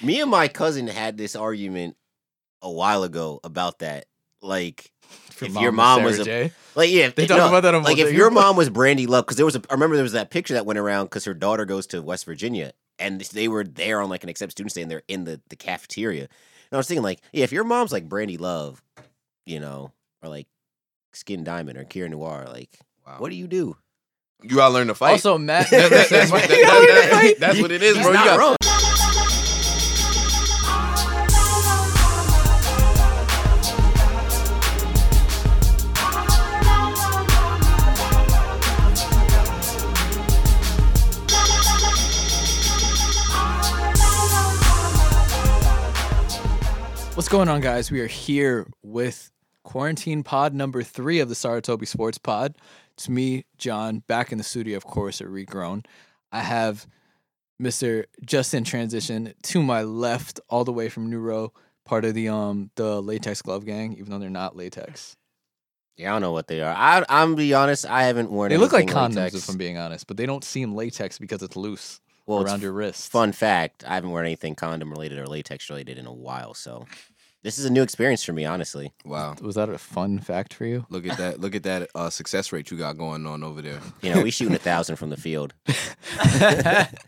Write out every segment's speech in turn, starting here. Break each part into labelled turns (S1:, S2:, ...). S1: Me and my cousin had this argument a while ago about that. Like,
S2: your
S1: if your
S2: mom
S1: mom was
S2: Sarah
S1: a
S2: J.
S1: like yeah,
S2: They talk about that on
S1: like if
S2: Bodega
S1: your
S2: Boys.
S1: mom was Brandy Love because there was a I remember there was that picture that went around because her daughter goes to West Virginia and they were there on like an accept students day and they're in the the cafeteria and I was thinking like yeah if your mom's like Brandy Love, you know, or like Skin Diamond or Kira Noir like
S2: Wow.
S1: what do you do?
S3: You gotta learn to fight.
S2: Also, Matt.
S3: That- that- that's, what, that- that- that- that's what it is,
S1: He's
S3: bro. You
S1: not
S3: gotta-
S1: wrong.
S2: What's going on, guys? We are here with quarantine pod number three of the Saratobi Sports Pod. It's me, John, back in the studio, of course, at Regrown. I have Mr. Justin Transition to my left, all the way from Neuro, part of the um the latex glove gang, even though they're not latex.
S1: Yeah, I don't know what they are. I, I'm be honest, I haven't worn.
S2: They look like
S1: anything
S2: condoms,
S1: latex.
S2: if I'm being honest, but they don't seem latex because it's loose
S1: well, it's
S2: around your wrist.
S1: Fun fact: I haven't worn anything condom related or latex related in a while, so this is a new experience for me. Honestly,
S3: Wow.
S2: Was that a fun fact for you?
S3: Look at that. Look at that uh, success rate you got going on over there.
S1: you know, we shooting a thousand from the field.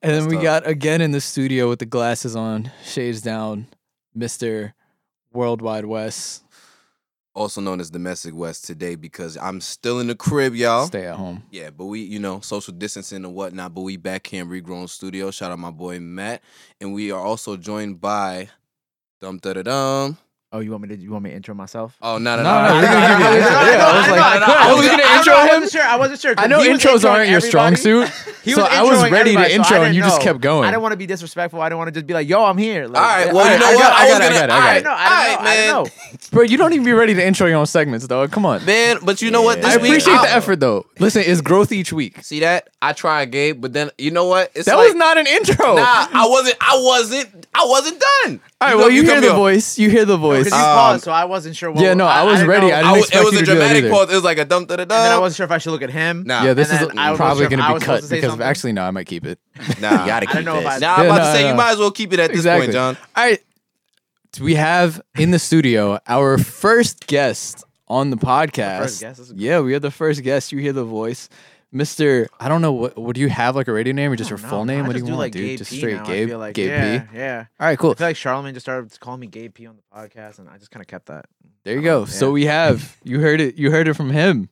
S2: And then
S3: That's
S2: we
S3: tough.
S2: got again in the studio with the glasses on, shades down, Mr. Worldwide West.
S3: Also known as domestic West today because I'm still in the crib, y'all.
S2: Stay at home.
S3: Yeah, but we, you know, social distancing and whatnot, but we back here in Regrown Studio. Shout out my boy Matt. And we are also joined by Dum Da Da Dum.
S4: Oh, you want me to? You want me to intro myself?
S3: Oh, no, no,
S2: No, no, we're gonna give you an intro. Yeah, I was like, I thought- I was gonna
S4: I don't
S2: intro
S4: know, I
S2: him.
S4: wasn't sure. I wasn't sure. 'cause
S2: I know
S4: he was
S2: intros
S4: introing
S2: aren't your strong
S4: everybody.
S2: suit,
S4: He
S2: so
S4: was
S2: I was
S4: introing
S2: ready to
S4: everybody, so
S2: intro,
S4: I
S2: and you
S4: didn't
S2: just
S4: know.
S2: kept going.
S4: I didn't want to be disrespectful. I didn't want to just be like, "Yo, I'm here." Like,
S3: All right, well,
S2: I-
S3: you know
S2: I
S3: what?
S2: got- I
S3: was
S2: got it, I got
S3: gonna-
S2: it, I got
S3: all
S4: I
S2: it.
S3: right,
S4: don't know. I
S3: all
S4: don't know.
S3: right,
S4: I don't know.
S2: Bro, you don't even be ready to intro your own segments, though. Come on.
S3: man. Man, but you know what?
S1: Yeah.
S3: This
S2: I
S3: week,
S2: appreciate
S3: I'll-
S2: the effort, though. Listen, it's growth each week.
S3: See that? I try, Gabe, but then you know what? It's
S2: That
S3: like,
S2: was not an intro.
S3: Nah, I wasn't. I wasn't. I wasn't done.
S2: All right,
S3: know,
S2: well, you
S3: cut
S2: hear
S3: me
S2: the
S3: off.
S2: voice. You hear the
S4: Because
S2: voice.
S4: he
S3: Um,
S4: paused, so I wasn't sure. What,
S2: yeah, no, I was
S4: didn't
S2: ready.
S4: know-
S2: I
S3: I
S2: didn't
S3: was,
S2: expect
S3: it was
S2: you
S3: a
S2: to do that
S3: dramatic
S2: either.
S3: pause. It was like a dum da da
S4: and then I
S3: dum.
S4: wasn't sure if I should look at him.
S3: Nah,
S2: yeah, this
S4: and
S2: is
S4: then I was
S2: probably
S4: supposed to-
S2: going
S4: I
S2: to
S4: was
S2: be cut
S4: supposed to say
S2: because
S4: something.
S2: actually, no, I might keep it.
S3: nah.
S1: You gotta keep
S4: I don't know if
S1: this.
S4: I-
S3: Nah, I'm
S2: Yeah,
S3: about to
S2: no,
S3: say
S2: no.
S3: you might as well keep it at this point, John.
S2: All right. We have in the studio our first guest on the podcast.
S4: first guest? That's a-
S2: Yeah, we are the first guest. You hear the voice. Mr. I don't know what what do you have like a radio name or just your
S4: No,
S2: full name?
S4: I
S2: What do
S4: just
S2: you want,
S4: like
S2: dude?
S4: Gabe
S2: just
S4: P
S2: straight
S4: now, I
S2: Gabe.
S4: feel like,
S2: Gabe
S4: yeah,
S2: P.
S4: Yeah,
S2: All right,
S4: I
S2: cool.
S4: feel like Charlemagne just started calling me Gabe P on the podcast, and I just kind of kept that.
S2: There you go. So
S4: Oh, Yeah.
S2: we have you heard it you heard it from him.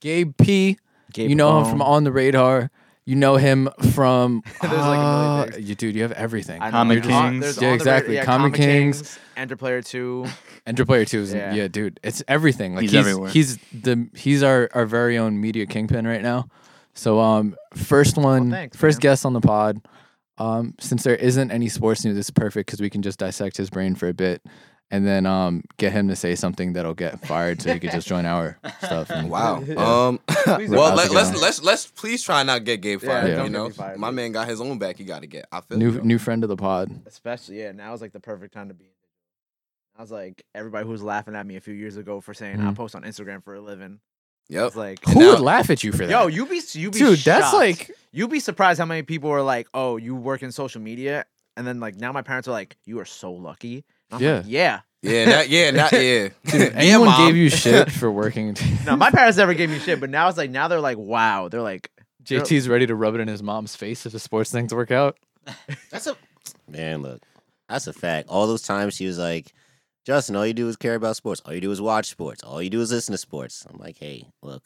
S2: Gabe P.
S4: Gabe
S2: you know him
S4: Pallone.
S2: from On the Radar. You know him from
S4: There's, like, a million
S2: Ah,
S4: things.
S2: you dude, you have everything.
S4: I know
S5: Comic
S4: there's on-
S5: Kings.
S4: there's
S2: Yeah,
S4: on the radio-
S2: exactly.
S4: yeah,
S2: Comic Kings.
S4: Enter Player Two.
S2: Enter Player Two is yeah.
S4: Yeah.
S2: dude. It's everything. Like he's
S5: He's everywhere.
S2: He's the he's our our very own media kingpin right now. So um, first one, first
S4: thanks, man.
S2: guest on the pod. Um, since there isn't any sports news, it's perfect because we can just dissect his brain for a bit, and then um, get him to say something that'll get fired, so he could just join our stuff. and-
S3: Wow.
S2: Yeah.
S3: Um.
S4: Please
S3: well,
S2: don't.
S3: let, let's let's let's please try not get Gabe
S4: Yeah,
S3: fired.
S2: don't
S3: You
S4: get
S3: know,
S4: me fired.
S3: my man got his own back. He got to get. I feel
S2: new
S3: you, bro.
S2: new friend of the pod.
S4: especially yeah now is like the perfect time to be i was like everybody who was laughing at me a few years ago for saying i
S2: Mhm.
S4: post on instagram for a living
S3: Yep.
S4: it's like
S2: Uh, Who
S3: now-
S2: would laugh at you for that?
S4: yo you be you be
S2: dude, that's
S4: shocked.
S2: like
S4: you be surprised how many people are like oh you work in social media and then like now my parents are like you are so lucky And I'm like, yeah
S3: Yeah. That, yeah. That, yeah. yeah.
S2: anyone
S3: Mom.
S2: gave you shit for working.
S4: no my parents never gave me shit but now it's like now they're like wow they're like
S2: JT's ready to rub it in his mom's face if the sports things work out.
S1: That's a man. Look, that's a fact. All those times she was like, Justin, all you do is care about sports. All you do is watch sports. All you do is listen to sports. I'm like, hey, look,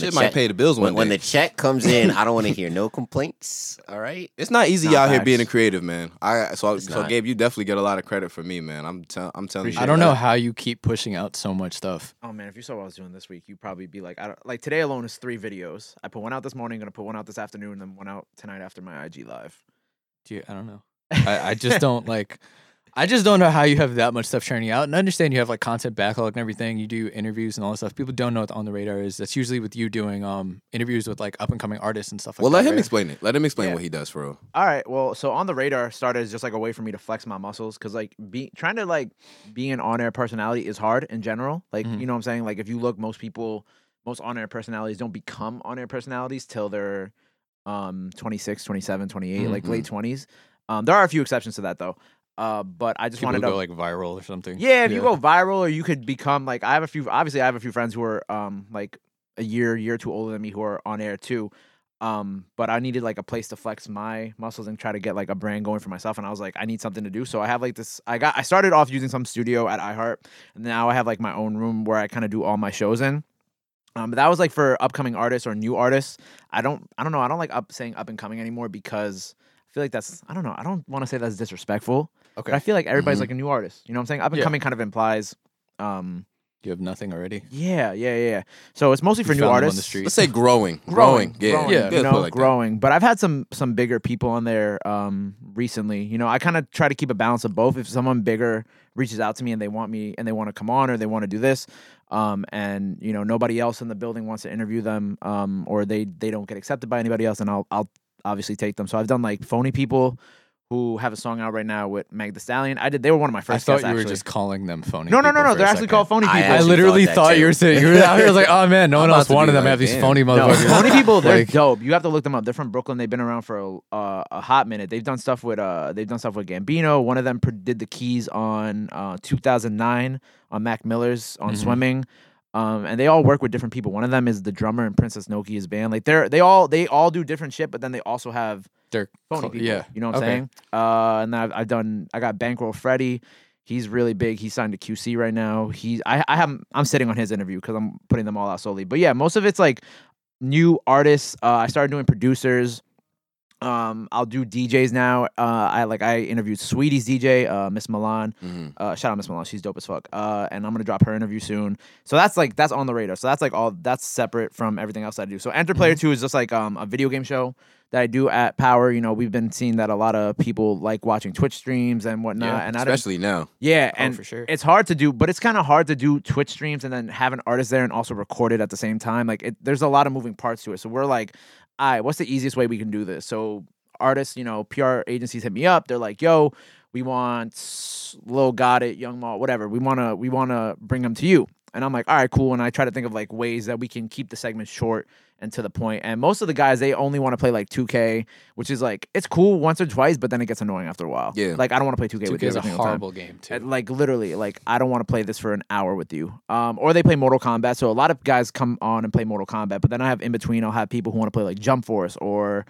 S1: When the
S3: shit
S1: check-
S3: might pay the bills
S1: when,
S3: one
S1: when
S3: day.
S1: the check comes in, I don't want to hear no complaints. All right.
S3: It's not easy
S4: Nah,
S3: out here
S4: facts.
S3: being a creative, man. I so
S1: It's
S3: so
S1: not.
S3: Gabe, you definitely get a lot of credit for me, man. I'm tell, I'm telling you.
S2: I don't know how you keep pushing out so much stuff.
S4: oh man if you saw what i was doing this week you'd probably be like i don't like today alone is three videos i put one out this morning gonna put one out this afternoon and then one out tonight after my ig live
S2: Do you, I don't know. I, I just don't like. I just don't know how you have that much stuff churning out. And I understand you have like content backlog and everything. You do interviews and all that stuff. People don't know what on the radar is. That's usually with you doing um interviews with like up and coming artists and stuff like
S3: Well,
S2: that.
S3: let him
S2: right?
S3: explain it. Let him explain
S4: Yeah.
S3: what he does for real.
S4: All right. Well, so on the radar started as just like a way for me to flex my muscles because like be trying to like be an on air personality is hard in general. Like
S2: Mhm.
S4: you know what I'm saying. Like if you look, most people, most on air personalities don't become on air personalities till they're um 26, 27, 28, like late 20s. Um, there are a few exceptions to that though. Uh, but I just
S6: People
S4: wanted
S6: who
S4: to
S6: go like viral or something.
S4: yeah, if you go viral or you could become like I have a few obviously I have a few friends who are um like a year, year or two older than me who are on air too. Um, but I needed like a place to flex my muscles and try to get like a brand going for myself. And I was like, I need something to do. So I have like this I got I started off using some studio at iHeart and now I have like my own room where I kind of do all my shows in. Um, but that was like for upcoming artists or new artists. I don't I don't know, I don't like up saying up and coming anymore because I feel like that's I don't know, I don't want to say that's
S6: Okay.
S4: disrespectful.
S6: Mm-hmm.
S4: But I feel like everybody's
S3: Mhm.
S4: like a new artist. You know what I'm saying? Up and
S6: Yeah.
S4: coming kind of implies, um,
S6: You have nothing already.
S4: yeah, yeah, yeah, yeah. So it's mostly
S6: You
S4: for new
S6: found them on the
S4: artists.
S6: street.
S3: Let's say growing,
S4: Growing,
S3: growing, yeah,
S4: growing,
S6: Yeah.
S3: let's
S4: you
S3: put it
S4: know,
S3: like that.
S4: growing. But I've had some some bigger people on there um, recently. You know, I kind of try to keep a balance of both. If someone bigger reaches out to me and they want me and they want to come on or they want to do this, um, and you know nobody else in the building wants to interview them, um, or they they don't get accepted by anybody else, and I'll I'll obviously take them. So I've done like phony people who have a song out right now with Meg The Stallion. I did. They were one of my
S6: I
S4: first.
S6: thought
S4: guests,
S6: you were
S4: actually.
S6: just calling them phony.
S4: No, no,
S6: people
S4: no, no.
S6: for a
S4: They're actually
S6: second.
S4: called phony
S1: I
S4: people.
S6: I
S1: actually
S6: literally
S1: thought
S6: thought,
S1: that too.
S6: you were saying you were out here. I was like, oh man, no
S3: I'm
S6: one
S3: about
S6: else
S3: to be
S6: wanted them.
S3: like,
S6: I have these
S3: damn.
S6: phony
S4: No,
S6: motherfuckers.
S4: Phony people, they're
S6: Like-
S4: dope. You have to look them up. They're from Brooklyn. They've been around for a, uh, a hot minute. They've done stuff with uh, they've done stuff with Gambino. One of them pro- did the keys on uh, 2009 on Mac Miller's on
S6: Mhm.
S4: Swimming. Um, and they all work with different people. One of them is the drummer in Princess Nokia's band. Like they're they all they all do different shit, but then they also have
S6: They're
S4: phony
S6: cl-
S4: people.
S6: Yeah.
S4: You know what I'm
S6: Okay.
S4: saying? Uh, and I've, I've done. I got Bankroll Freddy. He's really big. He's signed to QC right now. He, I, I haven't. I'm sitting on his interview because I'm putting them all out solely. But yeah, most of it's like new artists. Uh, I started doing producers. Um, I'll do DJs now. Uh, I like I interviewed Sweetie's DJ, uh, Miss Milan.
S3: Mhm.
S4: Uh, shout out Miss Milan, she's dope as fuck. Uh, and I'm gonna drop her interview soon. So that's like that's on the radar. So that's like all that's separate from everything else I do. So Enter Player Two is just like um a video game show that I do at Power. You know, we've been seeing that a lot of people like watching Twitch streams and whatnot.
S6: Yeah,
S4: and I don't-
S3: especially now.
S4: yeah, and
S6: for sure.
S4: it's hard to do, but it's kind of hard to do Twitch streams and then have an artist there and also record it at the same time. Like, it, there's a lot of moving parts to it. So we're like, all right, what's the easiest way we can do this? So artists, you know, PR agencies hit me up. They're like, yo, we want Lil Got It, Young Mall, whatever. We wanna we wanna bring them to you. And I'm like, all right, cool. And I try to think of like ways that we can keep the segment short and to the point. And most of the guys, they only want to play like 2K, which is like it's cool once or twice, but then it gets annoying after a while.
S3: Yeah.
S4: Like I don't want to play 2K, with
S6: 2K
S4: you
S6: is
S4: every
S6: a
S4: single time.
S6: horrible game
S4: And,
S6: too.
S4: Uh, like literally, like I don't want to play this for an hour with you. Um, or they play Mortal Kombat. So a lot of guys come on and play Mortal Kombat, but then I have in between. I'll have people who want to play like Jump Force or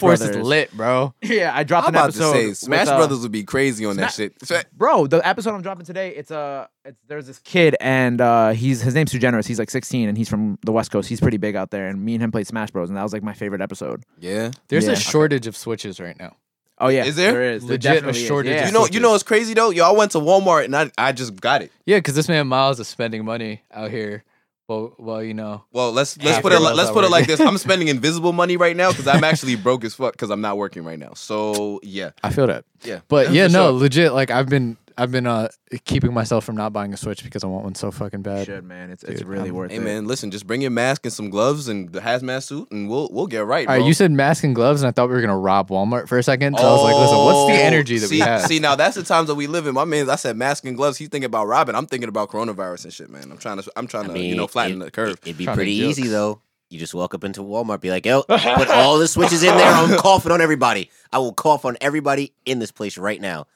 S6: Jump Force is
S4: Brothers.
S6: lit, bro.
S4: yeah, I dropped
S3: I'm
S4: an
S3: about to
S4: episode.
S3: say
S4: with,
S3: Smash
S4: uh,
S3: Brothers would be crazy on that shit.
S4: Bro, the episode I'm dropping today, it's uh, it's there's this kid and uh, he's his name's Too Generous. He's like 16 and he's from the West Coast. He's pretty big out there. And me and him played Smash Bros. And that was like my favorite episode.
S3: Yeah.
S6: There's
S4: Yeah.
S6: a shortage of switches right now.
S4: Oh yeah,
S3: Is there?
S4: There is There
S6: Legit a
S4: definitely is,
S6: shortage
S4: Yeah.
S6: of
S3: You know, you
S6: Switches.
S3: know what's crazy though? Yo, I went to Walmart and I, I just got it.
S6: Yeah, because this man Miles is spending money out here. Well, well, you know,
S3: Well, let's let's
S6: Half
S3: put it
S6: realized
S3: let's
S6: I
S3: put it
S6: work.
S3: like this. I'm spending invisible money right now because I'm actually broke as fuck because I'm not working right now. So yeah,
S6: I feel that.
S3: yeah.
S6: But
S3: For
S6: yeah, no,
S3: sure.
S6: legit. Like I've been, I've been uh keeping myself from not buying a Switch because I want one so fucking
S4: You
S6: bad.
S4: should man, it's it's
S6: Dude,
S4: really
S6: I'm-
S4: worth
S3: Hey
S4: it.
S3: man, listen, just bring your mask and some gloves and the hazmat suit, and we'll we'll get right.
S6: All
S3: Bro.
S6: right, you said mask and gloves, and I thought we were gonna rob Walmart for a second. So I was like, listen, what's the
S3: Oh,
S6: energy that
S3: see,
S6: we have?
S3: See, now that's the times that we live in. My man, I said mask and gloves. He's thinking about robbing. I'm thinking about coronavirus and shit, man. I'm trying to I'm trying to you know flatten
S1: it,
S3: the curve.
S1: It, would be
S6: Trying to
S1: pretty
S6: make
S1: easy
S6: jokes.
S1: though. You just walk up into Walmart, be like, "Yo, put all the switches in there. I'm coughing on everybody. I will cough on everybody in this place right now."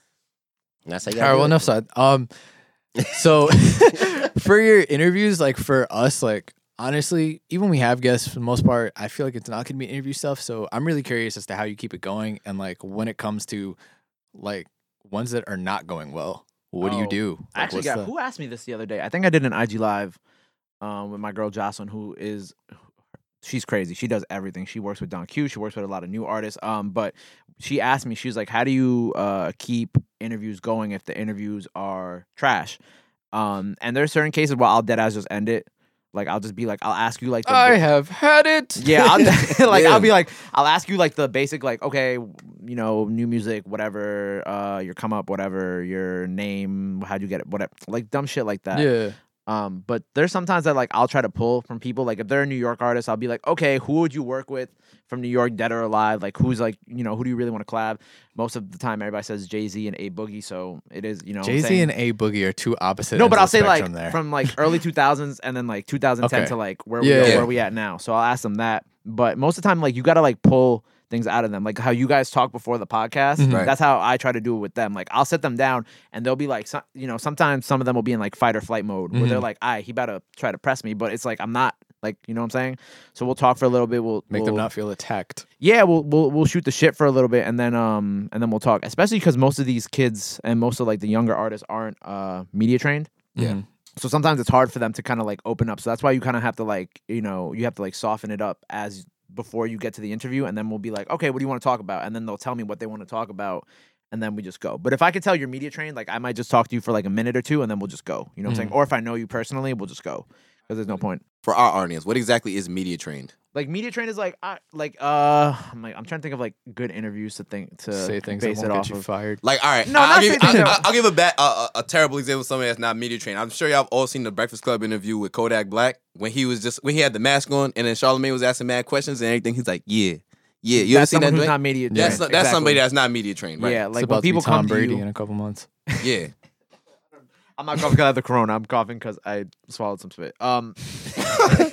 S1: And that's how you.
S6: All right, well, enough said. Um, so for your interviews, like for us, like honestly, even when we have guests, for the most part, I feel like it's not gonna be interview stuff. So I'm really curious as to how you keep it going, and like when it comes to like ones that are not going well, what do you
S4: Oh,
S6: do?
S4: I
S6: Like,
S4: actually
S6: what's
S4: got
S6: the-
S4: who asked me this the other day. I think I did an IG live um, with my girl Jocelyn, who is she's crazy. She does everything. She works with Don Q. She works with a lot of new artists. Um, but she asked me, she was like, "How do you uh, keep interviews going if the interviews are trash?" Um, and there are certain cases where I'll dead ass just end it. Like I'll just be like, I'll ask you like the
S6: I have had it.
S4: yeah, I'll, like
S3: Yeah.
S4: I'll be like, I'll ask you like the basic, like, okay, w- you know, new music, whatever, uh, your come up, whatever, your name, how'd you get it, whatever, like dumb shit like that.
S6: yeah.
S4: Um, but there's sometimes that like I'll try to pull from people. Like if they're a New York artist, I'll be like, okay, who would you work with from New York, dead or alive? Like who's like, you know, who do you really want to collab? Most of the time, everybody says Jay Z and A Boogie, so it is, you know, what I'm
S6: Jay Z
S4: saying?
S6: and A Boogie are two opposite.
S4: No,
S6: ends
S4: but
S6: of
S4: I'll
S6: the
S4: say like
S6: spectrum there.
S4: from like early 2000s and then like 2010
S6: Okay.
S4: to like where
S6: Yeah,
S4: we are,
S3: yeah.
S4: where we at now. So I'll ask them that. But most of the time, like you got to like pull things out of them. Like how you guys talk before the podcast.
S6: Mhm.
S3: Right.
S4: That's how I try to do it with them. Like I'll sit them down and they'll be like, so- you know, sometimes some of them will be in like fight or flight mode where
S6: Mm-hmm.
S4: they're like, "I he about to try to press me," but it's like I'm not. Like you know what I'm saying. So we'll talk for a little bit. We'll
S6: Make them
S4: we'll-
S6: not feel attacked.
S4: yeah, we'll we'll we'll shoot the shit for a little bit and then um and then we'll talk. Especially because most of these kids and most of like the younger artists aren't uh media trained.
S6: Yeah.
S4: So sometimes it's hard for them to kind of like open up. So that's why you kind of have to like you know you have to like soften it up as before you get to the interview, and then we'll be like, okay, what do you want to talk about? And then they'll tell me what they want to talk about, and then we just go. But if I can tell you're media trained, like I might just talk to you for like a minute or two, and then we'll just go. You know what I'm
S6: Mm-hmm.
S4: saying? Or if I know you personally, we'll just go because there's no point.
S3: For our audience, what exactly is media trained?
S4: Like media train is like I like uh I'm like I'm trying to think of like good interviews to think to
S6: Say things that
S4: base
S6: won't
S4: it
S6: get
S4: off
S6: you
S4: of.
S6: fired.
S3: Like, all right,
S4: No,
S3: I'll,
S4: not
S3: give,
S4: say things
S3: I'll,
S4: that-
S3: I'll give a, bad, a, a a terrible example of somebody that's not media trained. I'm sure y'all have all seen the Breakfast Club interview with Kodak Black when he was just when he had the mask on, and then Charlamagne was asking mad questions and everything. He's like, yeah, yeah, you ever
S4: that's
S3: seen that?
S4: someone who's
S3: joint?
S4: not media trained.
S3: that's that's
S4: Exactly.
S3: somebody that's not media trained, right?
S4: yeah.
S6: It's
S4: Like
S6: about
S4: when
S6: to be
S4: people
S6: Tom
S4: come
S6: Brady
S4: to
S6: in
S4: you,
S6: a couple months.
S3: yeah.
S4: I'm not coughing because I have the corona. I'm coughing because I swallowed some spit. Um,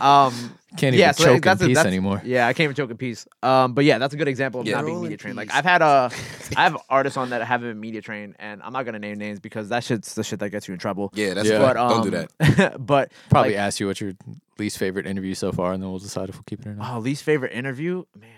S4: um,
S6: Can't even
S4: yeah, so
S6: choke in
S4: that's a-
S6: peace
S4: that's-
S6: anymore.
S4: Yeah, I can't even joke in peace. Um, but yeah, that's a good example of
S3: Yeah.
S4: not being
S3: Roll in
S4: media trained. Like
S3: peace.
S4: I've had uh, I have artists on that haven't been media trained, and I'm not gonna name names because that shit's the shit that gets you in trouble.
S3: Yeah, that's
S6: Yeah.
S3: yeah.
S4: But um,
S3: don't do that.
S4: that. but
S6: Probably
S4: like,
S6: ask you what your least favorite interview so far, and then we'll decide if we'll keep it or not.
S4: Oh, least favorite interview, man.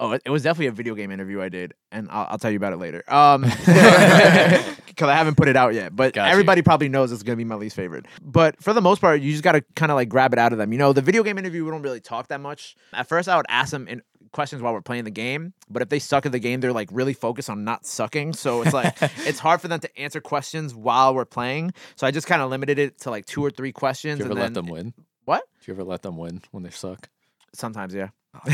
S4: Oh, it, it was definitely a video game interview I did, and I'll, I'll tell you about it later. Um, because I haven't put it out yet, but
S6: Got you.
S4: everybody probably knows it's gonna be my least favorite. But for the most part, you just gotta kind of like grab it out of them. You know, the video game interview we don't really talk that much. At first, I would ask them in questions while we're playing the game, but if they suck at the game, they're like really focused on not sucking. So it's like it's hard for them to answer questions while we're playing. So I just kind of limited it to like two or three questions.
S6: Do you ever
S4: and
S6: let them
S4: then
S6: win?
S4: What?
S6: Do you ever let them win when they suck?
S4: Sometimes, yeah.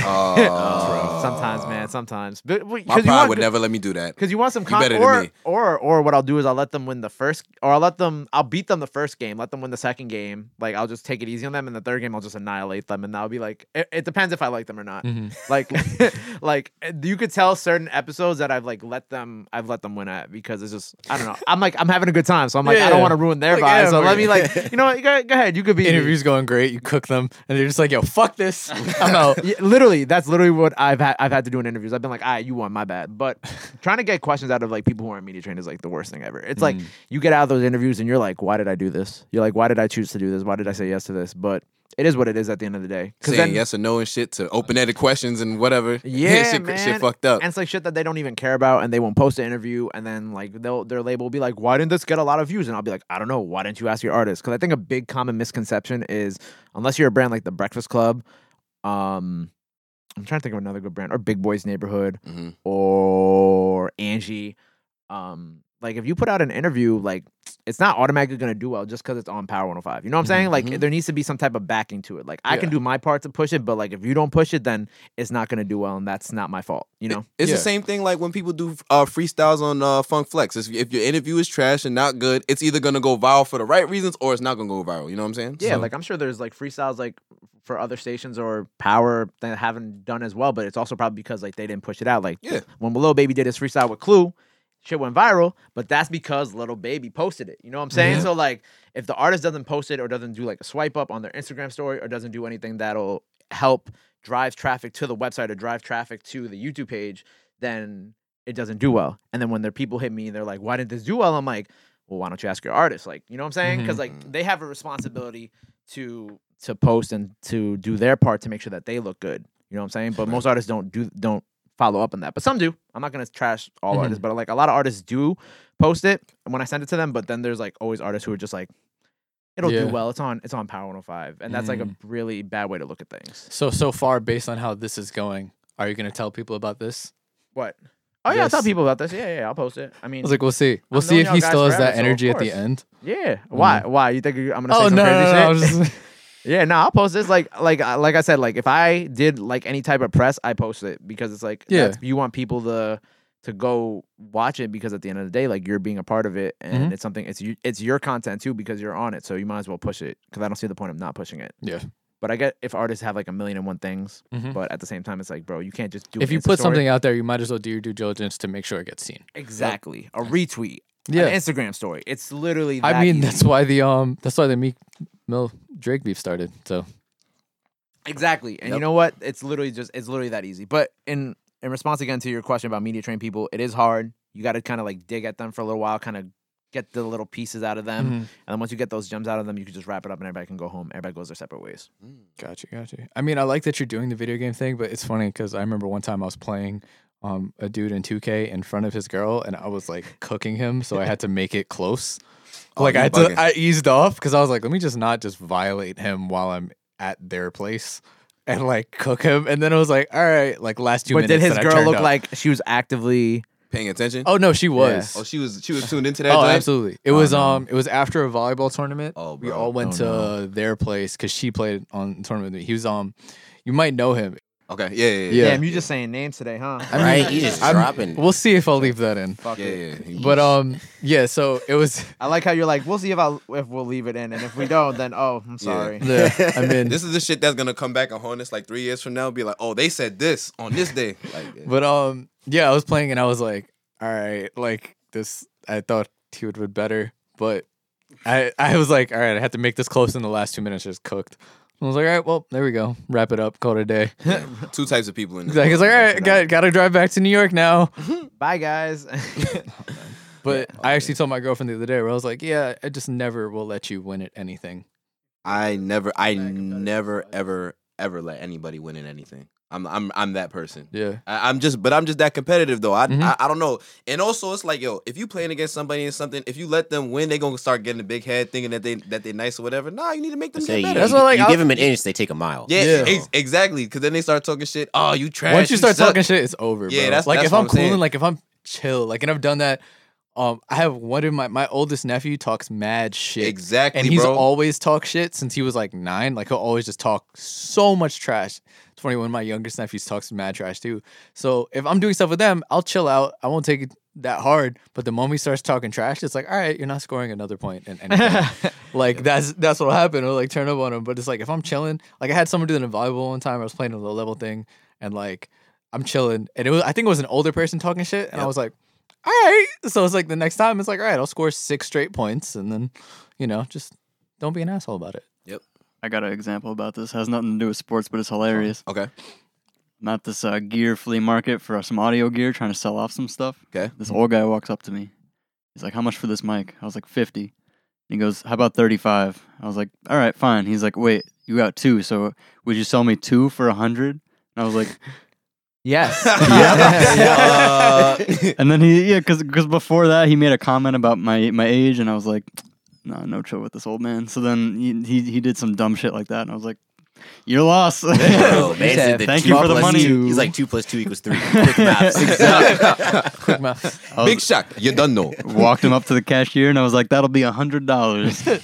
S3: Oh.
S4: sometimes, man. Sometimes, but because
S3: My
S4: you
S3: pride
S4: want,
S3: would never let me do that.
S4: because you want some
S3: You
S4: con-
S3: better than
S4: or,
S3: me.
S4: or or what I'll do is I'll let them win the first, or I'll let them, I'll beat them the first game, let them win the second game. Like I'll just take it easy on them, and the third game I'll just annihilate them, and I'll be like, it, it depends if I like them or not. Like, like you could tell certain episodes that I've like let them, I've let them win at because it's just I don't know. I'm like I'm having a good time, so I'm like I
S6: Yeah.
S4: don't want to ruin their
S6: Like,
S4: vibe.
S6: yeah,
S4: so let
S6: we're-
S4: me like you know what, go, go ahead, you could be
S6: Interview's going great. You cook them, and they're just like, "Yo, fuck this. I'm out."
S4: Yeah, literally, that's literally what I've had. I've had to do in interviews. I've been like, "Ah, you won, my bad." But trying to get questions out of like people who aren't media trained is like the worst thing ever. It's like you get out of those interviews and you're like, "Why did I do this?" You're like, "Why did I choose to do this? Why did I say yes to this?" But it is what it is at the end of the day.
S3: Saying
S4: then,
S3: yes or no and shit to open-ended questions and whatever.
S4: yeah,
S3: shit,
S4: man.
S3: shit fucked up.
S4: And it's like shit that they don't even care about, and they won't post an interview, and then like they'll their label will be like, "Why didn't this get a lot of views?" And I'll be like, "I don't know. Why didn't you ask your artist?" Because I think a big common misconception is unless you're a brand like the Breakfast Club, um, I'm trying to think of another good brand or Big Boys Neighborhood
S3: Mhm.
S4: or Angie. Um, like if you put out an interview, like it's not automatically gonna do well just because it's on Power 105. You know what I'm saying? Like
S3: Mhm.
S4: there needs to be some type of backing to it. Like I can
S6: Yeah.
S4: do my part to push it, but like if you don't push it, then it's not gonna do well, and that's not my fault. You know?
S3: It's
S6: Yeah.
S3: the same thing like when people do uh, freestyles on uh, Funk Flex. It's, if your interview is trash and not good, it's either gonna go viral for the right reasons or it's not gonna go viral. You know what I'm saying?
S4: Yeah,
S6: So-
S4: like I'm sure there's like freestyles like for other stations or Power that haven't done as well, but it's also probably because like they didn't push it out. Like
S3: Yeah.
S4: when Lil Baby did his freestyle with Clue, shit went viral, but that's because Little Baby posted it. You know what I'm saying?
S6: Yeah.
S4: So like if the artist doesn't post it or doesn't do like a swipe up on their Instagram story or doesn't do anything that'll help drive traffic to the website or drive traffic to the YouTube page, then it doesn't do well. And then when their people hit me and they're like, why didn't this do well? I'm like, well, why don't you ask your artist? Like, you know what I'm saying? Because like they have a responsibility to to post and to do their part to make sure that they look good. You know what I'm saying? But most artists don't do don't follow up on that. But some do. I'm not gonna trash all artists, but like a lot of artists do post it when I send it to them. But then there's like always artists who are just like, it'll
S6: Yeah.
S4: do well. It's on it's on Power 105, and that's like a really bad way to look at things.
S6: So so far, based on how this is going, are you gonna tell people about this?
S4: What? Oh yeah, I'll tell
S6: Yes.
S4: people about this. Yeah, yeah, yeah, I'll post it. I mean,
S6: I was like, we'll see. We'll
S4: I've
S6: see
S4: known
S6: if
S4: y'all
S6: he still
S4: guys
S6: has that
S4: forever, so of
S6: energy at the
S4: course.
S6: end.
S4: yeah. Why? Why? You think you- I'm gonna say
S6: mm-hmm. Oh
S4: some
S6: no, no,
S4: crazy
S6: no,
S4: shit?
S6: I was just-
S4: Yeah, no, I'll post this. Like, like, uh, like I said, like if I did like any type of press, I post it because it's like,
S6: Yeah.
S4: that's- you want people to to go watch it because at the end of the day, like you're being a part of it and
S6: Mhm.
S4: it's something it's you, it's your content too because you're on it, so you might as well push it because I don't see the point of not pushing it.
S6: yeah.
S4: But I get if artists have like a million and one things,
S6: Mhm.
S4: but at the same time, it's like, bro, you can't just do.
S6: If
S4: an
S6: you
S4: Insta
S6: put
S4: story.
S6: something out there, you might as well do your due diligence to make sure it gets seen.
S4: exactly a retweet,
S6: Yeah.
S4: an Instagram story, it's literally. That
S6: I mean,
S4: easy.
S6: that's why the um, that's why the Meek Mill Drake beef started. So
S4: Exactly. And
S1: Yep.
S4: you know what? It's literally just it's literally that easy. But in in response again to your question about media trained people, it is hard. You got to kind of like dig at them for a little while, kind of get the little pieces out of them,
S6: Mm-hmm.
S2: Mm-hmm.
S4: and then once you get those gems out of them, you can just wrap it up, and everybody can go home. Everybody goes their separate ways.
S3: Mm.
S2: Gotcha, gotcha. I mean, I like that you're doing the video game thing, but it's funny because I remember one time I was playing um, a dude in 2K in front of his girl, and I was like cooking him, so I had to make it close.
S3: Oh,
S2: like
S3: you
S2: I had
S3: bugging.
S2: to, I eased off because I was like, let me just not just violate him while I'm at their place and like cook him. And then I was like, all right, like last two
S4: but did
S2: minutes.
S4: his
S2: that I
S4: girl
S2: turned
S4: look
S2: up-
S4: like she was actively?
S3: Paying attention?
S2: Oh no, she was.
S3: Oh, she was she was tuned into that.
S2: Oh,
S3: joint?
S2: absolutely. It
S3: Oh,
S2: was
S3: no.
S2: um it was after a volleyball tournament.
S3: Oh,
S2: we
S3: bro.
S2: all went
S4: Oh,
S2: to
S4: no.
S2: their place cuz she played on the tournament. with me. He was um you might know him.
S3: Okay, yeah,
S2: Yeah.
S3: yeah,
S4: Damn, you just saying names today, huh?
S2: mean,
S1: right? you just
S2: I'm-
S1: dropping.
S2: We'll see if I'll leave that in.
S4: Fuck
S3: yeah, yeah.
S4: it.
S3: yeah, yeah.
S2: But um yeah, so it was
S4: I like how you're like, we'll see if I if we'll leave it in, and if we don't, then oh, I'm sorry.
S2: yeah, I mean
S3: this is the shit that's gonna come back and haunt us like three years from now. Be like, oh, they said this on this day. Like, yeah.
S2: But um, yeah, I was playing and I was like, all right, like this. I thought he would been better, but I I was like, all right, I have to make this close in the last two minutes. Just cooked. I was like, all right, well, there we go. Wrap it up. Call it a day.
S3: yeah, two types of people in this.
S2: Like, it's like, all
S4: Wrap
S2: right,
S4: it
S2: got got to drive back to New York now.
S4: Bye, guys.
S2: But I actually told my girlfriend the other day where I was like, yeah, I just never will let you win at anything.
S3: I never, I never, ever, ever let anybody win in anything. I'm, I'm, I'm that person.
S2: Yeah,
S3: I, I'm just, but I'm just that competitive though. I,
S2: Mhm.
S3: I, I don't know. And also, it's like, yo, if you playing against somebody in something, if you let them win, they gonna start getting a big head, thinking that they that they nice or whatever. Nah, you need to make them
S1: Say,
S3: get
S1: you,
S3: better.
S2: That's what, like,
S1: you
S2: I'll-
S1: give them an inch, they take a mile.
S3: yeah,
S2: Yeah.
S3: ex- exactly. Because then they start talking shit. Oh, you trash.
S2: once you start
S3: suck.
S2: talking shit, it's over.
S3: Yeah,
S2: bro.
S3: that's-
S2: like
S3: that's
S2: if
S3: what
S2: I'm
S3: I'm
S2: cool
S3: saying.
S2: and like if I'm chill, like and I've done that. Um, I have one of my my oldest nephew talks mad shit.
S3: exactly,
S2: and he's
S3: bro.
S2: always talk shit since he was like nine. Like he'll always just talk so much trash. It's funny when my youngest nephews talks mad trash too. So if I'm doing stuff with them, I'll chill out. I won't take it that hard. But the moment he starts talking trash, it's like, all right, you're not scoring another point in anything. like that's that's what'll happen. It'll like turn up on him. But it's like if I'm chilling, like I had someone doing a volleyball one time. I was playing a low level thing, and like I'm chilling, and it was I think it was an older person talking shit, and I
S3: Yep.
S2: was like. All right, so it's like the next time it's like, all right, I'll score six straight points, and then you know, just don't be an asshole about it.
S7: I got an example about this. has nothing to do with sports, but it's hilarious.
S3: okay.
S7: I'm at this uh, gear flea market for some audio gear, trying to sell off some stuff.
S3: Okay.
S7: This old guy walks up to me. He's like, "How much for this mic?" I was like, 50. And he goes, "How about 35?" I was like, "All right, fine." He's like, "Wait, you got two, so would you sell me two for a hundred? And I was like,
S4: yes.
S3: Yeah.
S7: and then he yeah, because before that he made a comment about my my age, and I was like, "No, no chill with this old man." So then he he, he did some dumb shit like that, and I was like, "You're lost."
S1: Bro,
S4: He
S1: man,
S4: said,
S1: the
S7: "Thank
S1: two
S7: you for the
S1: plus
S7: money."
S1: two- He's like two plus two equals three. Quick maps.
S2: Quick math.
S7: I was-
S3: Big shock. You done know.
S7: walked him up to the cashier and I was like, "That'll be a hundred dollars."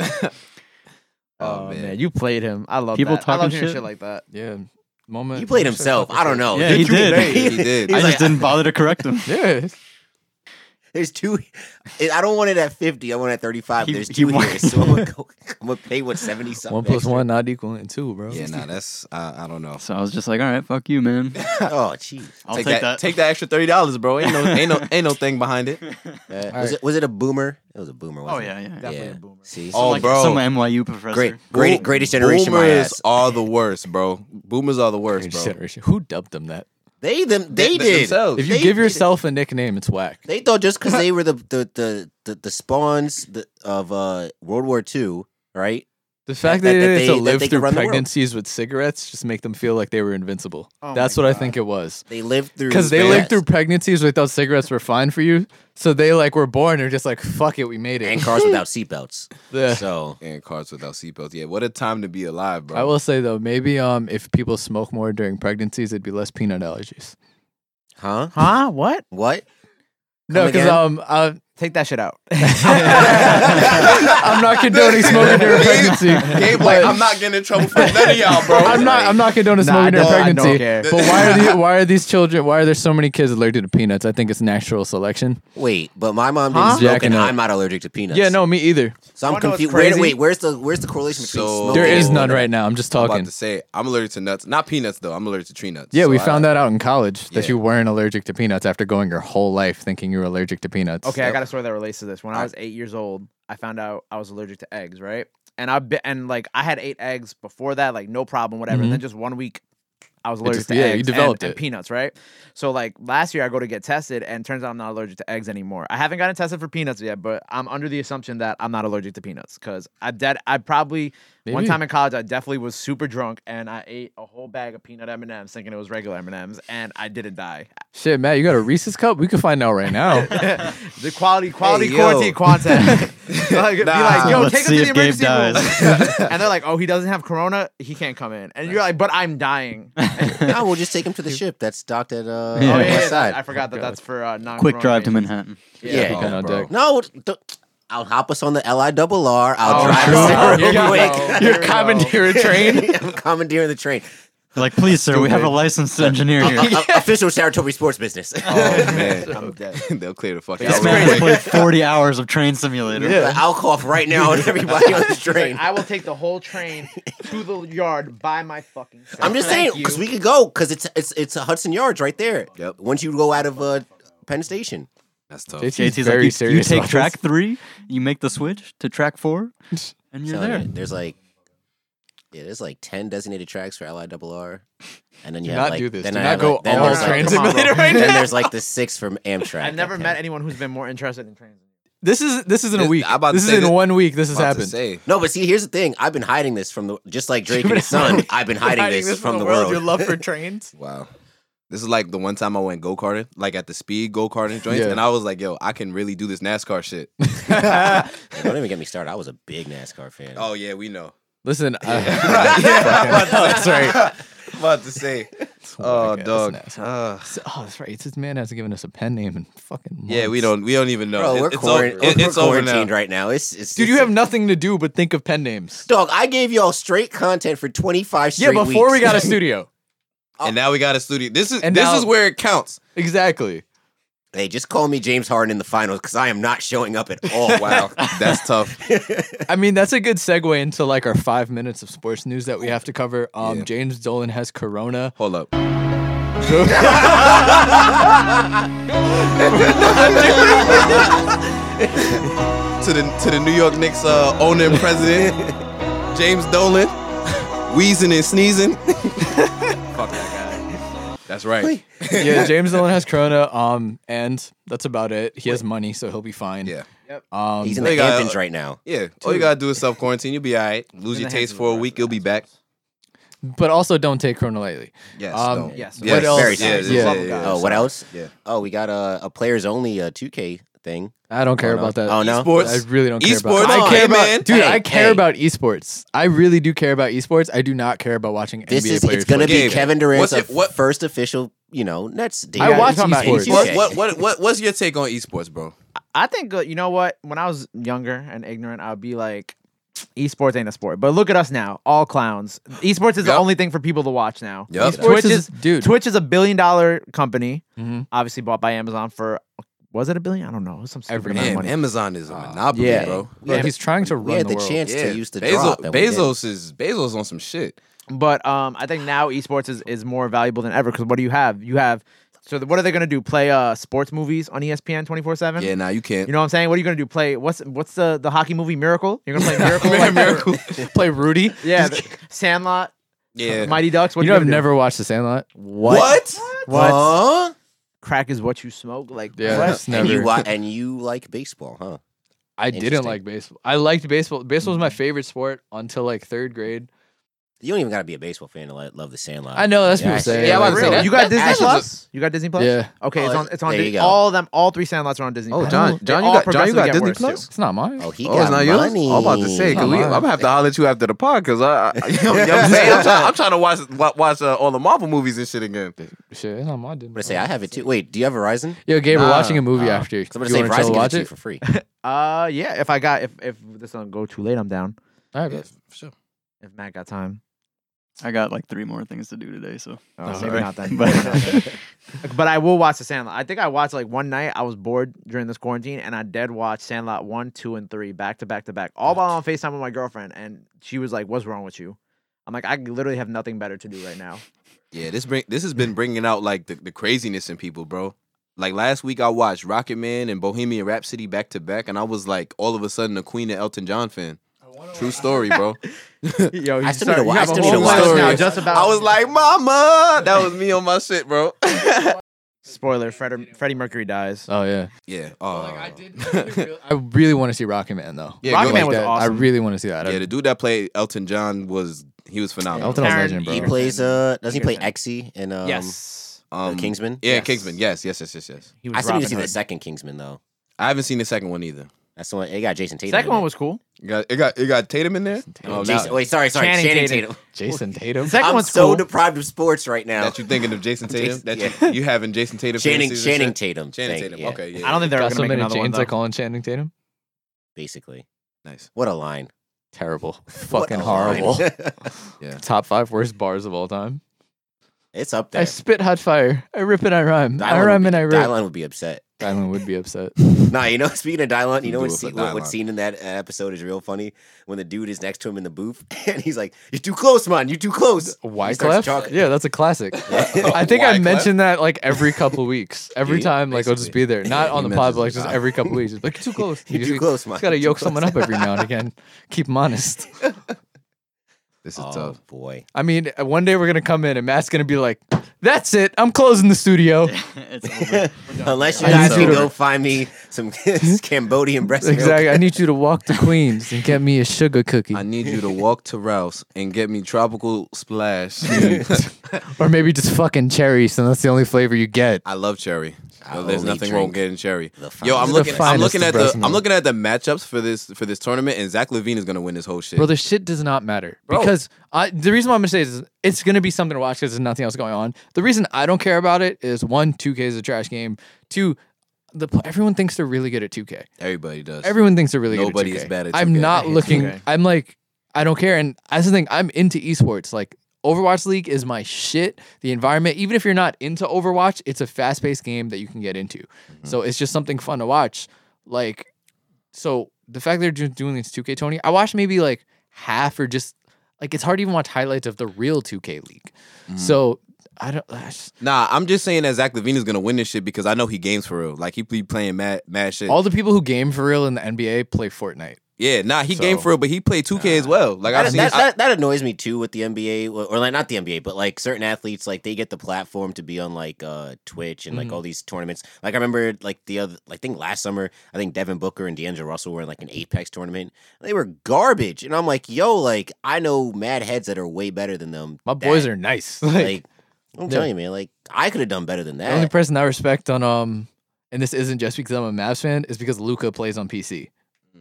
S4: Oh, man. you played him. I love
S7: People
S4: that. I love
S7: talking
S4: hearing
S7: shit.
S4: shit like that.
S2: Yeah, moment.
S1: He played himself. I don't know.
S7: Yeah, he did.
S3: He did.
S7: I
S1: He's
S7: just
S1: like,
S7: didn't bother to correct him.
S2: Yeah,
S1: There's two. I don't want it at 50. I want it at 35.
S7: He-
S1: There's
S7: he
S1: two
S7: wa-
S1: here, so I'm gonna, go, I'm gonna pay what 70 something.
S2: one plus
S1: extra.
S2: one not equaling two, bro.
S3: Yeah, nah, that's I, I don't know.
S7: So I was just like, "All right, fuck you, man.
S1: Oh, jeez.
S7: I'll
S3: take, that, Take that extra thirty dollars, bro. Ain't no, ain't no, ain't no thing behind it.
S1: Uh,
S2: All
S1: was,
S2: right.
S1: it, was it a boomer? It was a boomer.
S7: Oh
S1: Wasn't
S7: yeah,
S1: It?
S7: yeah.
S4: Definitely
S1: Yeah.
S4: a boomer.
S1: See,
S3: Oh,
S7: Like,
S3: bro.
S7: some NYU professor.
S1: great, great,
S3: Boom-
S1: greatest generation. My
S3: Boomers
S1: ass.
S3: are the worst, bro. Boomers are the worst,
S2: Greatest
S3: bro.
S2: generation. Who dubbed them that?
S1: They them they,
S3: Th-
S1: did.
S3: themselves.
S2: If you
S1: They
S2: give
S1: did it.
S2: yourself a nickname, it's whack.
S1: They thought just because they were the the the the, the spawns the, of uh, World War II, right?
S2: The fact that,
S1: That- that they-
S2: they had to
S1: that
S2: live
S1: they could
S2: through
S1: run the world.
S2: pregnancies with cigarettes just make them feel like they were invincible.
S4: Oh
S2: That's
S4: my
S2: what I
S4: God.
S2: think it was.
S1: They lived through
S2: Because they
S1: yeah.
S2: lived through pregnancies without cigarettes were fine for you, so they like were born and just like fuck it, we made
S1: and
S2: it.
S1: cars without seatbelts.
S2: Yeah.
S1: So
S3: And cars without seatbelts. Yeah, what a time to be alive, bro.
S2: I will say though, maybe um if people smoke more during pregnancies, it'd be less peanut allergies.
S1: huh?
S4: Huh? What?
S1: What?
S2: No,
S1: Come
S2: because
S1: again?
S2: um, uh,
S4: Take that shit out.
S2: I'm not condoning smoking during pregnancy.
S3: Gabe, like,
S2: but
S3: I'm not getting in trouble for none of y'all, bro.
S2: I'm not. I'm not condoning
S4: Nah, I
S2: smoking during
S4: don't- I don't
S2: pregnancy.
S4: care.
S2: But why are the, why are these children? Why are there so many kids allergic to peanuts? I think it's natural selection.
S1: Wait, but my mom didn't
S4: Huh?
S1: smoke,
S2: Jacking
S1: and
S2: up.
S1: I'm not allergic to peanuts.
S2: Yeah, no, me either.
S1: So I'm
S4: Wanna know what's
S1: confused. Wait,
S4: crazy?
S1: wait, where's the where's the correlation between
S3: So-
S1: smoking?
S2: There is
S1: and-
S2: none right now. I'm just
S3: I'm about
S2: talking.
S3: to say I'm allergic to nuts. Not peanuts though. I'm allergic to tree nuts.
S2: Yeah, we
S3: So I-
S2: found that out in college that
S3: Yeah.
S2: you weren't allergic to peanuts after going your whole life thinking you were allergic to peanuts.
S4: Okay, I got a story that relates to this. When I was eight years old, I found out I was allergic to eggs, right? and I bit and like I had ate eggs before that, like no problem, whatever. And then just one week, I was allergic
S2: Mm-hmm. just-
S4: to
S2: yeah, you
S4: eggs and-
S2: developed
S4: and
S2: it.
S4: peanuts, right? So like last year, I go to get tested, and turns out I'm not allergic to eggs anymore. I haven't gotten tested for peanuts yet, but I'm under the assumption that I'm not allergic to peanuts because I dead. I probably one
S2: Maybe.
S4: time in college, I definitely was super drunk, and I ate a whole bag of peanut M and M's, thinking it was regular M and M's, and I didn't die.
S2: Shit, Matt, you got a Reese's cup? We can find out right now.
S4: the quality, quality,
S3: yo.
S4: quality, quantity. like, be like,
S3: Nah.
S4: yo,
S7: Let's
S4: take
S7: see
S4: him to
S7: if
S4: the
S7: Gabe
S4: emergency room. and they're like, oh, he doesn't have corona. He can't come in. And you're like, but I'm dying. oh,
S1: no, we'll just take him to the ship that's docked at uh,
S7: Yeah.
S1: on
S4: yeah,
S3: Oh,
S1: the
S4: yeah,
S1: west
S4: yeah,
S1: side.
S4: I forgot that that's for uh, non.
S7: Quick drive to Manhattan.
S1: Yeah.
S2: Come on,
S3: bro.
S2: Dick.
S1: No, don't- I'll hop us on the L I double R. I'll
S4: Oh,
S1: drive
S4: true.
S1: us
S4: Here
S1: there
S4: you
S1: real
S4: go.
S1: quick.
S4: Here we
S2: You're
S4: go.
S2: commandeering a train.
S1: I'm commandeering the train.
S7: Like, please, sir, we have a licensed engineer here.
S1: O- official Saratobi sports business.
S3: Oh, man.
S4: I'm dead.
S3: They'll clear the fuck
S7: This
S3: out.
S7: man has
S3: real quick.
S7: played 40 hours of train simulator.
S1: But I'll cough right now on everybody on the
S4: Like,
S1: train.
S4: I will take the whole train to the yard by my fucking. Self.
S1: I'm just saying
S4: Thank
S1: because
S4: you.
S1: we could go because it's it's it's Hudson Yards right there.
S3: Yep.
S1: Once you go out of uh, Penn Station,
S3: That's tough.
S7: JT's like,
S2: very
S7: you- you,
S2: serious
S7: take
S2: about
S7: track
S2: this.
S7: three, you make the switch to track four, and you're
S1: So,
S7: there.
S1: yeah, there's like yeah, there's like ten designated tracks for L I double R, and then you
S2: Do
S1: have
S2: not
S1: like
S2: do this.
S1: then
S2: Do
S1: I
S2: not
S1: have,
S2: go
S1: like, then
S2: all
S1: there's, like,
S2: train
S1: the-
S4: come on,
S2: simulator
S4: bro.
S2: right
S1: then
S2: now.
S1: there's like the six from Amtrak.
S4: I've never
S1: Okay.
S4: met anyone who's been more interested in trains.
S2: This is this is in a
S3: This-
S2: week.
S3: I'm about to
S2: This is
S3: say
S2: in
S3: this-
S2: one week. This has
S3: About to
S2: happened.
S3: say.
S1: No, but see, here's the thing. I've been hiding this from the just like Drake and his son. I've been hiding, this, from, the world.
S2: Your love for trains.
S3: Wow. This is like the one time I went go karting, like at the speed go karting joints,
S2: Yeah.
S3: and I was like, "Yo, I can really do this NASCAR shit."
S1: Like, don't even get me started. I was a big NASCAR fan.
S3: oh yeah, we know.
S2: Listen, uh, I,
S3: that's right. About to say, oh
S2: Whack-ass
S3: dog.
S2: NASCAR.
S3: Uh,
S2: oh, that's right. It's this man hasn't given us a pen name in fucking. Months.
S3: yeah, we don't. We don't even know.
S1: Bro,
S3: It-
S1: we're,
S3: it's
S1: quarant-
S3: over,
S1: we're-
S3: it-
S1: we're
S3: it's over now.
S1: quarantined right now. It's, it's
S2: Dude,
S1: it's-
S2: you have nothing to do but think of pen names.
S1: dog. I gave y'all straight content for 25 straight
S2: Yeah, before we
S1: weeks.
S2: got a studio.
S3: And now we got a studio. This is
S2: And
S3: this
S2: now-
S3: is where it counts.
S2: Exactly.
S1: hey, just call me James Harden in the finals because I am not showing up at all.
S3: Wow, that's tough.
S2: I mean, that's a good segue into like our five minutes of sports news that we have to cover. Um,
S3: Yeah.
S2: James Dolan has corona.
S3: Hold up. to the to the New York Knicks uh, owner and president, James Dolan, wheezing and sneezing. Fuck that guy. That's right.
S2: yeah, James Dolan has corona. Um, and that's about it. He has money, so he'll be fine.
S3: Yeah.
S2: Um,
S1: He's in
S3: They
S1: the
S3: got-
S1: Hamptons right now.
S3: Yeah. All you gotta do is self quarantine. You'll be all right. Lose
S4: In
S3: your
S4: the hands
S3: taste
S4: of
S3: for a
S4: the
S3: week. You'll be back.
S2: but also don't take corona lightly.
S3: Yes.
S2: Um,
S3: don't.
S4: Yes.
S2: What else?
S1: Very
S3: Yeah,
S1: serious.
S3: yeah,
S4: Love
S3: yeah,
S4: of
S3: yeah.
S4: God.
S1: Oh, what else?
S3: Yeah.
S1: Oh, we got a, a players only uh, 2K thing.
S2: I don't care
S1: Oh, no.
S2: about that.
S1: Oh no.
S3: Sports.
S2: I really don't care
S3: Esports,
S2: about. I
S3: come
S2: care
S3: on,
S2: about,
S3: man.
S2: dude.
S1: Hey,
S2: I care
S1: hey.
S2: about esports. I really do care about esports. I do not care about watching
S1: This
S2: NBA
S1: is
S2: players.
S1: it's gonna
S2: play.
S1: be
S3: Gabe,
S1: Kevin Durant's
S3: what's it-
S1: uh,
S3: what-
S1: first official, you know, Nets deal.
S2: I watch
S4: talking about
S2: esports.
S1: esports.
S3: What,
S1: Okay.
S3: what what what what's your take on esports, bro?
S4: I think uh, you know what. When I was younger and ignorant, I'd be like, "Esports ain't a sport." But look at us now, all clowns. Esports is the
S3: Yep.
S4: only thing for people to watch now.
S3: Yep.
S4: Twitch
S2: Twitch is
S4: is-
S2: dude.
S4: Twitch is a billion dollar company,
S2: Mhm.
S4: obviously bought by Amazon for was it a billion? I don't know. It was some stupid
S2: Every
S4: amount of
S3: Man,
S4: money.
S3: Amazon is a monopoly,
S4: yeah.
S3: bro.
S2: Bro, he's trying to
S1: We
S2: run
S1: had
S2: the,
S1: the,
S2: world.
S1: chance to use the
S3: Bezo-
S1: drop that we did.
S3: Bezos is Bezos on some shit.
S4: But um, I think now esports is, is more valuable than ever because what do you have? You have so the, what are they gonna do? Play uh sports movies on ESPN twenty four seven?
S3: Yeah, now you can't.
S4: You know what I'm saying? What are you gonna do? Play what's what's the the hockey movie Miracle? You're gonna play Miracle? like,
S3: Miracle.
S2: Play Rudy.
S4: Yeah, the- Sandlot,
S3: yeah.
S4: Mighty Ducks. What
S2: You
S4: are
S2: know, I've
S4: gonna do?
S2: never watched The Sandlot.
S4: what? What?
S1: Huh?
S4: Crack is what you smoke. Like
S2: Yeah,
S4: what?
S2: that's
S1: And
S2: never.
S1: you wa- and you like baseball, huh?
S2: I didn't
S1: Interesting. Mm-hmm.
S2: like baseball. I liked baseball. Baseball was my favorite sport until like third grade.
S1: You don't even got to be a baseball fan to li- love the Sandlot.
S2: I know that's
S1: Yeah,
S2: people
S1: I see.
S2: say.
S1: Yeah, I
S2: like,
S1: was gonna say, that-
S4: you got
S1: that
S4: Disney
S1: actually-
S4: Plus? You got Disney Plus?
S2: Yeah.
S4: Okay,
S1: Oh,
S4: it's on. It's on.
S1: there you
S4: Disney.
S1: go.
S4: All them. All three Sandlots are on Disney. Plus. They all progressively get worse, too.
S2: It's not mine.
S1: Oh, he
S3: Oh,
S1: got
S3: it's not yours.
S1: money.
S3: I'm about to say because
S2: Not
S3: we.
S2: mine.
S3: I'm gonna have to holler at you after the pod because I. I you know what I'm saying I'm trying, I'm trying to watch wa- watch uh, all the Marvel movies and shit again.
S2: Shit, it's not mine. Didn't
S1: I'm gonna say I have it too. Wait, do you have Verizon?
S2: Yo, Gabe, we're
S3: Nah,
S2: watching a movie after.
S1: I'm gonna
S2: you
S1: say
S2: want to
S1: Verizon
S2: watch
S1: gives it to you
S2: it?
S1: for free.
S4: Uh, yeah. If I got if if this doesn't go too late, I'm down.
S2: All right, bro.
S3: sure.
S4: If Matt got time,
S7: I got like three more things to do today,
S4: oh,
S7: so.
S2: Oh,
S4: maybe
S2: sorry.
S4: not then.
S7: But-
S4: Maybe not then. but I will watch the Sandlot. I think I watched like one night. I was bored during this quarantine, and I dead watched Sandlot one, two, and three back to back to back, all while on Facetime with my girlfriend. And she was like, "What's wrong with you?" I'm like, "I literally have nothing better to do right now."
S3: Yeah, this bring this has been bringing out like the, the craziness in people, bro. Like last week, I watched Rocket Man and Bohemian Rhapsody back to back, and I was like, all of a sudden, a Queen and Elton John fan. True story, bro.
S4: Yo, you
S1: I still need to
S4: start- you
S1: wa- I
S4: have a
S1: still need
S4: whole
S1: to watch
S4: list
S1: this.
S4: now just about.
S3: I was like, "Mama," that was me on my shit, bro.
S4: spoiler: Freddie, Freddie Mercury dies.
S2: Oh yeah.
S3: yeah. Oh.
S2: I really want to see Rocket Man though.
S3: Yeah, Rocket
S4: go- Man was
S2: that-
S4: awesome.
S2: I really want to see that.
S3: yeah, the dude that played Elton John was he was phenomenal.
S2: Elton was
S4: Taron
S2: legend, bro.
S1: He
S4: Egerton.
S1: plays uh doesn't he play
S4: Egerton.
S1: Exy in um
S4: yes,
S1: uh,
S3: Um,
S1: Kingsman?
S3: Yeah,
S4: Yes.
S3: Kingsman. Yes, yes, yes, yes, yes.
S4: he was
S1: I still need to
S4: Robin
S1: see the
S4: Hood.
S1: second Kingsman though.
S3: I haven't seen the second one either.
S1: That's the one it got Jason Tatum.
S4: Second
S1: in
S4: one
S1: it.
S4: was cool.
S3: It got it got, it got Tatum in there. Oh, now-
S1: Jason, wait, sorry, sorry,
S4: Channing
S1: Channing,
S4: Tatum.
S1: Tatum.
S2: Jason Tatum.
S4: Second
S1: I'm
S4: one's
S1: so
S4: cool.
S1: deprived of sports right now.
S3: that you thinking of Jason Tatum?
S1: Jason-
S3: that
S1: yeah.
S3: you, you having Jason Tatum?
S1: Channing
S3: fantasies and
S1: Channing
S3: shit?
S1: Tatum.
S3: Channing
S1: thing,
S3: Tatum.
S1: yeah,
S3: Okay, yeah.
S4: I don't think they're
S2: Got
S4: gonna
S2: so
S4: make
S2: many
S4: another one
S2: James
S4: though.
S2: I call him Channing Tatum.
S1: Basically,
S3: nice.
S1: what a line!
S2: Terrible.
S1: What
S2: Fucking
S1: a line.
S2: horrible. Top five worst bars of all time.
S1: it's up
S2: I
S1: there.
S2: spit hot fire. I rip and I rhyme. I
S1: Dylan
S2: rhyme
S1: would
S2: and
S1: be,
S2: I rip.
S1: Dylan would be upset.
S2: Dylan would be upset.
S1: Nah, you know, speaking of Dylan, you know
S3: Do
S1: what,
S3: it for
S1: scene, what, what
S3: Dylan.
S1: scene in that uh, episode is real funny? When the dude is next to him in the booth and he's like, You're too close, man. You're too close. He starts
S2: Wyclef?
S1: talking.
S2: Yeah, that's a classic. I think I
S3: Wyclef?
S2: mentioned that like every couple weeks. Every
S1: Yeah,
S2: time, like, I'll just be there. Not on
S3: He
S2: the pod, but like
S3: mentions
S2: just
S3: it.
S2: every couple weeks. It's like, too close.
S1: You're
S2: Usually
S1: too close, man.
S2: Just got to
S1: You're too
S2: yoke someone
S1: close.
S2: up every now and again. Keep them honest.
S3: This is
S1: Oh,
S3: tough.
S1: boy.
S2: I mean, uh, one day we're going to come in and Matt's going to be like, that's it. I'm closing the studio.
S7: it's over.
S1: Unless you
S2: I
S1: guys
S2: need you
S1: can
S2: to-
S1: go find me some Cambodian breast milk.
S2: exactly. I need you to walk to Queens and get me a sugar cookie
S3: I need you to walk to Ralph's and get me tropical splash.
S2: or maybe just fucking cherry. So that's the only flavor you get.
S3: I love cherry.
S1: I
S3: There's
S1: only
S3: nothing wrong with
S1: drink
S3: getting cherry.
S1: the
S3: Yo, I'm
S1: finest
S3: looking. I'm
S2: finest
S3: looking
S2: of
S3: at
S2: breast
S3: the. I'm
S2: milk.
S3: looking at the matchups for this for this tournament, and Zach Levine is gonna win this whole shit.
S2: Bro, the shit does not matter
S3: Bro.
S2: because I, the reason why I'm gonna say is it's gonna be something to watch because there's nothing else going on. The reason I don't care about it is one, 2K is a trash game. Two, the pl- everyone thinks they're really good at 2K.
S3: Everybody does.
S2: Everyone thinks they're really
S3: Nobody
S2: good
S3: is
S2: at 2K.
S3: bad at
S2: I'm
S3: 2K. I
S2: not
S4: hate
S2: looking.
S4: 2K.
S2: I'm like, I don't care. And that's the thing. I'm into esports. Like Overwatch League is my shit. The environment, even if you're not into Overwatch, it's a fast paced game that you can get into.
S3: Mm-hmm.
S2: So it's just something fun to watch. Like so the fact they're just doing this 2K Tony, I watched maybe like half or just like it's hard to even watch highlights of the real 2K league.
S3: Mm-hmm.
S2: So I don't. I just-
S3: Nah, I'm just saying that Zach Levine is gonna win this shit because I know he games for real. Like he be playing mad, mad shit.
S2: all the people who game for real in the NBA play Fortnite.
S3: yeah, nah, he
S2: So-
S3: game for real, but he played 2K as well. Like I've
S1: That,
S3: seen.
S1: that,
S3: I-
S1: that, that annoys me too with the NBA, or or, like not the NBA, but like certain athletes, like they get the platform to be on like uh, Twitch and like
S2: Mhm.
S1: all these tournaments. Like I remember, like the other, I think last summer, I think Devin Booker and D'Angelo Russell were in like an Apex tournament. They were garbage, and I'm like, yo, like I know mad heads that are way better than them.
S2: My boys are nice. Like,
S1: like, I'm
S2: Yeah.
S1: telling you, man, like I could have done better than
S2: the only
S1: that.
S2: person I respect on um, and this isn't just because I'm a Mavs fan, is because Luca plays on PC,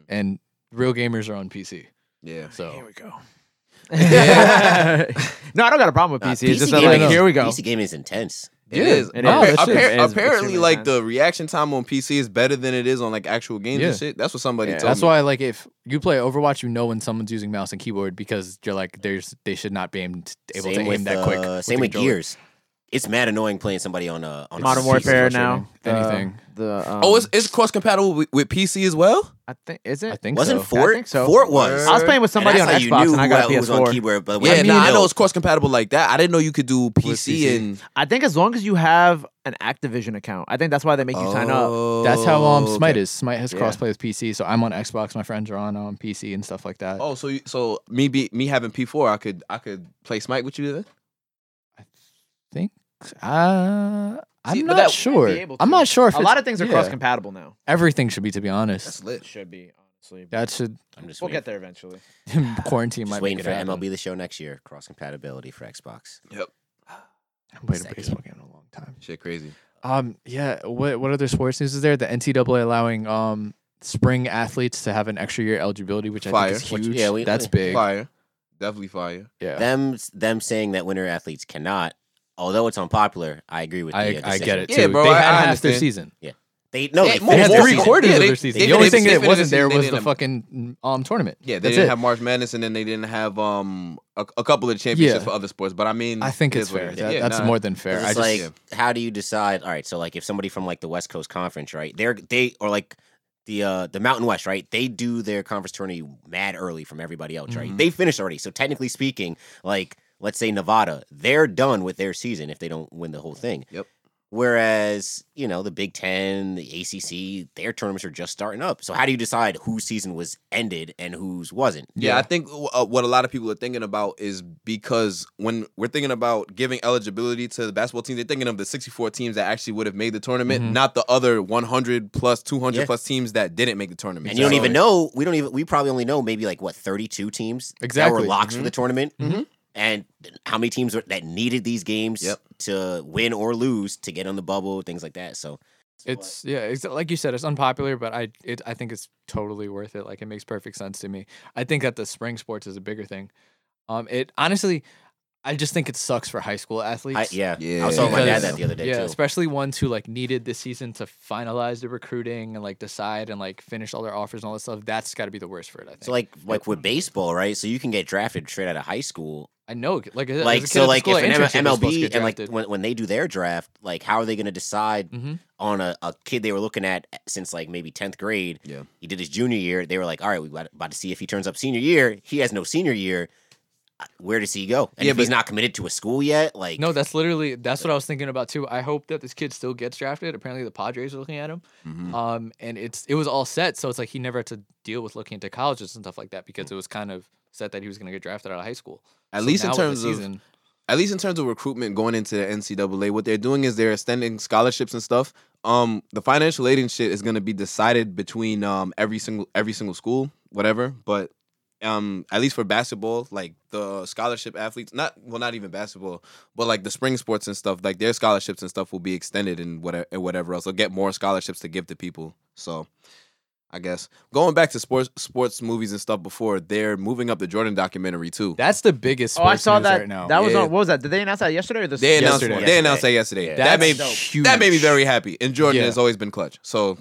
S2: and real gamers are on PC.
S3: yeah.
S2: So
S4: we go. no, I don't got a problem with
S1: Nah,
S4: PC. It's just that,
S1: Uh, gaming
S4: like,
S1: is-
S4: here we go.
S1: PC gaming is intense.
S3: It is.
S4: It
S2: Wow,
S3: Appa-
S2: that shit
S3: appa-
S4: is
S3: apparently,
S4: extremely
S3: like
S4: fast.
S3: the reaction time on PC is better than it is on like actual games
S2: Yeah.
S3: and shit. That's what somebody told
S2: that's
S3: me.
S2: why, like, if you play Overwatch, you know when someone's using mouse and keyboard because you're like, there's they should not be aimed, able to aim that quick.
S1: uh,
S2: with
S1: same
S2: the
S1: with
S2: controller.
S1: Gears. It's mad annoying playing somebody on a on a
S4: Modern
S1: PC.
S4: Warfare
S2: frustrating.
S4: now. the-
S2: Anything.
S4: The um,
S3: Oh, it's, it's cross compatible with, with PC as well.
S4: I think is it?
S2: I think
S1: Wasn't
S2: so.
S4: I
S1: Fort?
S4: think so.
S1: Fort was.
S4: I was playing with somebody on
S1: and that's how you
S4: Xbox
S1: knew
S4: and I got a
S1: who was on
S4: PS4.
S1: keyboard. But
S3: Yeah,
S1: when
S3: I,
S1: you
S3: nah, I
S1: know-
S3: know it's cross compatible like that. I didn't know you could do PC,
S2: PC.
S3: and
S4: I think as long as you have an Activision account, I think that's why they make you sign
S1: Oh.
S4: up.
S2: That's how
S3: Oh,
S2: um Smite is. Smite has
S4: Yeah.
S2: crossplay with PC, so I'm on Xbox. My friends are on um, PC and stuff like that.
S3: Oh, so you, so me be me having P four, I could I could play Smite with you then.
S2: Uh, I'm
S3: See, but
S2: not
S3: that-
S2: sure.
S4: Be able
S2: I'm
S4: to.
S2: not sure if
S4: A
S2: it's-
S4: lot of things are
S2: yeah.
S4: cross compatible now.
S2: Everything should be, to be honest.
S3: lit.
S4: Should be honestly.
S2: That should
S1: I'm just
S4: we'll
S1: waiting,
S4: get there eventually.
S2: quarantine
S1: just
S2: might
S1: waiting
S2: make
S1: for
S2: it happen.
S1: MLB the show next year. Cross compatibility for Xbox.
S2: I haven't played a
S1: Second.
S2: baseball game in a long time.
S3: Shit, crazy.
S2: Um, yeah. What what other sports news is there? The NCAA allowing um spring athletes to have an extra year eligibility, which I
S3: Fire.
S2: think is
S1: Which-
S2: huge.
S1: yeah, we-
S2: that's big.
S3: Fire, definitely fire.
S2: Yeah,
S1: Them them saying that winter athletes cannot, although it's unpopular. I agree with.
S2: I,
S1: the, uh,
S2: I get
S1: decision.
S2: it. Too.
S3: Yeah, bro,
S2: They had
S3: I- I
S2: half their
S3: understand.
S2: season.
S1: They no,
S3: Yeah,
S1: they
S3: more-
S2: They
S1: finished
S2: had
S3: more
S1: their
S2: three
S1: season.
S2: quarters
S3: Yeah,
S2: of
S3: they-
S2: their season.
S3: they
S2: The only
S3: finished-
S2: thing
S3: they
S2: that
S3: finished
S2: wasn't there
S3: the season,
S2: was
S3: they
S2: the
S3: didn't-
S2: fucking mm, um tournament.
S3: Yeah, they
S2: That's
S3: didn't
S2: it.
S3: have March Madness, and then they didn't have um a, a couple of championships
S2: Yeah.
S3: for other sports. But I mean,
S2: I think
S3: it
S2: it's
S3: is what
S2: fair.
S3: it is.
S2: That-
S3: Yeah,
S2: that's
S3: nah.
S2: more than fair. I
S1: It's
S2: just,
S1: like, how do you decide? All right, so like if somebody from like the West Coast Conference, right? They're they or like the uh the Mountain West, right? They do their conference tourney mad early from everybody else, right?
S2: Mhm.
S1: They finish already. So technically speaking, like let's say Nevada, they're done with their season if they don't win the whole thing.
S3: Yep.
S1: Whereas, you know, the Big Ten, the ACC, their tournaments are just starting up. So how do you decide whose season was ended and whose wasn't?
S3: Yeah, I think w- uh, what a lot of people are thinking about is because when we're thinking about giving eligibility to the basketball teams, they're thinking of the 64 teams that actually would have made the tournament,
S2: Mhm.
S3: not the other 100 plus, 200
S1: Yeah.
S3: plus teams that didn't make the tournament.
S1: And you don't
S3: So-
S1: even know. We don't even. We probably only know maybe like what thirty-two teams that
S2: Exactly.
S1: were locks for
S3: Mhm.
S1: the tournament,
S2: Mhm.
S1: and how many teams were, that needed these games
S3: Yep.
S1: to win or lose to get on the bubble, things like that. So
S2: It's yeah, it's, like you said, it's unpopular, but I it I think it's totally worth it. Like it makes perfect sense to me. I think that the spring sports is a bigger thing. Um, it honestly, I just think it sucks for high school athletes.
S1: I, yeah.
S3: Yeah.
S1: I was telling my dad
S2: Because-
S1: that the other day
S2: yeah,
S1: too.
S2: especially ones who like needed this season to finalize the recruiting and like decide and like finish all their offers and all that stuff. That's got to be the worst for it. I think.
S1: So like like with baseball, right? So you can get drafted straight out of high school.
S2: I know, like as a
S1: Like
S2: kid
S1: so,
S2: at
S1: like
S2: school,
S1: if an M-
S2: an internship was supposed to
S1: MLB
S2: get
S1: and like
S2: drafted.
S1: when, when they do their draft, like how are they going to decide
S2: Mhm.
S1: on a, a kid they were looking at since like maybe tenth grade?
S3: Yeah.
S1: he did his junior year. They were like, all right, we got about to see if he turns up senior year. He has no senior year. Uh, Where does he go? And
S3: Yeah,
S1: if he's
S3: but-
S1: not committed to a school yet, like
S2: No, that's literally that's what I was thinking about too. I hope that this kid still gets drafted. Apparently, the Padres are looking at him,
S3: Mm-hmm.
S2: um, and it's it was all set. So it's like he never had to deal with looking into colleges and stuff like that because it was kind of set that he was going to get drafted out of high school.
S3: At
S2: So
S3: least in
S2: now with the
S3: terms of
S2: season,
S3: at least in terms of recruitment going into the NCAA, what they're doing is they're extending scholarships and stuff. Um, the financial aid and shit is going to be decided between um every single every single school, whatever. But um, at least for basketball, like the scholarship athletes, not well, not even basketball, but like the spring sports and stuff, like their scholarships and stuff will be extended and whatever and whatever else. They'll get more scholarships to give to people. So. I guess going back to sports, sports movies and stuff before they're moving up the Jordan documentary too.
S2: that's the biggest.
S4: Oh, I
S2: sports
S4: saw
S2: news
S4: that.
S2: right now.
S4: That was
S3: Yeah.
S4: on. What was that? Did they announce that yesterday or this?
S3: They announced
S2: Yesterday.
S3: They announced that yesterday.
S1: Yeah.
S3: That made
S2: That's
S3: that made me
S2: huge.
S3: very happy. And Jordan
S2: Yeah.
S3: has always been clutch. So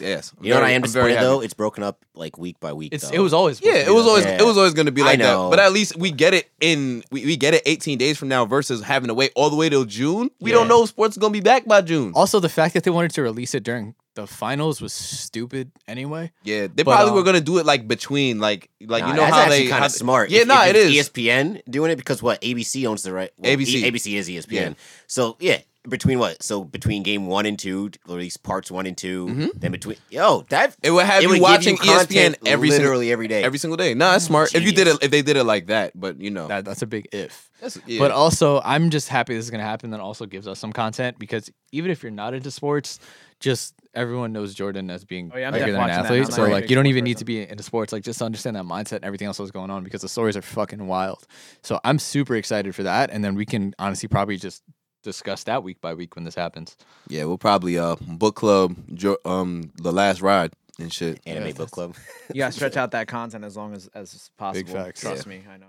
S3: yes, I'm
S1: you know what I
S3: very-
S1: am
S3: I'm very
S1: disappointed
S3: happy.
S1: though? It's broken up like week by week.
S2: It's
S1: though.
S2: it was always supposed to
S3: Yeah,
S2: be
S3: it was
S2: that
S3: always
S2: way.
S1: Yeah.
S3: it was always going to be
S1: I
S3: like that.
S1: know.
S3: But at least we get it in we, we get it 18 days from now versus having to wait all the way till June. We
S1: Yeah.
S3: don't know if sports is going to be back by June.
S2: Also, the fact that they wanted to release it during the finals was stupid anyway.
S3: yeah, they
S2: But,
S3: probably
S2: um,
S3: were going to do it like between like like
S1: Nah,
S3: you know
S1: that's
S3: how
S1: actually
S3: they
S1: kind
S3: how-
S1: of smart.
S3: Yeah,
S1: If-
S3: no,
S1: if
S3: it is.
S1: it's E ESPN doing it because what ABC owns the right. well, E-
S3: ABC.
S1: ABC is ESPN. So yeah, between what? So between game one and two, or at least parts one and 2 then between yo that
S3: It would have
S1: it
S3: Mm-hmm. you
S1: would
S3: watching E
S1: give you
S3: ESPN
S1: content
S3: every single,
S1: literally every day.
S3: every single day. No, that's smart. If you did
S1: Genius.
S3: it if they did it like that, but you know.
S2: That that's a big if.
S3: That's- yeah.
S2: But also, I'm just happy this is gonna happen. That also gives us some content because even if you're not into sports, just everyone knows Jordan as being
S4: Oh, yeah, I'm
S2: bigger than an
S4: definitely watching that.
S2: athlete.
S4: I'm
S2: So
S4: not a
S2: like,
S4: big
S2: you don't
S4: sports
S2: even need
S4: person.
S2: to be into sports. Like, just to understand that mindset and everything else that was going on because the stories are fucking wild. So I'm super excited for that, and then we can honestly probably just discuss that week by week when this happens.
S3: Yeah, we'll probably uh book club jo- um the last ride and shit.
S1: anime book club.
S4: You gotta stretch out that content as long as as possible.
S2: facts.
S4: Trust me, I know.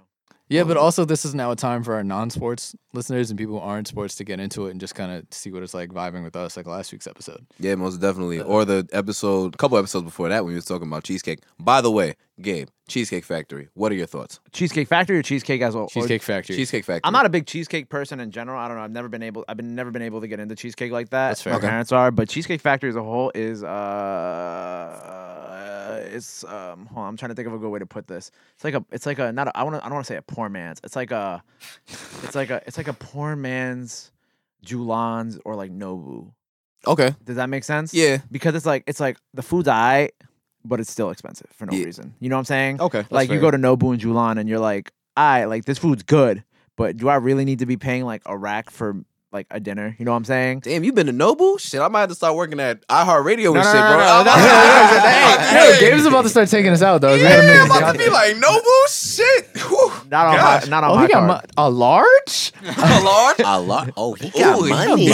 S2: Yeah, but also this is now a time for our non-sports listeners and people who aren't sports to get into it and just kind of see what it's like vibing with us, like last week's episode.
S3: Yeah, most definitely. Or the episode, couple episodes before that, when we was talking about cheesecake. By the way, Gabe, Cheesecake Factory. What are your thoughts?
S4: Cheesecake Factory or Cheesecake as well.
S2: Cheesecake Factory.
S3: Cheesecake Factory.
S4: I'm not a big cheesecake person in general. I don't know. I've never been able. I've been never been able to get into cheesecake like that.
S2: That's fair.
S4: My
S2: Okay.
S4: parents are, but Cheesecake Factory as a whole is uh, it's um. Hold on, I'm trying to think of a good way to put this. It's like a. It's like a not. A, I want. I don't want to say a poor man's. It's like a. It's like a. It's like a poor man's, Julans or like Nobu.
S3: okay.
S4: Does that make sense?
S3: Yeah.
S4: Because it's like it's like the food's alright, but it's still expensive for no
S3: Yeah.
S4: reason. You know what I'm saying?
S2: Oh,
S3: Okay. that's
S4: like you
S3: fair.
S4: go to Nobu and Julan and you're like, I like this food's good, but do I really need to be paying like a rack for like a dinner? You know what I'm saying?
S3: Damn, you been to Nobu? Shit, I might have to start working at iHeartRadio and shit, bro. I'm-
S2: Hey,
S3: Hey,
S2: Gabe's about to start taking us out though.
S3: yeah, I'm about to be like Nobu shit. Whew.
S4: Not on
S3: Gosh.
S4: my, not on
S2: Oh,
S4: my
S2: he got
S4: card.
S2: mu- a large.
S3: Lord.
S1: A lot. Oh, he got
S3: he got
S1: money.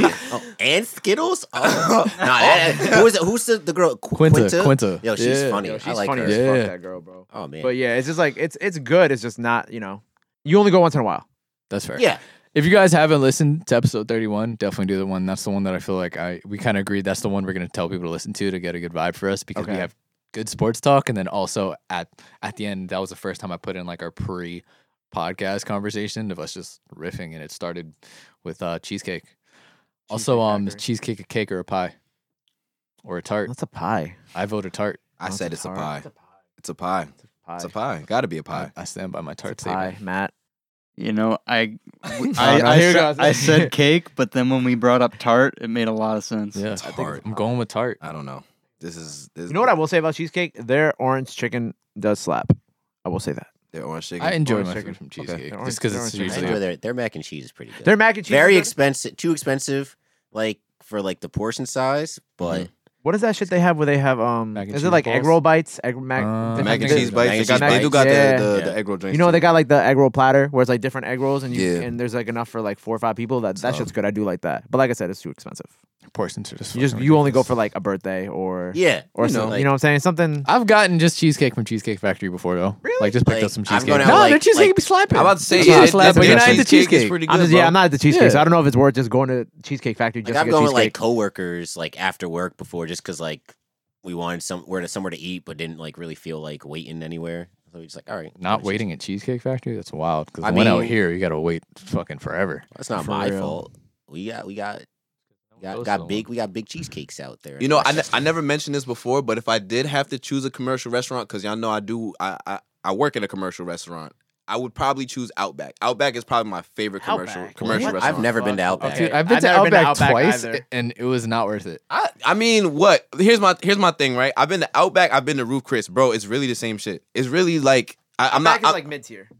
S3: money.
S1: oh, and Skittles. Oh, nah, that, who is it? Who's the, the girl? Qu-
S2: Quinta,
S1: Quinta.
S2: Quinta.
S1: Yo, she's
S2: Yeah.
S1: funny.
S4: Yo,
S1: I
S4: she's
S1: like
S4: funny
S1: her.
S4: as
S2: Yeah.
S4: fuck, that girl, bro.
S1: Oh man.
S4: But yeah, it's just like it's it's good. It's just not you know. You only go once in a while.
S2: That's fair.
S1: yeah.
S2: If you guys haven't listened to episode 31, definitely do the one. That's the one that I feel like I we kind of agreed that's the one we're going to tell people to listen to to get a good vibe for us because we
S4: Okay.
S2: have good sports talk and then also at at the end that was the first time I put in like our pre podcast conversation of us just riffing and it started with uh cheesecake. also
S4: Cheesecake
S2: um is
S4: Factory.
S2: cheesecake a cake or a pie or a tart.
S4: That's a pie.
S2: I vote a tart.
S3: I
S4: That's
S3: said it's a
S4: tart.
S3: pie. It's a pie.
S4: It's a pie.
S3: It's a pie. Gotta be a pie.
S2: I, I stand by my
S4: It's
S2: tart
S4: a
S2: statement.
S4: pie, Matt.
S7: You know, I I,
S4: Oh, no,
S7: I,
S4: here
S7: sa-
S4: goes.
S7: I said cake, but then when we brought up tart, it made a lot of sense.
S2: Yeah, I
S3: tart.
S2: am going with tart.
S3: I don't know. This is this
S4: You know what I will say about cheesecake? Their orange chicken does slap. I will say that.
S3: Their orange chicken.
S2: I enjoy
S4: orange
S2: my
S4: chicken.
S2: food from
S4: Okay,
S2: cheesecake
S4: orange-
S2: just because
S4: orange
S2: it's
S1: I
S4: chicken.
S2: usually
S1: enjoy their their mac and cheese is pretty good.
S4: Their mac and cheese.
S1: very
S4: is good.
S1: expensive, too expensive, like for like the portion size. But
S2: Mm.
S4: What is that shit they have where they have um?
S2: Mac and
S4: Is
S2: cheese
S4: it like egg
S2: balls?
S4: roll bites? Egg mac.
S2: Uh,
S3: the
S4: they
S3: mac
S4: have
S3: and
S4: the-
S1: think
S3: cheese
S1: it's-
S3: bites.
S1: Mac
S3: They,
S1: and
S3: got,
S1: cheese
S3: they do got
S4: bites. Yeah.
S3: the, the, the
S1: Yeah.
S3: egg roll drinks.
S4: You know
S3: too.
S4: they got like the egg roll platter where it's like different egg rolls and you
S3: Yeah.
S4: and there's like enough for like four or five people. That that
S3: So-
S4: shit's good. I do like that. But like I said, it's too expensive.
S2: portions are just
S4: You just
S2: fucking
S4: you only go
S2: ridiculous.
S4: for like a birthday or
S1: yeah,
S4: or
S3: you know,
S4: some-
S1: like-
S4: you know what I'm saying something.
S2: I've gotten just cheesecake from Cheesecake Factory before though. Really? Like just picked
S1: Like,
S2: up some
S1: I've
S2: cheesecake.
S1: gone out
S2: no,
S1: like-
S2: their cheesecake
S1: like-
S2: be slapping.
S3: I'm about to say
S2: It's
S3: yeah,
S2: not
S3: that-
S2: slapping.
S3: that
S2: You're not
S3: bacon
S2: into
S3: cheesecake is
S2: cheesecake.
S3: pretty good.
S4: I'm just, yeah,
S3: bro.
S4: I'm not at the cheesecake. So
S2: Yeah.
S4: I don't know if it's worth just going to Cheesecake Factory just
S1: like I've
S4: to get
S1: gone with like
S4: cheesecake.
S1: coworkers like after work before, just because like we wanted somewhere to somewhere to eat, but didn't like really feel like waiting anywhere. So we just like, all right,
S2: Not
S1: waiting.
S2: waiting at Cheesecake Factory? That's wild. Because
S1: I
S2: when out
S1: mean-
S2: here, you gotta wait fucking forever.
S1: That's not
S4: For
S1: my
S4: real.
S1: fault. We got we got
S2: Those
S1: got,
S2: are the
S1: got big
S2: ones.
S1: we got big cheesecakes out there. in
S3: You know, I, ne-
S1: Westchester.
S3: I never mentioned this before, but if I did have to choose a commercial restaurant, because y'all know I do, I, I I work at a commercial restaurant. I would probably choose Outback. Outback is probably my favorite commercial
S4: Outback.
S3: commercial
S1: What?
S3: restaurant.
S1: I've never been to Outback.
S2: Dude, I've been
S4: I've
S2: to
S4: never
S2: Outback
S4: been to Outback
S2: twice,
S4: either.
S2: and it was not worth it.
S3: I, I mean, what? Here's my here's my thing, right? I've been to Outback. I've been to Roof Chris, bro. It's really the same shit. It's really like I, I'm not I'm-
S4: mid tier.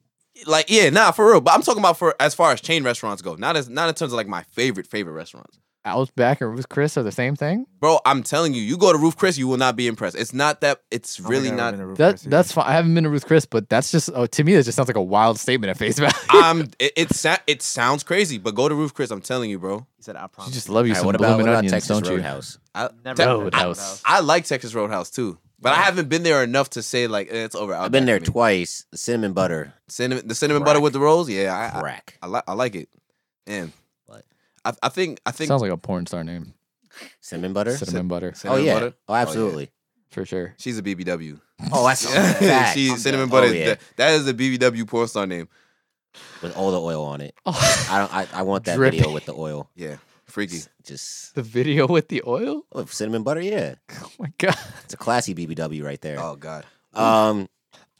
S3: like yeah, nah, for real. But I'm talking about for as far as chain restaurants go, not as not in terms of like my favorite favorite restaurants,
S2: Outback and Ruth Chris are the same thing.
S3: bro. I'm telling you, you go to Roof Chris, you will not be impressed. It's not that. It's really not.
S2: That that's fine. I haven't been to Ruth Chris, but that's just oh, to me that just sounds like a wild statement at face value.
S4: Ah.
S3: I'm. It, it sa- it sounds crazy, but go to Roof Chris. I'm telling you, bro.
S4: He said I
S2: you
S4: promise.
S2: just love you
S1: All right,
S2: some
S1: what about,
S2: bloomin'
S1: what about
S2: onions,
S1: Texas
S2: don't you?
S1: Roadhouse?
S3: I, Te-
S4: Never been to
S2: Roadhouse.
S3: I like Texas Roadhouse too, but I haven't been there enough to say like eh, it's over.
S1: I've been there
S3: Outback for me.
S1: twice. The cinnamon butter
S3: Cinnamon, the cinnamon
S1: Crack.
S3: butter with the rolls. Yeah, I, I,
S1: crack.
S3: I like I like it. And
S1: What?
S3: I, I think I think
S2: Sounds like a porn star name.
S1: Cinnamon butter.
S2: Cinnamon butter
S1: Oh
S3: cinnamon
S1: yeah.
S3: butter.
S1: Oh absolutely.
S2: for sure.
S3: She's a BBW.
S1: Oh, that's a fact.
S3: She's
S1: I'm
S3: cinnamon
S1: dead.
S3: butter.
S1: Oh,
S3: is
S1: yeah.
S3: the- that is the BBW porn star name.
S1: with all the oil on it.
S2: Oh,
S1: I don't. I, I want that
S2: Dripping.
S1: video with the oil.
S3: Yeah, freaky.
S1: It's Just
S2: the video with the oil.
S1: oh, cinnamon butter. Yeah,
S2: Oh my god.
S1: it's a classy BBW right there.
S3: Oh God.
S1: Um,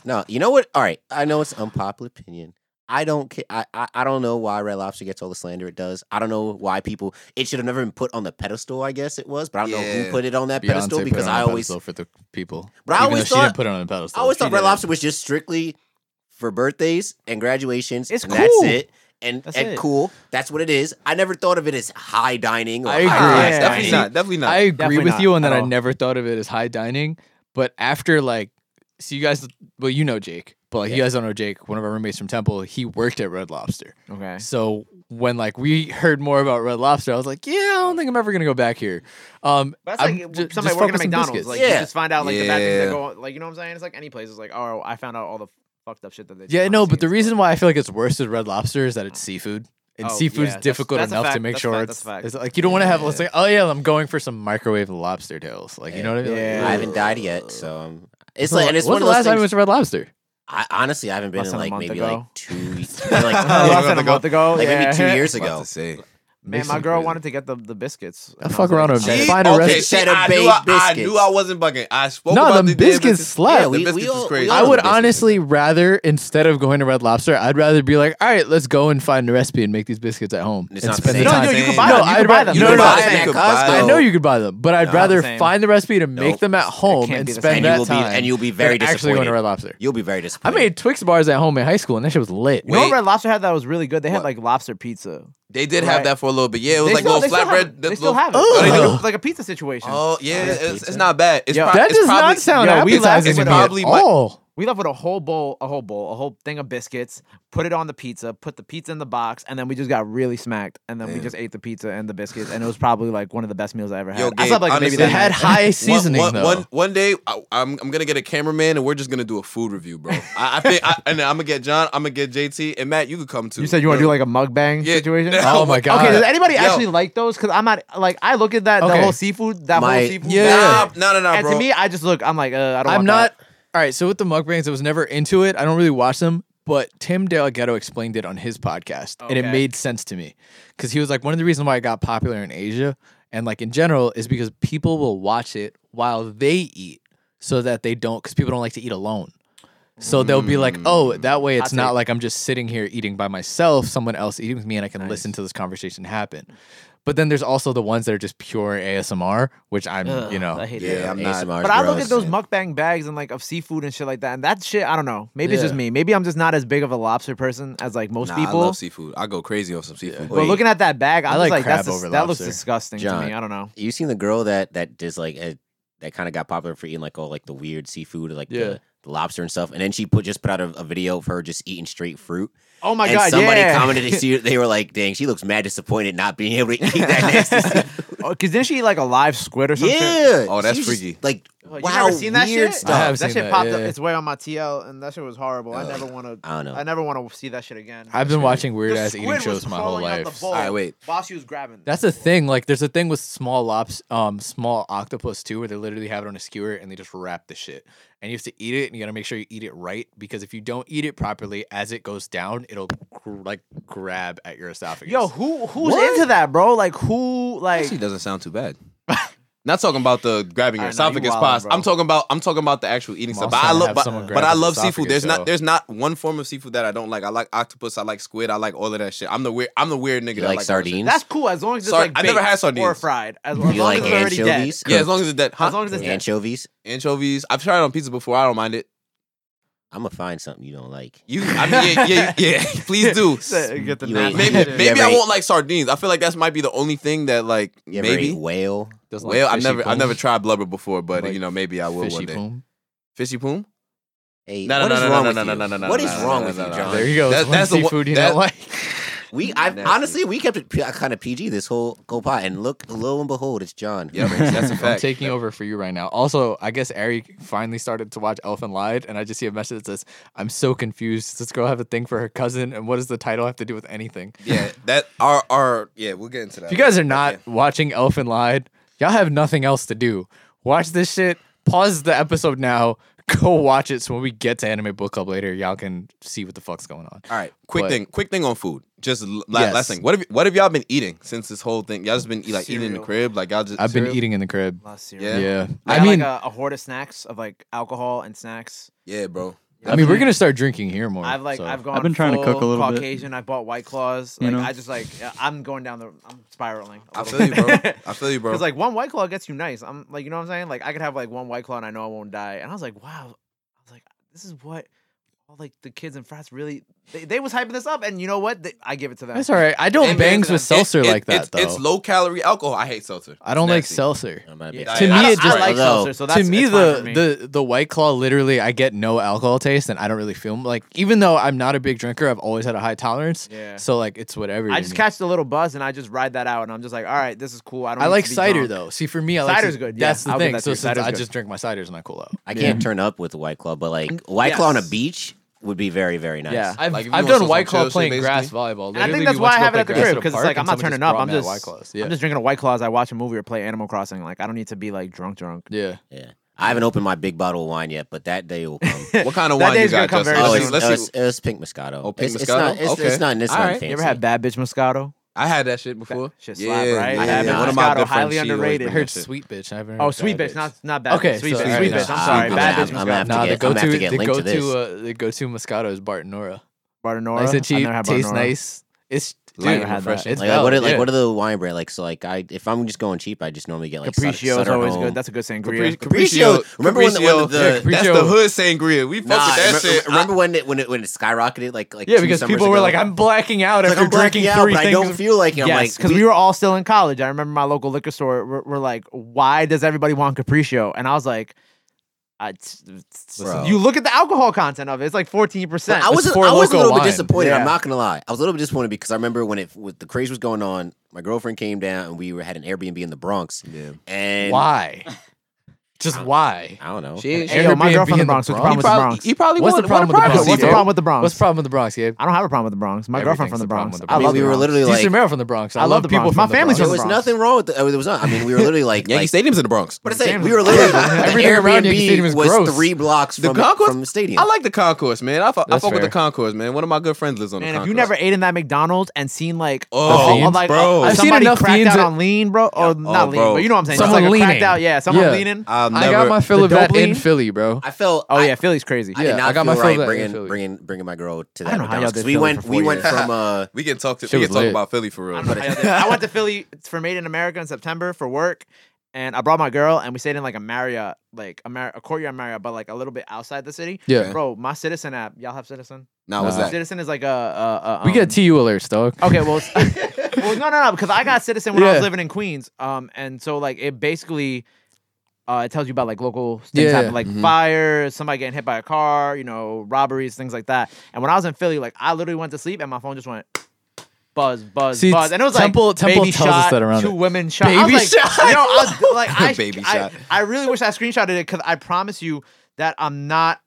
S1: no, you know what? All right, I know it's unpopular opinion. I don't care. I, I I don't know why Red Lobster gets all the slander it does. I don't know why people. It should have never been put on the pedestal. I guess it was, but I don't know
S3: Yeah.
S1: who put it on that
S2: Beyonce put
S1: pedestal
S2: it
S1: because
S2: on
S1: I
S2: a
S1: always
S2: pedestal for the people.
S1: But I
S2: Even
S1: always
S2: though she didn't
S1: thought-
S2: put it on a pedestal.
S1: I always
S2: She
S1: thought Red
S2: did.
S1: Lobster was just strictly for birthdays and graduations.
S4: It's
S1: and That's
S4: cool.
S1: it. And
S4: That's
S1: and
S4: it.
S2: cool.
S1: cool. That's what it is. I never thought of it as high dining. Or
S2: I
S1: high
S2: agree.
S1: class
S4: Yeah.
S3: Definitely
S1: dining.
S3: not. Definitely not.
S2: I agree
S4: Definitely
S2: with
S4: not
S2: you on that.
S4: at
S2: I
S4: all.
S2: never thought of it as high dining, but after like, so you guys, well, you know Jake, but like you guys don't know Jake. One of our roommates from Temple, he worked at Red Lobster.
S4: okay.
S2: So when like we heard more about Red Lobster, I was like, yeah, I don't think I'm ever gonna go back here. Um,
S4: But
S2: I'm
S4: that's like
S2: ju-
S4: somebody working
S2: fuck
S4: at
S2: with some
S4: McDonald's.
S2: biscuits.
S4: Like
S1: Yeah.
S4: you just find out like the bad things
S3: Yeah.
S4: that go on. Like you know what I'm saying? It's like any place. It's like oh I found out all the fucked up shit that they. do
S2: yeah,
S4: behind
S2: no, but the
S4: scenes,
S2: reason why I feel like it's worse with Red Lobster is that it's seafood. And
S4: Oh,
S2: seafood's
S4: yeah, that's-
S2: difficult
S4: that's a
S2: enough to
S4: fact,
S2: make
S4: that's a
S2: sure
S4: fact,
S2: it's,
S4: that's a fact.
S2: it's like you don't want to have let's
S3: Yeah.
S2: say oh yeah I'm going for some microwave lobster tails like you know what I mean Like,
S4: Yeah.
S1: I haven't died yet, so um, it's
S2: So,
S1: like and it's one
S2: when's the
S1: of those
S2: last time
S1: things.
S2: it was Red Lobster?
S1: I honestly I haven't been
S4: Less
S1: in
S4: than a
S1: like
S4: month
S1: maybe
S4: ago.
S1: like two weeks, like,
S4: Uh, less than a
S3: ago.
S4: month ago.
S1: like
S4: yeah.
S1: maybe two years
S3: About
S1: ago.
S3: to say.
S4: Man, my
S2: Mason
S4: girl
S3: crazy.
S4: wanted to get the, the biscuits.
S2: I fuck around with
S3: See?
S2: Biscuits. Find a
S3: okay,
S2: restaurant-
S3: see,
S1: Set up
S3: I, knew
S1: baked
S3: I, I
S1: biscuits.
S3: knew I wasn't bugging. I spoke
S2: No,
S3: about
S2: the
S3: the damn
S2: biscuits slap.
S1: Yeah, we-
S3: the
S1: we
S3: biscuits
S1: all-
S3: is crazy.
S1: we
S2: I
S1: all
S2: would
S1: know the
S2: honestly rather instead of going to Red Lobster, I'd rather be like, all right, let's go and find a recipe and make these biscuits at home
S1: It's
S2: and
S1: not the
S2: spend
S1: same.
S2: the time.
S4: No, yo, you
S3: can
S4: could buy
S2: no,
S4: them. You
S2: I'd
S4: could buy
S2: rather
S1: You
S2: no,
S4: them.
S2: no,
S1: can
S2: no,
S1: buy
S2: I-
S1: them at
S3: you could
S1: Costco.
S3: buy
S2: I
S3: them.
S2: know you could buy them, but I'd
S1: No,
S2: rather
S4: same.
S2: find the recipe to make
S1: Nope.
S2: them at home
S4: can't
S2: and
S4: be the
S2: spend
S1: and
S4: same.
S1: you
S2: that
S1: will
S2: time.
S1: be and you'll be very
S2: than actually
S1: disappointed.
S2: going to Red Lobster.
S1: You'll be very
S2: I
S1: disappointed.
S2: made Twix bars at home in high school, and that shit was lit.
S4: You know what
S3: Wait.
S4: Red Lobster had that was really good? They had
S3: What?
S4: like lobster pizza.
S3: They did have
S4: Right.
S3: that for a little bit. Yeah, it was
S4: they
S3: like
S4: still,
S3: little
S4: they Still
S3: flatbread.
S4: have,
S3: the
S4: they still
S3: little-
S4: have it.
S2: Oh,
S4: Like a-
S3: yeah.
S4: like, a pizza situation.
S3: Oh yeah, it's,
S1: pizza.
S3: it's not bad. It's
S4: Yo,
S3: prob-
S2: That
S3: it's
S2: does
S3: probably,
S2: not sound
S4: yo, we laugh-
S2: appetizing
S4: it's
S2: to me
S3: probably
S2: at
S3: my-
S2: all.
S4: We left with a whole bowl, a whole bowl, a whole thing of biscuits. Put it on the pizza. Put the pizza in the box, and then we just got really smacked. And then we
S3: Damn.
S4: just ate the pizza and the biscuits, and it was probably like one of the best meals I ever had.
S3: Yo,
S4: I
S3: Gabe,
S4: slept like
S3: honestly,
S4: maybe that
S2: It had
S4: night.
S2: high
S3: One-
S2: seasoning
S3: one-
S2: though.
S3: one- one day, I, I'm I'm gonna get a cameraman and we're just gonna do a food review, bro. I, I think, I, and I'm gonna get John, I'm gonna get JT, and Matt. You could come too.
S4: You said you want to do like a mukbang
S3: Yeah.
S4: situation.
S2: oh my god!
S4: Okay, does anybody
S3: Yo.
S4: actually like those? Because I'm not like I look at that the
S2: Okay.
S4: whole seafood, that
S1: My-
S4: whole seafood.
S2: Yeah.
S4: bag,
S3: Nah, no, no, no,
S4: and
S3: bro.
S4: to me, I just look. I'm like, uh, I don't.
S2: I'm
S4: want
S2: not.
S4: That.
S2: All right. So with the mukbangs, I was never into it. I don't really watch them. But Tim Del Ghetto explained it on his podcast, and it
S4: Okay.
S2: made sense to me because he was like, one of the reasons why it got popular in Asia and like in general is because people will watch it while they eat so that they don't because people don't like to eat alone. So they'll be like,
S4: Hmm.
S2: oh, that way it's
S4: Hot
S2: not
S4: take.
S2: like I'm just sitting here eating by myself, someone else eating with me, and I can listen to this conversation happen. But then there's also the ones that are just pure ASMR, which I'm,
S4: Ugh,
S2: you know,
S4: I hate that.
S1: Yeah, I'm not.
S4: But I look at those mukbang bags and like of seafood and shit like that, and that shit I don't know. Maybe it's just
S2: Yeah.
S4: me. Maybe I'm just not as big of a lobster person as like most
S3: Nah,
S4: people.
S3: I love seafood. I go crazy off some seafood.
S4: but looking at that bag, I'm
S2: I
S4: just
S2: like
S4: like that's
S2: crab
S4: dis-
S2: over
S4: that looks
S2: lobster.
S4: disgusting to
S1: John.
S4: me. I don't know.
S1: You seen the girl that that does like uh, that kind of got popular for eating like all like the weird seafood, like
S2: Yeah.
S1: the, the lobster and stuff, and then she put just put out a, a video of her just eating straight fruit.
S4: Oh my
S1: and
S4: god!
S1: somebody
S4: yeah.
S1: commented, they see- they were like, "Dang, she looks mad disappointed not being able to eat that nasty seafood."
S4: Oh, Cause didn't she eat like a live squid or something?
S1: yeah.
S3: Oh, that's
S1: She's just,
S3: freaky.
S1: Like,
S4: Like, you
S1: wow,
S4: never seen that
S1: weird
S4: shit?
S1: stuff.
S2: I have
S4: that
S2: seen
S4: shit
S2: that,
S4: popped
S2: yeah,
S4: up
S2: yeah.
S4: its way on my TL, and that shit was horrible. I never want to.
S1: I don't know.
S4: I never want to see that shit again.
S2: I've been watching
S4: The
S2: weird ass eating
S4: squid was
S2: shows my whole
S4: crawling out
S2: life.
S4: the bowl.
S3: Alright, wait.
S4: Boss, was grabbing.
S2: That's the thing. Like, there's a thing with small lops, um, small octopus too, where they literally have it on a skewer and they just wrap the shit. And you have to eat it, and you gotta make sure you eat it right because if you don't eat it properly, as it goes down, it'll gr- like grab at your esophagus.
S4: Yo, who who's
S1: What?
S4: into that, bro? Like who? Like
S3: Actually, doesn't sound too bad. Not talking about the grabbing your
S4: I know, you
S3: esophagus
S4: wildin',
S3: pause.
S4: bro.
S3: I'm talking about I'm talking about the actual eating
S2: I'm
S3: stuff.
S2: also
S3: But I
S2: trying to
S3: love
S2: have
S3: but,
S2: someone
S3: but
S2: grab
S3: I
S2: his
S3: love seafood.
S2: esophagus,
S3: There's
S2: though.
S3: not there's not one form of seafood that I don't like. I like octopus. I like squid. I like all of that shit. I'm the weird I'm the weird nigga.
S1: You
S3: that
S1: like
S3: likes all that shit.
S1: sardines?
S4: that's cool as long as it's
S3: Sorry,
S4: like
S3: I never
S4: baked
S3: had sardines.
S4: or fried. As, as
S1: you
S4: long
S1: like
S4: as it's already dead.
S1: anchovies?
S3: Yeah, as long as it's dead. Huh?
S4: As long as it's dead.
S1: anchovies.
S3: anchovies. I've tried it on pizza before. I don't mind it.
S1: I'm gonna find something you don't like.
S3: You, I mean, yeah, yeah, yeah. Please do.
S4: So, Get the
S1: You
S4: nasty
S1: ain't-
S3: Maybe,
S4: shit.
S3: maybe
S1: ever
S3: I
S1: ate-
S3: won't like sardines. I feel like that might be the only thing that, like,
S1: You ever ate
S3: maybe.
S1: whale?
S2: Doesn't like
S3: Well, I've
S2: fishy
S3: never, I've
S2: poom?
S3: never tried blubber before, but
S2: Like
S3: you know, maybe I will one
S2: fishy
S3: day.
S2: poom.
S3: Fishy poom?
S1: Hey,
S3: No, no,
S1: what
S3: no,
S1: is
S3: no,
S1: wrong
S3: no,
S1: with
S3: no,
S1: you?
S3: no, no, no, no,
S1: What is
S3: no, no,
S1: wrong
S3: no,
S1: with
S3: no,
S1: you,
S3: no.
S1: John?
S2: There you go.
S3: That-
S2: That's,
S3: that's the
S2: one
S3: one-
S2: seafood you
S3: that-
S2: don't like.
S1: We I've
S3: Nasty.
S1: honestly we kept it uh, kind of PG this whole go pot and look lo and behold it's John.
S3: Yeah, that's a
S2: I'm
S3: fact.
S2: taking over for you right now. Also, I guess Ari finally started to watch Elf and Lied, and I just see a message that says, "I'm so confused. Does this girl have a thing for her cousin? And what does the title have to do with anything?"
S3: Yeah, that our our yeah. We'll get into that.
S2: If you guys are not watching Elf and Lied, y'all have nothing else to do. Watch this shit. Pause the episode now. Go watch it. So when we get to Anime Book Club later, y'all can see what the fuck's going on.
S3: All right, quick
S2: But-
S3: thing, quick thing on food. Just l- la-
S2: Yes.
S3: last thing. What have what have y'all been eating since this whole thing? Y'all just been like eating in the
S4: Cereal.
S3: crib, like y'all just.
S2: I've been
S3: cereal?
S2: eating in the crib.
S4: Lot of cereal.
S3: Yeah.
S2: Yeah,
S4: I,
S2: I mean,
S4: like uh, a, a hoard of snacks of like alcohol and snacks.
S3: Yeah, bro.
S2: I mean, we're gonna start drinking here more.
S4: I've like
S2: Oh, so.
S4: I've gone.
S7: been trying to
S4: full
S7: cook a little bit.
S4: Caucasian. I bought White Claws.
S7: You
S4: Like
S7: know?
S4: I just like I'm going down the. I'm spiraling. a
S3: I
S4: little
S3: feel you, bro.
S4: bit.
S3: I feel you, bro.
S4: Because like one white claw gets you nice. I'm like, you know what I'm saying? Like I could have like one white claw and I know I won't die. And I was like, wow. I was like, this is what all like the kids in France really they, they was hyping this up. And you know what? They, I give it to them.
S2: That's all right. I don't
S3: And-
S2: Oh, bangs
S3: and-
S2: with seltzer
S3: it- it-
S2: like that
S3: it's,
S2: though.
S3: It's low calorie alcohol. I hate seltzer.
S2: I don't like
S3: Nasty.
S2: seltzer.
S1: I'm not a
S4: Yeah.
S1: big
S3: To
S4: I-
S1: fan.
S2: me,
S4: I,
S2: it
S4: don't-
S2: just-
S4: I like
S1: Although,
S4: seltzer, so that's
S2: to me
S4: it's fine
S2: the
S4: for me.
S2: the the white claw literally I get no alcohol taste and I don't really feel like even though I'm not a big drinker I've always had a high tolerance
S4: Yeah.
S2: so like it's whatever
S4: I
S2: you
S4: just
S2: need.
S4: catch the little buzz and I just ride that out and I'm just like, all right, this is cool. I don't.
S2: I
S4: need
S2: like
S4: to be
S2: cider
S4: drunk.
S2: though see for me I like
S4: Cider's
S2: ci-
S4: good, yeah.
S2: that's the
S4: I'll give
S2: thing
S4: that to
S2: so
S4: you.
S2: since
S4: Cider's
S2: I
S4: good.
S2: just drink my ciders and I cool out
S1: I can't turn up with the white claw, but like white claw on a
S4: Yes.
S1: beach would be very very nice.
S4: Yeah.
S2: I've,
S3: Like, if you
S2: I've
S3: want
S2: done
S3: some
S2: white claw
S3: chill shit,
S2: playing grass
S3: basically.
S2: volleyball
S4: I
S2: Literally,
S4: think
S2: we
S4: that's
S2: went
S4: why
S2: to
S4: I
S2: go
S4: have it
S2: play
S4: at the
S2: grass
S4: crib
S2: a
S4: because it's
S2: park
S4: like
S2: and
S4: I'm not
S2: someone
S4: turning up.
S2: brought
S4: I'm
S2: me a
S4: just
S2: white claws yeah
S4: I'm just drinking a white claws. I watch a movie or play Animal Crossing. Like I don't need to be like drunk drunk.
S2: yeah
S1: Yeah. I haven't opened my big bottle of wine yet, but that day will come.
S3: What kind of
S4: That
S3: wine you
S4: day's gonna
S3: got,
S4: come
S3: Justin?
S4: very
S1: oh,
S3: Let's
S1: it's,
S3: see,
S4: soon.
S3: let's
S1: oh,
S3: see.
S1: it's, it's pink Moscato.
S3: Oh, pink
S1: it's, it's
S3: Moscato?
S1: not. It's,
S3: Okay.
S1: it's not. It's
S3: All
S1: not
S3: right.
S1: fancy.
S4: You ever had bad bitch Moscato?
S3: I had that shit before.
S4: shit slap, right?
S1: I had
S3: One
S1: Moscato,
S3: of my good
S4: highly
S3: friends, she always
S4: underrated.
S2: I
S3: bring that
S2: heard
S3: shit.
S2: sweet bitch I haven't
S4: Oh,
S2: heard
S4: sweet
S2: bad
S4: bitch, not not bad.
S2: Okay,
S4: bitch. sweet
S2: so-
S4: bitch,
S2: alright,
S4: sweet
S2: no,
S4: bitch. I'm
S2: sweet
S4: sorry,
S2: bitch. Nah,
S4: bad bitch.
S1: I'm
S4: Moscato.
S1: gonna have to
S2: nah
S1: get-
S2: the
S1: I'm gonna
S2: go
S1: have
S2: to
S1: to get
S2: the
S1: linked
S2: go
S1: to
S2: to
S1: this.
S2: uh, the go to Moscato is Bartonora
S4: Bartonora.
S2: nice and
S4: I
S2: cheap
S4: never had
S2: tastes
S4: Bartonora.
S2: nice it's
S3: Light
S2: dude,
S3: and
S2: it's
S3: refreshing.
S1: Like, like, what
S2: valid,
S1: are, like
S2: yeah.
S1: what are the wine brand like? So like I if I'm just going cheap, I just normally get like
S4: Capriccio is
S1: Sutter
S4: always
S1: Home.
S4: good. That's a good sangria.
S3: Capri-
S1: Capriccio. Remember when the- when
S3: Capriccio.
S1: the-
S3: Yeah, that's
S2: Capriccio.
S3: the hood sangria. We fuck
S1: Nah,
S3: with that
S1: remember,
S3: shit.
S1: remember when it when it when it skyrocketed like like
S2: Yeah,
S1: two
S2: because
S1: summers
S2: people were
S1: ago?
S2: like, "I'm blacking out
S1: It's
S2: after
S1: like, I'm
S2: drinking
S1: blacking out,
S2: three
S1: but
S2: things."
S1: I don't feel like it. I'm
S4: yes,
S1: like
S4: because we, were all still in college. I remember my local liquor store. We're, we're like, why does everybody want Capriccio? And I was like, I, it's- it's-
S1: Bro.
S4: you look at the alcohol content of it. It's like fourteen percent.
S1: I was,
S2: That's
S1: I
S2: four
S1: was a
S2: local
S1: little
S2: wine.
S1: bit disappointed.
S4: Yeah.
S1: I'm not gonna lie. I was a little bit disappointed because I remember when it with the craze was going on. My girlfriend came down and we were, had an Airbnb in the Bronx.
S3: Yeah.
S1: And
S2: why? Just why?
S1: I don't know.
S3: She,
S4: Hey, yo, my
S2: Airbnb in
S4: girlfriend
S2: the
S4: in the Bronx. What's the
S2: Bronx?
S3: he probably,
S4: problem with the Bronx?
S3: he probably
S2: What's the
S3: wanted-
S2: problem with the
S3: what
S2: Bronx?
S4: What's the
S2: Gabe?
S4: problem with the Bronx?
S2: What's the problem with the Bronx, Gabe?
S4: I don't have a problem with the Bronx. My girlfriend
S2: Everything's
S4: from the
S2: the problem
S4: Bronx.
S2: with the
S4: I
S1: I mean,
S4: love
S1: we
S4: the
S1: were
S4: Bronx.
S1: literally
S2: Steve
S1: like,
S2: Romero from the Bronx. I,
S4: I
S2: love
S4: love
S2: the
S4: the
S2: people
S4: Bronx.
S2: from
S4: My
S2: the
S4: family's
S1: there
S2: Bronx.
S4: from the
S1: was
S4: Bronx.
S1: nothing wrong with it. There was not. I mean, we were literally like,
S3: Yankee
S1: like
S3: Stadium's in the Bronx.
S1: What I say?
S4: Stadium's
S1: We were
S4: in-
S1: literally
S2: Everything
S1: the
S2: around Yankee Stadium is
S1: Airbnb was
S2: gross.
S1: three blocks from from the stadium.
S3: I like the concourse, man. I, fuck- I
S2: That's
S3: fuck with the
S2: fair.
S3: concourse, man. One of my good friends lives on the
S4: Man, if
S3: concourse.
S4: you never ate in that McDonald's and seen like,
S3: Oh,
S4: a- a-
S2: fiends,
S4: like
S3: bro.
S4: a-
S3: I've
S2: seen
S4: somebody
S2: enough
S4: cracked
S2: fiends
S4: out
S2: that-
S4: on lean, bro, or not lean,
S3: bro.
S4: but you know what I'm saying.
S2: Someone
S4: Just like a
S2: leaning.
S4: cracked out, yeah, someone
S2: Yeah.
S4: leaning.
S3: I'm
S2: I got
S8: never-
S2: my fill
S4: The
S2: of that
S4: dope
S2: in
S4: lean?
S2: Philly, bro.
S1: I felt.
S4: Oh
S1: I-
S4: yeah, Philly's crazy.
S1: I
S2: Yeah,
S1: did not
S2: I got my
S1: feel right
S2: fill that in
S1: bringing,
S2: Philly.
S1: bringing bringing my girl to
S4: I
S1: that
S4: don't know how y'all
S1: McDonald's
S4: did
S1: 'cause we
S4: Philly
S1: went
S4: for
S1: we
S4: four
S1: went
S4: years.
S1: from uh
S3: We can talk to
S2: Shit
S3: we
S2: was
S3: can talk
S2: lit.
S3: about Philly for real.
S4: I, don't know how y'all did it. I went to Philly for Made in America in September for work, and I brought my girl, and we stayed in like a Marriott, like a, Mar- a courtyard Marriott, but like a little bit outside the city.
S2: Yeah.
S4: Bro, my Citizen app, y'all have Citizen?
S8: Nah, what's
S2: Nah.
S8: that?
S4: Citizen is like a. a, a
S2: We
S4: um,
S2: get TU alerts, dog.
S4: Okay, well, it's- well, no, no, no, because I got Citizen when I
S2: Yeah.
S4: was living in Queens, um, and so like it basically, uh, it tells you about like local things
S2: Yeah. Mm-hmm.
S4: happen, like
S8: Mhm.
S4: fire, somebody getting hit by a car, you know, robberies, things like that. And when I was in Philly, like I literally went to sleep and my phone just went. Buzz, buzz,
S2: See,
S4: buzz, and it was
S2: Temple-
S4: like
S2: Temple
S4: baby
S2: tells us
S4: shot,
S2: that around
S4: two
S2: it.
S4: women shot. I
S2: Baby
S4: was like,
S2: shot?
S4: yo, I was like, I,
S3: Baby
S4: I,
S3: shot.
S4: I really wish I screenshotted it because I promise you that I'm not,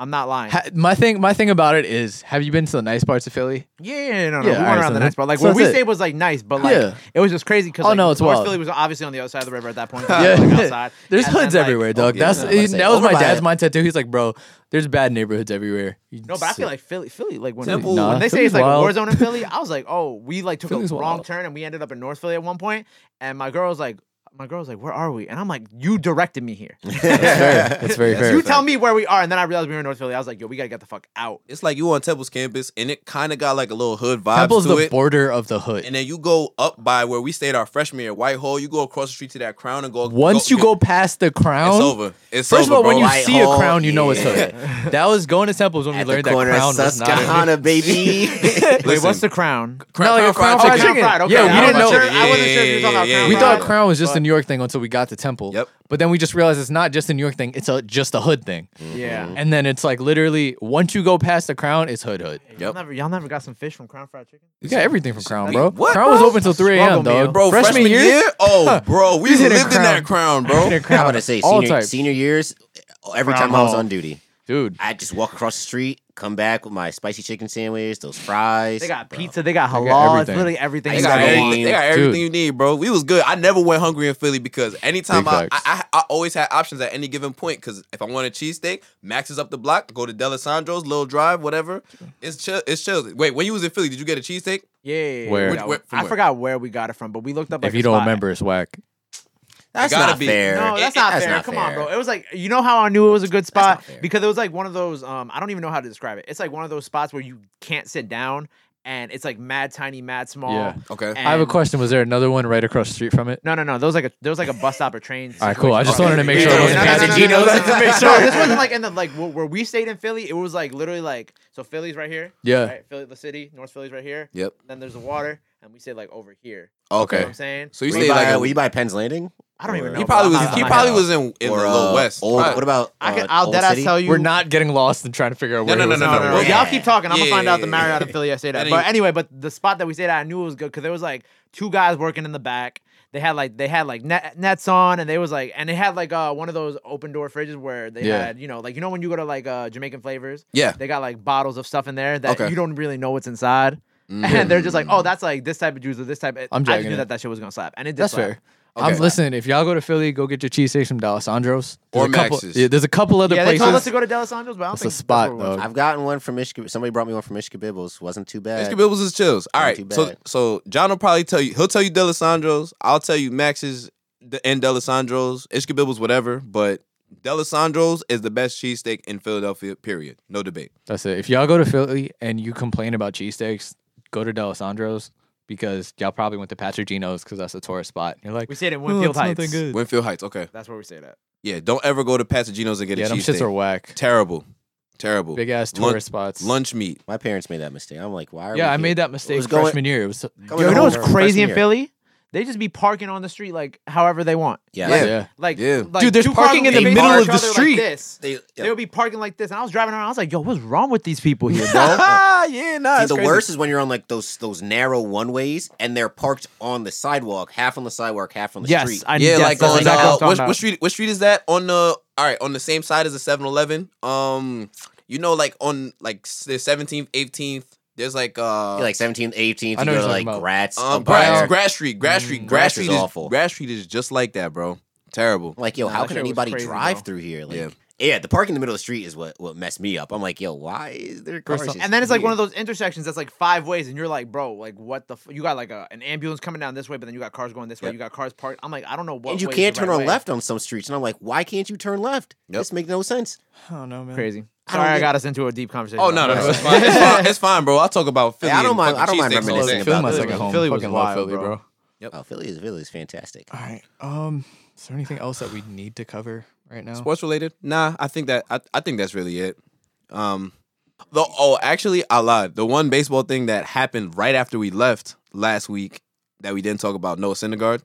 S4: I'm not lying.
S2: Ha- my thing, my thing about it is, have you been to the nice parts of Philly?
S4: Yeah, yeah, yeah, no, no.
S2: Yeah, alright,
S4: we went
S2: so
S4: around the
S2: that-
S4: nice part. Like
S2: so
S4: where
S2: that's
S4: we
S2: it.
S4: stayed was like nice, but like
S2: Yeah.
S4: it was just crazy because
S2: Oh,
S4: like,
S2: no, it's
S4: North
S2: wild.
S4: Philly was obviously on the other side of the river at that point.
S2: Yeah.
S4: like, outside.
S2: There's
S4: And
S2: hoods
S4: then, like-
S2: everywhere, dog.
S1: yeah,
S2: That's
S1: that's what I'm saying.
S2: that was
S1: Over
S2: my
S1: by-
S2: dad's mindset too. He's like, bro, there's bad neighborhoods everywhere. You
S4: No, but I
S2: just-
S4: feel like Philly, Philly, like when,
S1: Temple-
S2: Nah,
S4: when they say
S2: Philly's
S4: it's like a war
S2: wild.
S4: zone in Philly, I was like, oh, we like took
S2: Philly's
S4: a wrong
S2: wild.
S4: turn and we ended up in North Philly at one point, and my girl was like. My girl was like, "Where are we?" And I'm like, "You directed me here.
S2: fair. That's very fair.
S4: you tell me where we are." And then I realized we were in North Philly. I was like, "Yo, we gotta get the fuck out."
S3: It's like you on Temple's campus, and it kind of got like a little hood vibes
S2: Temple's the
S3: to it.
S2: border of the hood.
S3: and then you go up by where we stayed our freshman year, Whitehall. You go across the street to that Crown and go.
S2: Once you go past the crown,
S3: it's over. It's
S2: First of
S3: over,
S2: all,
S3: bro. oh,
S2: when you
S1: White
S2: see a
S1: Hall,
S2: crown, you know it's
S1: yeah.
S2: hood. That was going to temples when we
S1: at the
S2: learned that
S1: corner
S2: crown
S1: of
S2: was not.
S1: Susquehanna, baby.
S4: Wait, what's the crown?
S2: No, like a crown
S3: fried
S2: fried
S3: chicken.
S2: chicken.
S4: Crown fried, okay.
S2: Yeah,
S4: I
S2: we didn't
S4: wasn't
S2: know.
S4: sure- I wasn't sure if you were talking about
S3: Yeah, yeah,
S4: crown
S2: We
S3: yeah,
S2: thought
S3: yeah.
S2: crown was just
S4: but-
S2: a New York thing until we got to temple.
S3: Yep.
S2: But then we just realized it's not just a New York thing. It's a just a hood thing.
S3: Mm.
S4: Yeah.
S2: And then it's like literally once you go past the crown, it's hood hood.
S4: Y'all never, y'all never got some fish from Crown Fried Chicken.
S2: You got everything from Crown,
S3: Wait,
S2: bro.
S3: what,
S2: crown
S3: bro?
S2: was open till 3 a.m.
S4: Struggle meal.
S2: dog.
S3: bro? Freshman, year? Oh, bro, we
S2: He's
S3: lived
S2: hitting
S3: in that crown,
S2: Hit
S3: bro.
S2: a
S1: I'm
S2: Crown.
S1: about to say
S2: all
S1: senior
S2: types.
S1: senior years. Every
S4: Crown
S1: time I was
S4: Hall.
S1: on duty,
S2: dude.
S1: I just walk across the street, come back with my spicy chicken sandwich, those fries.
S4: They got
S1: bro.
S4: pizza. They got
S2: They
S4: halal.
S2: got
S4: it's
S2: everything.
S4: literally everything.
S3: They
S1: They
S4: you
S3: got
S1: got
S4: want.
S3: everything. They got everything
S2: Dude.
S3: you need, bro. We was good. I never went hungry in Philly because anytime
S2: Big
S3: I,
S2: facts.
S3: I I I always had options at any given point. Because if I want a cheesesteak, Max is up the block. Go to Delisandro's, Little Drive, whatever. It's chill. It's chill. Wait, when you was in Philly, did you get a cheesesteak?
S4: Yeah, yeah, yeah,
S2: Where?
S4: we
S2: Which-
S4: got-
S3: where- from
S4: I
S3: where?
S4: forgot where we got it from, but we looked up. Like,
S2: If
S4: a
S2: you don't
S4: spot.
S2: remember, it's whack.
S1: That's
S3: gotta
S1: not
S3: be.
S1: fair.
S4: No, that's
S1: It-
S4: not
S1: that's
S4: fair.
S1: not
S4: Come on,
S1: fair.
S4: bro. It was like you know how I knew it was a good spot
S1: not fair.
S4: because it was like one of those. Um, I don't even know how to describe it. It's like one of those spots where you can't sit down, and it's like mad tiny, mad small.
S2: Yeah.
S3: Okay.
S2: I have a
S4: and-
S2: question. Was there another one right across the street from it?
S4: No, no, no. There was like a there was like a bus stop or train.
S2: All right, cool. I just
S4: situation.
S2: wanted to make
S4: Yeah,
S2: sure it
S4: yeah,
S2: wasn't
S4: no, no,
S2: Casey
S4: no, no,
S2: Gino.
S4: no, no,
S1: Just to make
S4: No,
S1: sure.
S4: this wasn't like in the like where, where we stayed in Philly. It was like literally like so Philly's right here.
S2: Yeah.
S4: Right? Philly, the city, North Philly's right here.
S3: Yep.
S4: Then there's the water, and we stayed like over here. You know what
S3: Okay.
S4: I'm saying?
S3: So you
S1: Were you,
S3: stayed
S1: by,
S3: like a
S1: were you by Penn's Landing?
S4: I don't even
S1: He
S4: know.
S3: He
S4: bro.
S3: probably
S4: I'm
S3: was.
S4: not-
S3: He
S4: I'm not
S3: probably
S4: gonna-
S3: was in in
S1: or,
S3: the
S1: uh,
S3: Low West.
S1: Old,
S3: Probably.
S1: what about?
S4: I can,
S1: uh,
S4: I'll
S1: Old
S4: dead ass
S1: City?
S4: tell you.
S2: We're not getting lost and trying to figure out
S3: No,
S2: where
S3: no,
S2: it
S3: no,
S2: was
S3: no,
S2: in
S3: no.
S2: Philly.
S4: Well,
S3: Yeah.
S4: y'all keep talking. I'm
S3: Yeah,
S4: gonna find out the
S3: yeah,
S4: Marriott
S3: yeah.
S4: affiliate I stayed at.
S3: That
S4: But
S3: ain't-
S4: anyway, but the spot that we stayed at, I knew it was good because there was like two guys working in the back. They had like they had like net, nets on, and they was like, and they had like uh one of those open door fridges where they
S2: Yeah.
S4: had you know like you know when you go to like uh Jamaican flavors,
S3: Yeah.
S4: they got like bottles of stuff in there that
S3: Okay.
S4: you don't really know what's inside, and they're just like, oh, that's like this type of juice or this type. Of,
S2: I'm
S4: I just
S2: jacking
S4: knew
S2: it.
S4: that that shit was gonna slap, and it did
S2: That's
S4: slap.
S2: fair. I'm listening. If y'all go to Philly, go get your cheesesteaks from D'Alessandro's. There's
S3: Or
S2: a couple,
S3: Max's.
S2: yeah, there's a couple other
S4: Yeah, they
S2: places.
S4: told us to go to Delisandro's, but I don't
S2: That's a
S4: think
S2: spot,
S4: where we went.
S2: though.
S1: I've gotten one from Ishka. Somebody brought me one from Ishka Bibbles. Wasn't too bad.
S3: Mr. Bill was his chills. All
S1: Not
S3: right.
S1: too
S3: So
S1: bad.
S3: so John will probably tell you. He'll tell you Delisandro's. I'll tell you Max's D- and Delisandro's. Ishkabil's whatever, but Delisandro's is the best cheesesteak in Philadelphia. Period. No debate.
S2: That's it. If y'all go to Philly and you complain about cheesesteaks, go to D'Alessandro's because y'all probably went to Patrigino's because that's a tourist spot. And you're like,
S4: We stayed in
S2: "Oh,
S4: Winfield
S2: it's nothing
S4: Heights.
S2: good."
S3: Winfield Heights. Okay.
S4: That's where we stayed at.
S3: Yeah. Don't ever go to Pasagino's and get
S2: Yeah,
S3: a
S2: them shits
S3: cheesesteak.
S2: are whack.
S3: Terrible. Terrible.
S2: Big ass
S3: Lunch-
S2: tourist spots.
S3: Lunch meat.
S1: My parents made that mistake. I'm like, why are
S2: Yeah,
S1: we
S2: I made
S1: here?
S2: that mistake
S1: was going-
S2: freshman year. It was
S1: Coming
S4: Yo, you know what's
S1: home from
S4: crazy
S1: freshman
S4: in
S1: year.
S4: Philly? They just be parking on the street like however they want.
S1: Yeah,
S2: yeah.
S1: like,
S2: yeah.
S4: Like,
S3: Yeah.
S4: like
S2: Dude, there's
S4: two cars
S2: parking in
S4: would
S2: the
S4: be
S2: middle
S4: facing
S2: of
S4: each
S2: the
S4: other like
S2: street.
S4: this.
S1: they- yeah.
S4: They would be parking like this, and I was driving around. I was like, "Yo, what's wrong with these people here, bro?"
S3: Ah, yeah, nah.
S1: See,
S3: it's
S1: the
S3: crazy.
S1: worst is when you're on like those those narrow one ways and they're parked on the sidewalk, half on the sidewalk, half on the
S4: yes,
S1: street.
S4: I
S3: yeah,
S4: yes,
S3: like
S4: that's
S3: on
S4: exactly
S3: uh,
S4: what I'm talking
S3: what,
S4: about.
S3: what street? What street is that? On the all right, on the same side as the 7-Eleven. Um, you know, like on like s- the seventeenth, eighteenth. There's like uh,
S1: Yeah, like 17th, 18th,
S2: I
S1: you go
S2: know what
S1: to
S2: you're
S1: like
S2: talking about.
S1: Gratz,
S3: um,
S1: Umpire.
S3: Grass, Grass Street, Grass Street,
S1: Mm-hmm.
S3: Grass
S1: Grass
S3: Street
S1: is
S3: is
S1: awful.
S3: Grass Street is just like that, bro. Terrible.
S1: I'm like, yo,
S4: Nah,
S1: how
S4: that
S1: can
S4: shit was
S1: anybody
S4: crazy,
S1: drive
S4: bro.
S1: through here? Like,
S3: Yeah.
S1: yeah, the parking in the middle of the street is what what messed me up. I'm like, yo, why is there cars?
S2: some-
S1: just
S4: And then it's like one
S1: here?
S4: of those intersections that's like five ways, and you're like, bro, like what the? F-? You got like a, an ambulance coming down this way, but then you got cars going this way. You got cars parked. I'm like, I don't know what.
S1: and you
S4: way is
S1: can't
S4: the
S1: turn
S4: right
S1: on
S4: way.
S1: left on some streets. And I'm like, why can't you turn left? This makes no sense.
S7: I don't know, man.
S4: Crazy.
S1: I don't
S4: Sorry, I,
S1: get-
S4: got us into a deep conversation.
S3: Oh no, no,
S4: about
S3: no,
S4: that.
S3: it's fine. It's fine, it's fine, bro. I'll talk about Philly.
S1: Yeah, I don't
S3: and
S1: mind- I
S3: fucking
S1: don't mind
S3: cheesesteaks all
S1: reminiscing
S3: day.
S1: about
S7: Feel
S1: this.
S7: myself at home.
S2: Philly was
S7: Fucking love
S2: wild,
S7: Philly,
S2: bro.
S7: bro.
S1: Oh, Philly is Philly is fantastic.
S7: All right. Um, is there anything else that we need to cover right
S2: Oh.
S7: now?
S3: Sports related? Nah, I think that I, I think that's really it. Um, the oh, actually, I lied. The one baseball thing that happened right after we left last week that we didn't talk about Noah Syndergaard.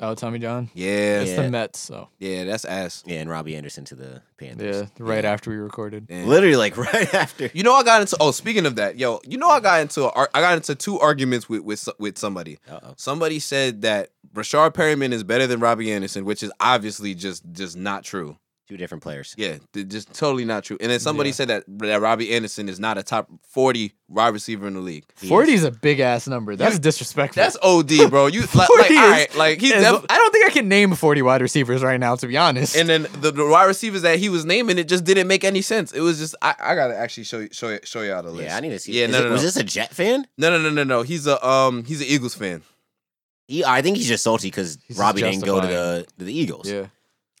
S2: Oh, Tommy John.
S3: Yeah, yeah,
S1: Yeah.
S2: It's the Mets, so
S3: that's ass.
S1: Yeah, and Robbie Anderson to the
S2: yeah,
S1: Panthers.
S2: right after we recorded.
S3: Yeah.
S1: Literally, like right after.
S3: You know, I got into. Oh, speaking of that, yo, you know, I got into. a ar- I got into two arguments with with so- with somebody.
S1: Uh oh.
S3: Somebody said that Rashard Perryman is better than Robbie Anderson, which is obviously just just not true.
S1: Two different players.
S3: Yeah, th- just totally not true. And then somebody said that that Robbie Anderson is not a top forty wide receiver in the league.
S2: Forty is a big ass number. That's disrespectful.
S3: That's OD, bro. You like, like,
S2: 40 is-
S3: all right, like he
S2: As-
S3: def-
S2: I don't think I can name forty wide receivers right now, to be honest.
S3: and then the, the wide receivers that he was naming it just didn't make any sense. It was just I, I gotta actually show you show you, show y'all the list.
S1: Yeah, I need to see.
S3: Yeah,
S1: is
S3: no,
S1: it-
S3: no, no.
S1: Was this a Jet fan?
S3: no, no, no, no, no. He's a um he's an Eagles fan.
S1: He, I think he's just salty because
S2: He's
S1: Robbie didn't go to
S2: justifying.
S1: the to the Eagles.
S2: yeah,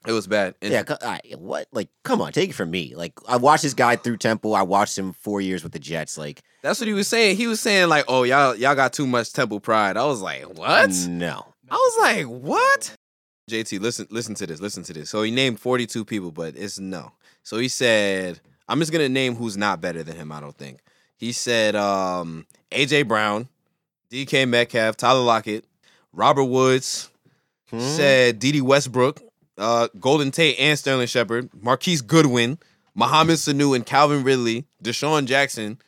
S3: It was bad. And
S1: Yeah, co- all right, what? Like, come on, take it from me. Like, I watched this guy through Temple. I watched him four years with the Jets. Like,
S3: that's what he was saying. He was saying like, oh y'all y'all got too much Temple pride. I was like, what?
S1: No,
S3: I was like, what? JT, listen, listen to this, listen to this. So he named 42 people, but it's no. So he said, I'm just gonna name who's not better than him, I don't think. He said um AJ Brown, DK Metcalf, Tyler Lockett, Robert Woods,
S1: Hmm?
S3: Hmm? said DD Westbrook, uh, Golden Tate and Sterling Shepard, Marquise Goodwin, Muhammad Sanu and Calvin Ridley, Deshaun Jackson,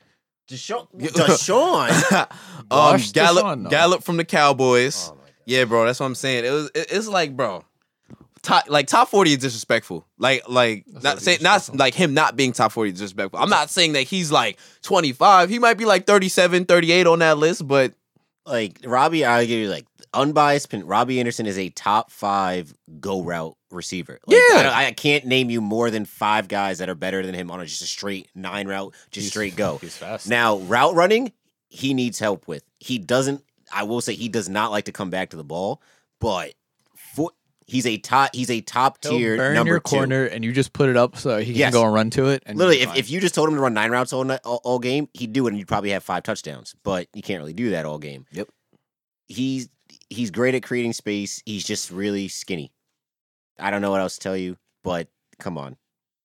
S1: Deshaun. Deshaun.
S3: um,
S2: Wash
S3: Gallup,
S2: Deshaun, though. Oh,
S3: Gallup from the Cowboys. yeah, bro, that's what I'm saying. It was, it- it's like, bro, top, like top forty is disrespectful. Like, like not say, not like him not being top forty is disrespectful. I'm not saying that he's like 25. He might be like 37, 38 on that list, but
S1: like Robbie, I'll give you like unbiased. Pin, Robbie Anderson is a top five go route receiver. Like,
S3: Yeah.
S1: I, don't- I can't name you more than five guys that are better than him on a, just a straight nine route, just straight go.
S2: he's fast.
S1: Now, route running, he needs help with. He doesn't. I will say he does not like to come back to the ball, but for, he's a top. He's a top
S2: He'll
S1: tier
S2: burn
S1: number
S2: your
S1: two.
S2: corner, and you just put it up so he
S1: Yes.
S2: can go and run to it. And
S1: Literally, if, if you just told him to run nine routes all, night, all, all game, he'd do it, and you'd probably have five touchdowns. But you can't really do that all game.
S3: Yep.
S1: He's he's great at creating space. He's just really skinny. I don't know what else to tell you, but come on.
S2: the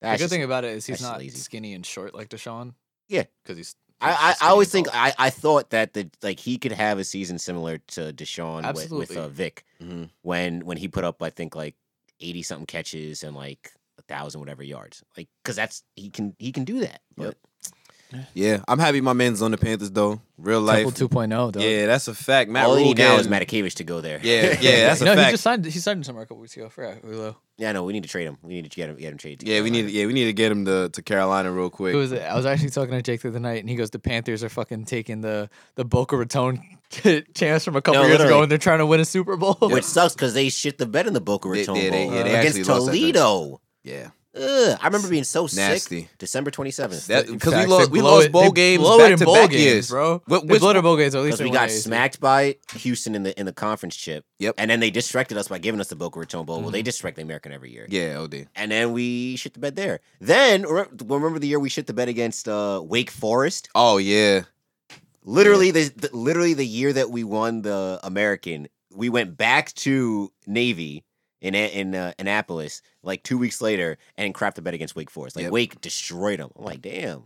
S1: That's
S2: good
S1: just-
S2: thing about it is he's
S1: that's just
S2: not
S1: lazy.
S2: skinny and short like Deshaun.
S1: Yeah.
S2: because he's.
S1: I,
S2: he's
S1: I, I always
S2: skinny
S1: think
S2: and
S1: I, I thought that the like he could have a season similar to Deshaun with, with
S2: Absolutely.
S1: uh, Vic
S2: Mm-hmm.
S1: when when he put up I think like eighty something catches and like a thousand whatever yards like because that's he can he can do that. But
S3: yeah, I'm happy my man's on the Panthers though. Real
S2: tall.
S3: life,
S2: Temple 2.0, oh, though.
S3: yeah, that's a fact. Matt
S1: all
S3: Rule
S1: he need now is
S3: getting-
S1: Matakavich to go there.
S3: Yeah, yeah, that's a
S2: no, he
S3: fact.
S2: just signed. He signed him somewhere a couple weeks ago. I forgot. Ulo.
S1: Yeah, no, we need to trade him. We need to get him get him traded. to
S3: yeah, we need,
S1: Carolina.
S3: yeah, we need to get him to, to Carolina real quick.
S2: Who was it? I was actually talking to Jake the other night, and he goes, "The Panthers are fucking taking the the Boca Raton chance from a couple
S1: No,
S2: years
S1: literally.
S2: ago, and they're trying to win a Super Bowl."
S1: Which sucks because they shit the bed in the Boca
S3: They-
S1: Raton
S3: yeah, they-
S1: Bowl uh,
S3: yeah, they actually
S1: against
S3: lost that thing.
S1: Toledo.
S3: yeah,
S1: Ugh, I remember being so
S3: Nasty.
S1: sick. December twenty seventh.
S3: That-
S2: In
S3: 'cause we
S2: fact,
S3: lost-
S2: they
S3: we
S2: blow
S3: lost
S2: it-
S3: bowl
S2: they
S3: games
S2: blow it in
S3: back-to-back
S2: bowl games,
S3: years.
S2: bro.
S3: What-
S2: they
S3: which
S2: blow it in bowl games. At
S1: Because
S2: least they
S1: we
S2: won
S1: got
S2: the AFC.
S1: smacked by Houston in the in the conference chip.
S3: Yep. Mm-hmm.
S1: And then they distracted us by giving us the Boca Raton Bowl. Well, they distract the American every year.
S3: yeah, OD.
S1: And then we shit the bed there. Then re- remember the year we shit the bed against uh, Wake Forest.
S3: Oh yeah,
S1: Literally, the, the literally the year that we won the American, we went back to Navy in A- in uh, Annapolis like two weeks later and crapped the bet against Wake Forest. Like
S3: Yep.
S1: Wake destroyed them. I'm like, damn,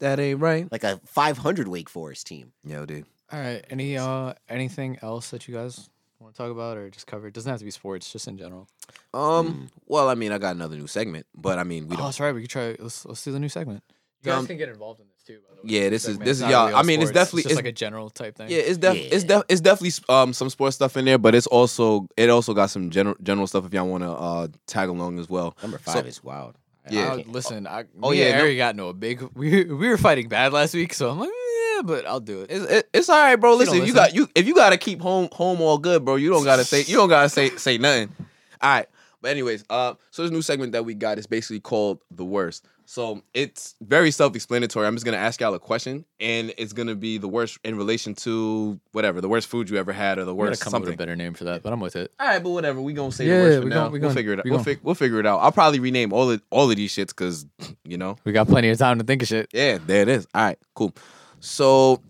S3: that ain't right.
S1: like a 500 Wake Forest team.
S3: Yeah, OD.
S2: All right. Any uh anything else that you guys want to talk about or just cover? It doesn't have to be sports, just in general.
S3: Um. Well, I mean, I got another new segment, but I mean,
S2: Mm.
S3: we
S2: oh,
S3: don't.
S2: that's right. We could try. Let's let's do the new segment. You
S3: guys Um, can
S2: get involved in this too. By the
S3: yeah, this is- this is y'all- I mean, it's definitely-
S2: just like
S3: it's-
S2: a general type thing.
S3: Yeah, it's def- it's
S1: Yeah.
S3: def- it's definitely um some sports stuff in there, but it's also it also got some general general stuff if y'all want to uh tag along as well.
S1: Number
S3: So-
S1: five is wild. I- I
S3: Yeah.
S2: Uh,
S1: can't-
S2: listen, I,
S3: oh,
S2: oh yeah,
S3: yeah, no-
S2: Ari got into a big. We we were fighting bad last week, so I'm like, yeah, but I'll do it.
S3: It's, it- it's all right, bro.
S2: If
S3: Listen,
S2: you
S3: if you
S2: don't
S3: got you if you gotta keep home home all good, bro. You don't gotta say you don't gotta say say nothing. All right, But anyways, uh, so this new segment that we got is basically called the worst. So it's very self-explanatory. I'm just gonna ask y'all a question, and it's gonna be the worst in relation to whatever the worst food you ever had or the
S2: We're gonna
S3: worst
S2: come up with
S3: something.
S2: a better name for that, but I'm with it.
S3: All right, but whatever. We gonna say
S2: Yeah,
S3: the worst
S2: yeah,
S3: for
S2: we
S3: now.
S2: gon- we
S3: we'll
S2: gon-
S3: figure it out.
S2: we
S3: We will
S2: gon-
S3: fi- we'll figure it out. I'll probably rename all of all of these shits because you know.
S2: We got plenty of time to think of shit.
S3: Yeah, there it is. All right, cool. So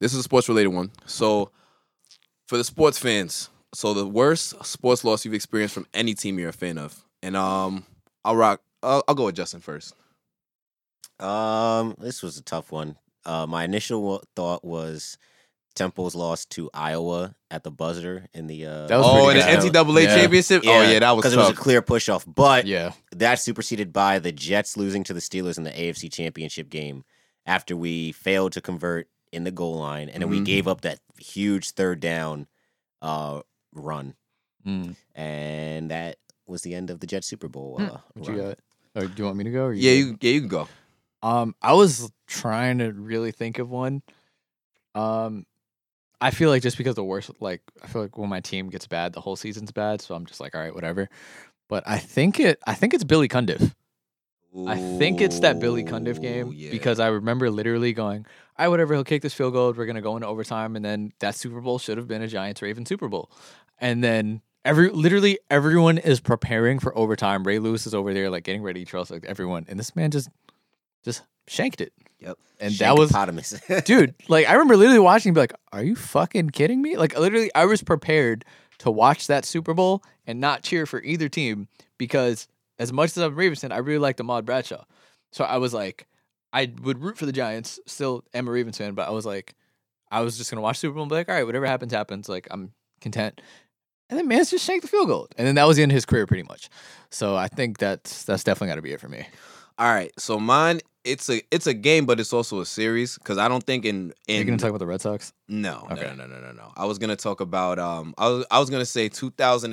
S3: this is a sports related one. So for the sports fans, so the worst sports loss you've experienced from any team you're a fan of, and um, I'll rock. I'll, I'll go with Justin first.
S1: Um, this was a tough one. Uh, my initial wa- thought was Temple's loss to Iowa at the buzzer in the uh,
S2: That was
S3: oh, in
S2: pretty
S3: the
S2: bad.
S3: NCAA
S2: Yeah.
S3: championship. Oh yeah, that was
S1: because
S3: tough.
S1: it was a clear push off. But
S2: Yeah,
S1: that superseded by the Jets losing to the Steelers in the AFC Championship game after we failed to convert in the goal line, and then we
S3: Mhm.
S2: Mm-hmm.
S1: gave up that huge third down uh, run,
S2: Mm.
S1: and that was the end of the Jets Super Bowl. Uh,
S2: Hmm, What you
S1: run.
S2: got? Or do you want me to go? Or you
S3: yeah,
S2: good?
S3: you yeah you can go.
S2: Um, I was trying to really think of one. Um, I feel like just because the worst, like I feel like when my team gets bad, the whole season's bad. So I'm just like, all right, whatever. But I think it, I think it's Billy Cundiff. I think it's that Billy Cundiff game
S3: Ooh, yeah.
S2: because I remember literally going, all right, whatever. He'll kick this field goal. We're gonna go into overtime, and then that Super Bowl should have been a Giants Ravens Super Bowl. And then every literally everyone is preparing for overtime. Ray Lewis is over there like getting ready. Charles like everyone, and this man just just shanked it.
S1: Yep.
S2: And that was
S1: Shankopotamus.
S2: dude. Like I remember literally watching, and be like, are you fucking kidding me? Like literally, I was prepared to watch that Super Bowl and not cheer for either team because as much as I'm a Ravens fan, I really liked Ahmad Bradshaw. So I was like, I would root for the Giants. Still am a Ravens fan, but I was like, I was just gonna watch Super Bowl and be like, all right, whatever happens, happens. Like I'm content. And then man's just shanked the field goal, and then that was the end of his career, pretty much. So I think that's that's definitely got to be it for me.
S3: All right, so mine it's a it's a game, but it's also a series because I don't think in in
S2: You're gonna talk about the Red Sox?
S3: No,
S2: Okay.
S3: no, no, no, no, no. I was gonna talk about um, I was I was gonna say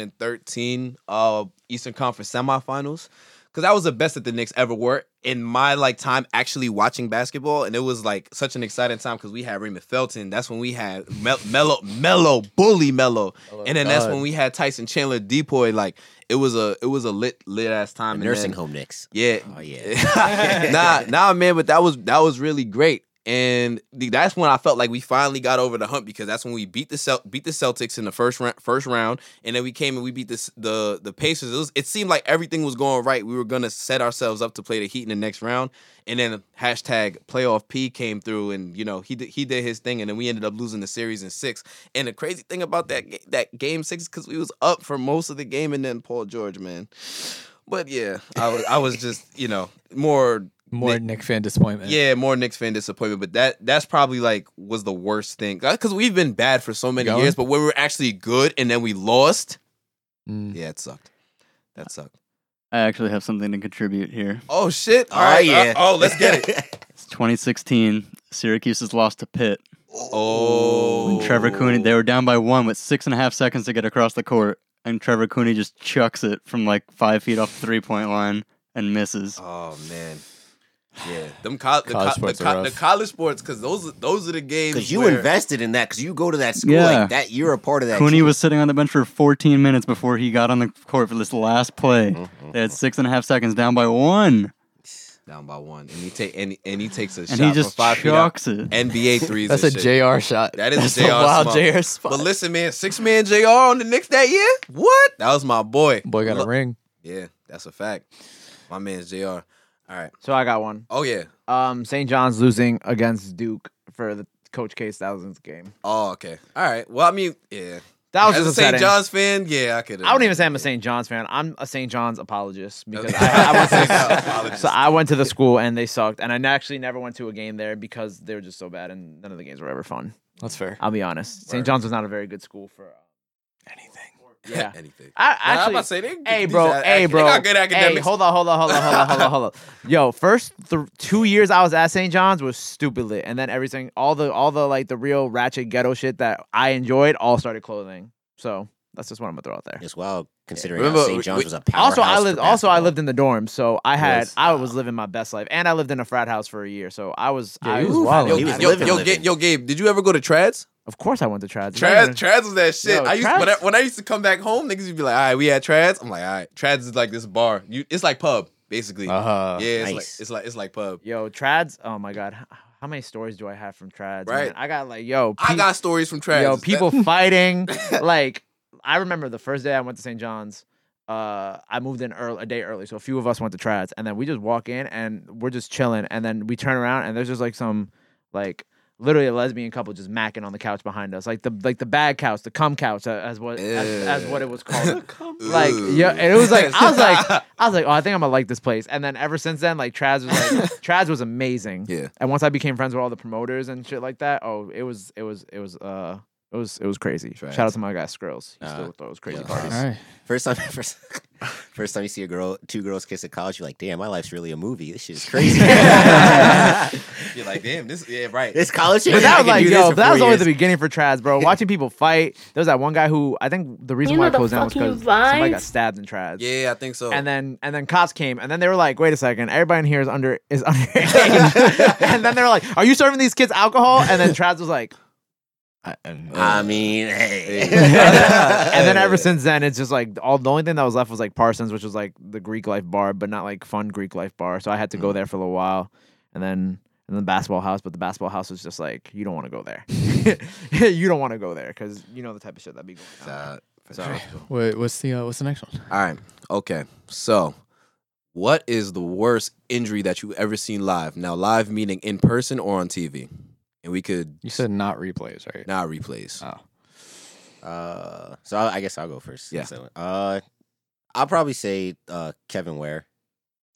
S3: 2013 uh Eastern Conference semifinals, because that was the best that the Knicks ever were in my like time actually watching basketball, and it was like such an exciting time because we had Raymond Felton. That's when we had Mel- Mello, Mello, Bully Mello,
S2: Oh,
S3: and then that's when we had Tyson Chandler, Depoy. Like it was a it was a lit lit ass time. and
S1: nursing
S3: then-
S1: home Knicks.
S3: yeah.
S1: Oh, yeah.
S3: nah, nah, man. But that was that was really great, and the- that's when I felt like we finally got over the hump because that's when we beat the Cel- beat the Celtics in the first round, first round, and then we came and we beat the S- the the Pacers. It, was, it seemed like everything was going right. We were gonna set ourselves up to play the Heat in the next round, and then hashtag playoff P came through, and you know he did, he did his thing, and then we ended up losing the series in six. And the crazy thing about that ga- that game six because we was up for most of the game, and then Paul George, man. But yeah, I was I was just you know more
S2: More Nick, fan disappointment.
S3: yeah more Knicks fan disappointment. But that that's probably like was the worst thing because we've been bad for so many
S2: Going?
S3: years. But when we were actually good and then we lost,
S2: Mm.
S3: yeah, it sucked. That sucked.
S7: I actually have something to contribute here.
S3: Oh shit! All
S1: Oh,
S3: right,
S1: yeah.
S3: uh, oh, let's get it.
S7: It's 2016. Syracuse's lost to Pitt.
S3: Oh,
S7: When Trevor Cooney, they were down by one with six and a half seconds to get across the court, and Trevor Cooney just chucks it from like five feet off the three point line and misses.
S3: Oh man. Yeah, them col- the,
S2: College
S3: co- the,
S2: sports are
S3: co- the
S2: rough.
S3: college sports because those those are the games
S1: Because you
S3: where-
S1: invested in that. Because you go to that school
S7: Yeah.
S1: like that. You're a part of that.
S7: Cooney
S1: team.
S7: was sitting on the bench for 14 minutes before he got on the court for this last play.
S3: Mm-hmm,
S7: They had six and a half seconds down by one,
S3: down by one, and he take and, he- and he takes a
S7: and
S3: shot
S7: he just
S3: from five feet out.
S7: chucks it.
S3: NBA threes.
S2: That's a
S3: and shit.
S2: JR shot.
S3: That is
S2: That's
S3: a JR
S2: wild
S3: small.
S2: JR spot.
S3: But listen, man, six man Jr. on the Knicks that year. What? That was my boy.
S2: Boy got a
S3: Look-
S2: ring.
S3: Yeah, that's a fact. My man's Jr. All right.
S4: So I got one.
S3: Oh yeah.
S4: Um, St. John's losing against Duke for the Coach K's thousandth game.
S3: Oh okay. All right. Well, I mean, yeah.
S4: That was
S3: As a
S4: just
S3: St.
S4: upsetting.
S3: John's fan, yeah, I could.
S4: I wouldn't even say I'm a St. John's fan. I'm a St. John's apologist because
S3: Okay.
S4: I, I went
S3: St. John's
S4: to,
S3: apologist.
S4: so I went to the school and they sucked, and I actually never went to a game there because they were just so bad, and none of the games were ever fun.
S2: That's fair.
S4: I'll be honest. St.
S3: Word.
S4: John's was not a very good school for. Uh,
S2: Anything.
S4: yeah,
S3: anything. Nah,
S4: I
S3: I'm
S4: actually.
S3: about to say, they-
S4: Hey,
S3: these
S4: bro.
S3: are-
S4: Hey,
S3: They
S4: bro.
S3: got good
S4: Hey,
S3: academics.
S4: hold on, hold on, hold on, hold on, hold on, hold on. Yo, first th- two years I was at St. John's was stupid lit, and then everything, all the, all the like the real ratchet ghetto shit that I enjoyed, all started clothing. So that's just what I'm gonna throw out there.
S1: as well, considering
S3: Remember,
S1: how
S3: we-
S1: St. John's
S3: we-
S1: was a powerhouse.
S4: Also, I lived.
S1: for
S4: Also, I
S1: basketball.
S4: lived in the dorm, so I had.
S3: Yes.
S4: I was living my best life, and I lived in a frat house for a year, so I was.
S2: Yeah,
S4: I
S2: he
S4: was
S2: was
S4: wild.
S2: wilding.
S3: Yo,
S1: He was
S3: yo,
S1: living,
S3: yo,
S1: living.
S3: Gabe, yo, Gabe, did you ever go to trads?
S4: Of course, I went to trads. You're not
S3: Trads,
S4: gonna-
S3: trads was that shit.
S4: Yo,
S3: I used when I,
S4: trads-
S3: when I used to come back home, niggas would be like, "All right, we had trads." I'm like, "All right, trads is like this bar. You, it's like pub, basically.
S2: Uh,
S3: yeah, it's,
S1: nice.
S3: like, it's like it's like pub.
S4: Yo, trads. Oh my god, h- how many stories do I have from trads? man?
S3: Right.
S4: I got like yo.
S3: I
S4: pe-
S3: got stories from trads.
S4: yo
S3: Is that-
S4: people fighting. like I remember the first day I went to St. John's. Uh, I moved in early, a day early, so a few of us went to trads, and then we just walk in and we're just chilling, and then we turn around and there's just like some like. Literally a lesbian couple just macking on the couch behind us, like the like the bag couch, the cum couch, uh, as what as, as what it was called. like
S3: Ooh.
S4: yeah, and it was like I was like I was like, oh, I think I'm gonna like this place. And then ever since then, like Traz was like Traz was amazing.
S3: Yeah.
S4: And once I became friends with all the promoters and shit like that, oh, it was it was it was uh it was it was crazy.
S3: Traz.
S4: Shout out to my guy Skrills. He
S3: Uh,
S4: still throws crazy
S3: yeah.
S4: parties.
S2: All right.
S1: First time, first, first time you see a girl, two girls kiss at college, you're like, damn, my life's really a movie. This shit is crazy.
S3: You're like, damn, this. Yeah, right.
S1: this college shit.
S4: But
S1: I
S4: that was
S1: can
S4: like,
S1: do this
S4: yo,
S1: for
S4: but that
S1: four
S4: was only
S1: years.
S4: the beginning for Traz, bro. Watching people fight. There was that one guy who I think the reason
S9: You
S4: why it
S9: know the
S4: closed down was
S9: fucking
S4: because somebody got
S9: vines?
S4: stabbed in Traz.
S3: Yeah, I think so.
S4: And then and then cops came and then they were like, wait a second, everybody in here is under is underage. and then they were like, are you serving these kids alcohol? And then Traz was like,
S3: Uh,
S2: uh,
S1: I mean, hey.
S4: and then ever since then, it's just like all the only thing that was left was like Parsons, which was like the Greek life bar, but not like fun Greek life bar. So I had to go there for a little while, and then and then basketball house. But the basketball house was just like you don't want to go there. you don't want to go there because you know the type of shit that be going on.
S3: Uh,
S4: So
S2: Wait, what's the uh, what's the next one?
S3: all right, okay. So, what is the worst injury that you've ever seen live? Now, live meaning in person or on TV, and we could
S2: You said not replays, right?
S3: now replays.
S2: Oh.
S1: Uh, so I, I guess I'll go first.
S3: Yeah.
S1: So, uh, I'll probably say uh, Kevin Ware.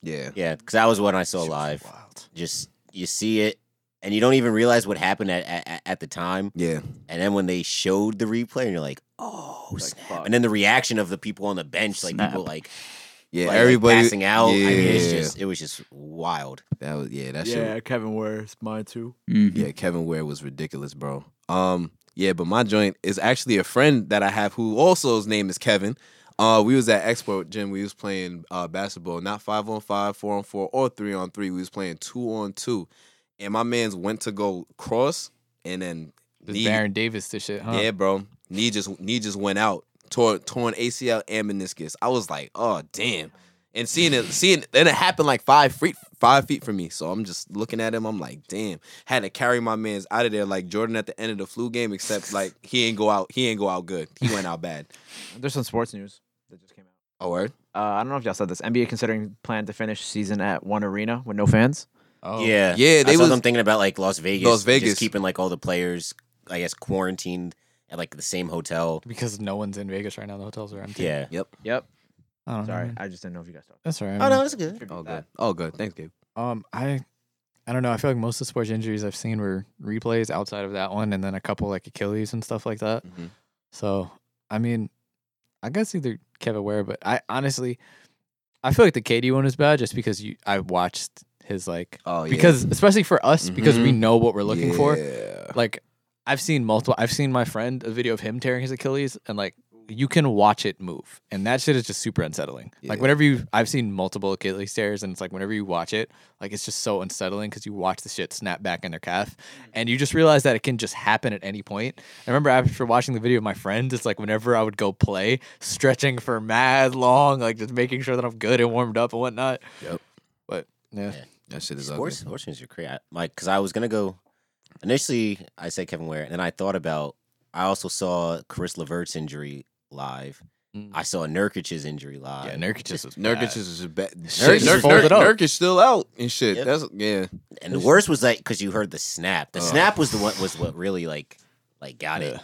S3: Yeah.
S1: Yeah, because that was what I saw live.
S3: Wild.
S1: Just you see it, and you don't even realize what happened at at, at the time.
S3: Yeah.
S1: And then when they showed the replay, and you're like, oh snap! And then the reaction of the people on the bench, like
S7: Snap.
S1: people like,
S3: Yeah.
S1: like,
S3: everybody
S1: passing out.
S3: Yeah.
S1: I mean, it's just it was just wild.
S3: that was yeah. That shit.
S4: Kevin Ware's mine too.
S7: Mhm.
S3: Yeah, Kevin Ware was ridiculous, bro. Um, yeah, but my joint is actually a friend that I have who also his name is Kevin. Uh, we was at Expo Gym. We was playing uh, basketball, not five on five, four on four, or three on three. We was playing two on two, and my man's went to go cross, and then
S2: This
S3: knee-
S2: Baron Davis, this shit, huh?
S3: yeah, bro, knee just knee just went out, tore torn ACL and meniscus. I was like, oh damn, and seeing it, seeing and it happened like five feet five feet from me. So I'm just looking at him. I'm like, damn, had to carry my man's out of there like Jordan at the end of the flu game. Except like he ain't go out, he ain't go out good. He went out bad.
S4: There's some sports news that just came out.
S3: Oh word,
S4: Uh, I don't know if y'all said this. NBA considering plan to finish season at one arena with no fans.
S2: Oh.
S1: Yeah,
S3: Yeah,
S1: I
S3: they
S1: saw
S3: was-
S1: them thinking about like Las Vegas,
S3: Las
S1: just
S3: Vegas.
S1: keeping like all the players, I guess, quarantined at like the same hotel.
S2: Because no one's in Vegas right now. The hotels are empty.
S1: Yeah.
S4: Yep.
S2: I don't Know,
S4: Sorry,
S2: man.
S4: I just didn't know if you guys talked.
S2: That's all right.
S1: Oh
S2: man.
S1: no, it's good.
S3: oh good, oh good. Thanks, Gabe.
S2: Um, I, I don't know. I feel like most of the sports injuries I've seen were replays outside of that one, and then a couple like Achilles and stuff like that.
S3: Mhm.
S2: So I mean, I guess either Kevin Ware, but I honestly, I feel like the KD one is bad just because you I watched his like
S3: Oh yeah, Mm-hmm.
S2: because especially for us because we know what we're looking for.
S3: Yeah.
S2: Like I've seen multiple. I've seen my friend a video of him tearing his Achilles and like. You can watch it move, and that shit is just super unsettling. Like
S3: Yeah.
S2: whenever you, I've seen multiple Achilles tears, and it's like whenever you watch it, like it's just so unsettling because you watch the shit snap back in their calf, and you just realize that it can just happen at any point. I remember after watching the video of my friend, it's like whenever I would go play, stretching for mad long, like just making sure that I'm good and warmed up and whatnot.
S3: Yep.
S2: But yeah,
S3: That shit is
S1: Sports, sports teams are crazy. I- Like, because I was gonna go initially, I said Kevin Ware, and then I thought about. I also saw Chris Levert's injury live.
S2: Mm.
S1: I saw Nurkic's injury live.
S2: yeah, Nurkic just was
S3: ugly. Nurkic
S2: bad.
S3: is bad.
S2: Shit
S3: Nurkic,
S2: just
S3: Nurk,
S2: folded up.
S3: Nurkic still out and shit.
S1: Yep.
S3: That's yeah.
S1: and the worst was like because you heard the snap. The
S3: Ugh.
S1: snap was the what was what really like like got it.
S2: Yeah.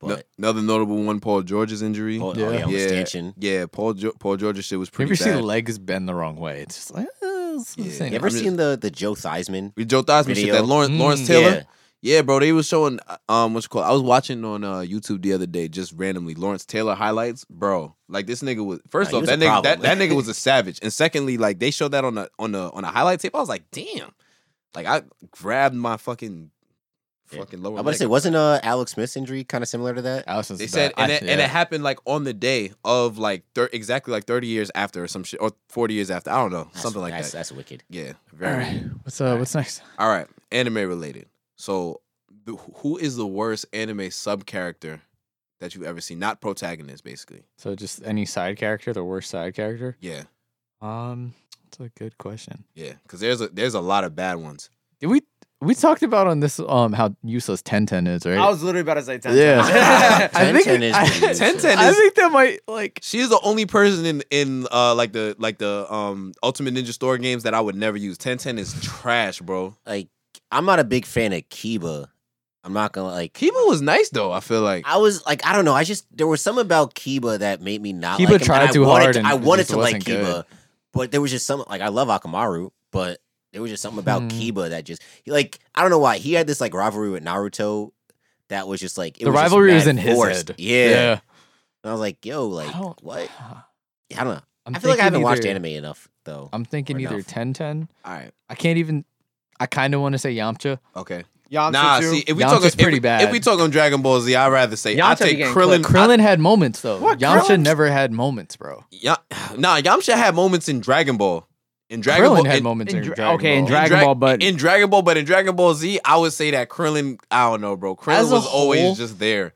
S1: But
S3: No- another notable one, Paul George's injury.
S1: oh, oh,
S2: Yeah.
S1: yeah, with
S3: Yeah.
S1: stanchion.
S3: Yeah, Paul jo- Paul George's shit was
S2: If
S3: pretty
S2: you see
S3: bad.
S2: legs bend the wrong way, it's just like. eh, it's the
S3: Yeah.
S2: same.
S1: You ever
S3: I'm just-
S1: seen the the Joe Theismann?
S3: With Joe Theismann shit,
S1: Video.
S3: that Lawrence,
S2: Mm.
S3: Lawrence Taylor.
S1: Yeah.
S3: Yeah. bro, they was showing uh, um what's it called. I was watching on uh, YouTube the other day just randomly Lawrence Taylor highlights, bro. Like this nigga was first
S1: Nah, he
S3: off
S1: was
S3: that
S1: a
S3: nigga that,
S1: problem.
S3: that nigga was a savage, and secondly like they showed that on a on a on a highlight tape. I was like, damn, like I grabbed my fucking
S1: Yeah.
S3: fucking
S1: I'm
S3: lower.
S1: about to
S3: leg.
S1: say, wasn't uh Alex Smith's injury kind of similar to that?
S2: Allison
S3: They said, and it, and it happened like on the day of like thir- exactly like thirty years after or some shit, or forty years after. I don't know,
S1: That's-
S3: something like
S1: that's,
S3: that.
S1: That's wicked.
S3: Yeah, very.
S2: All right. What's uh? What's next?
S3: All right, anime related. So the, who is the worst anime sub character that you've ever seen? Not protagonist, basically.
S2: So just any side character, the worst side character.
S3: Yeah,
S2: Um, that's a good question.
S3: yeah. Because there's a there's a lot of bad ones.
S2: Did we we talked about on this um how useless Ten Ten is, right?
S4: I was literally about to say 10.
S2: yeah, I think
S1: Tenten is
S2: I-
S1: pretty useless.
S3: Tenten
S2: I
S3: is-
S2: think that might like
S3: She is the only person in in uh like the like the um Ultimate Ninja Store games that I would never use. Ten Ten is trash, bro.
S1: Like, I'm not a big fan of Kiba. I'm not gonna like.
S3: Kiba was nice though. I feel like
S1: I was like, I don't know. I just there was something about Kiba that made me not.
S2: Kiba
S1: like him,
S2: tried
S1: and I
S2: too
S1: wanted
S2: hard
S1: to-
S2: and
S1: I
S2: it
S1: wanted
S2: just
S1: to like
S2: wasn't
S1: Kiba,
S2: good.
S1: but there was just some like I love Akamaru, but there was just something about
S2: Hmm.
S1: Kiba that just he, like I don't know why he had this like rivalry with Naruto that was just like it
S2: the
S1: was just
S2: rivalry was
S1: mad
S2: in his
S1: forced.
S2: head.
S1: Yeah. and I was like, yo, like
S2: I don't-
S1: what? I don't know.
S2: I'm
S1: I feel like I haven't
S2: thinking
S1: watched
S2: either-
S1: anime enough though.
S2: I'm thinking
S1: or
S2: either
S1: enough.
S2: Ten Ten.
S3: all right,
S2: I can't even. I kind of want to say Yamcha.
S3: okay.
S4: Yamcha
S3: nah,
S4: too.
S3: see, if we
S2: Yamcha's
S3: talk if,
S2: pretty
S3: we-
S2: bad.
S3: if we talk on Dragon Ball Z, I'd rather say I
S4: Yamcha be
S3: take
S4: getting
S3: Krillin.
S2: Krillin had moments though.
S4: What,
S2: Yamcha
S4: Krillin's-
S2: never had moments, bro.
S3: yeah, nah, Yamcha had moments in Dragon Ball. In Dragon
S2: Krillin
S3: Ball,
S2: had
S3: in,
S2: moments in,
S4: in Dra-
S2: Dragon
S4: okay, in
S2: Ball.
S4: Dragon
S3: Dra-
S4: Ball, but
S3: in Dragon Ball, but in Dragon Ball Z, I would say that Krillin. I don't know, bro. Krillin
S2: As
S3: was
S2: a whole-
S3: always just there.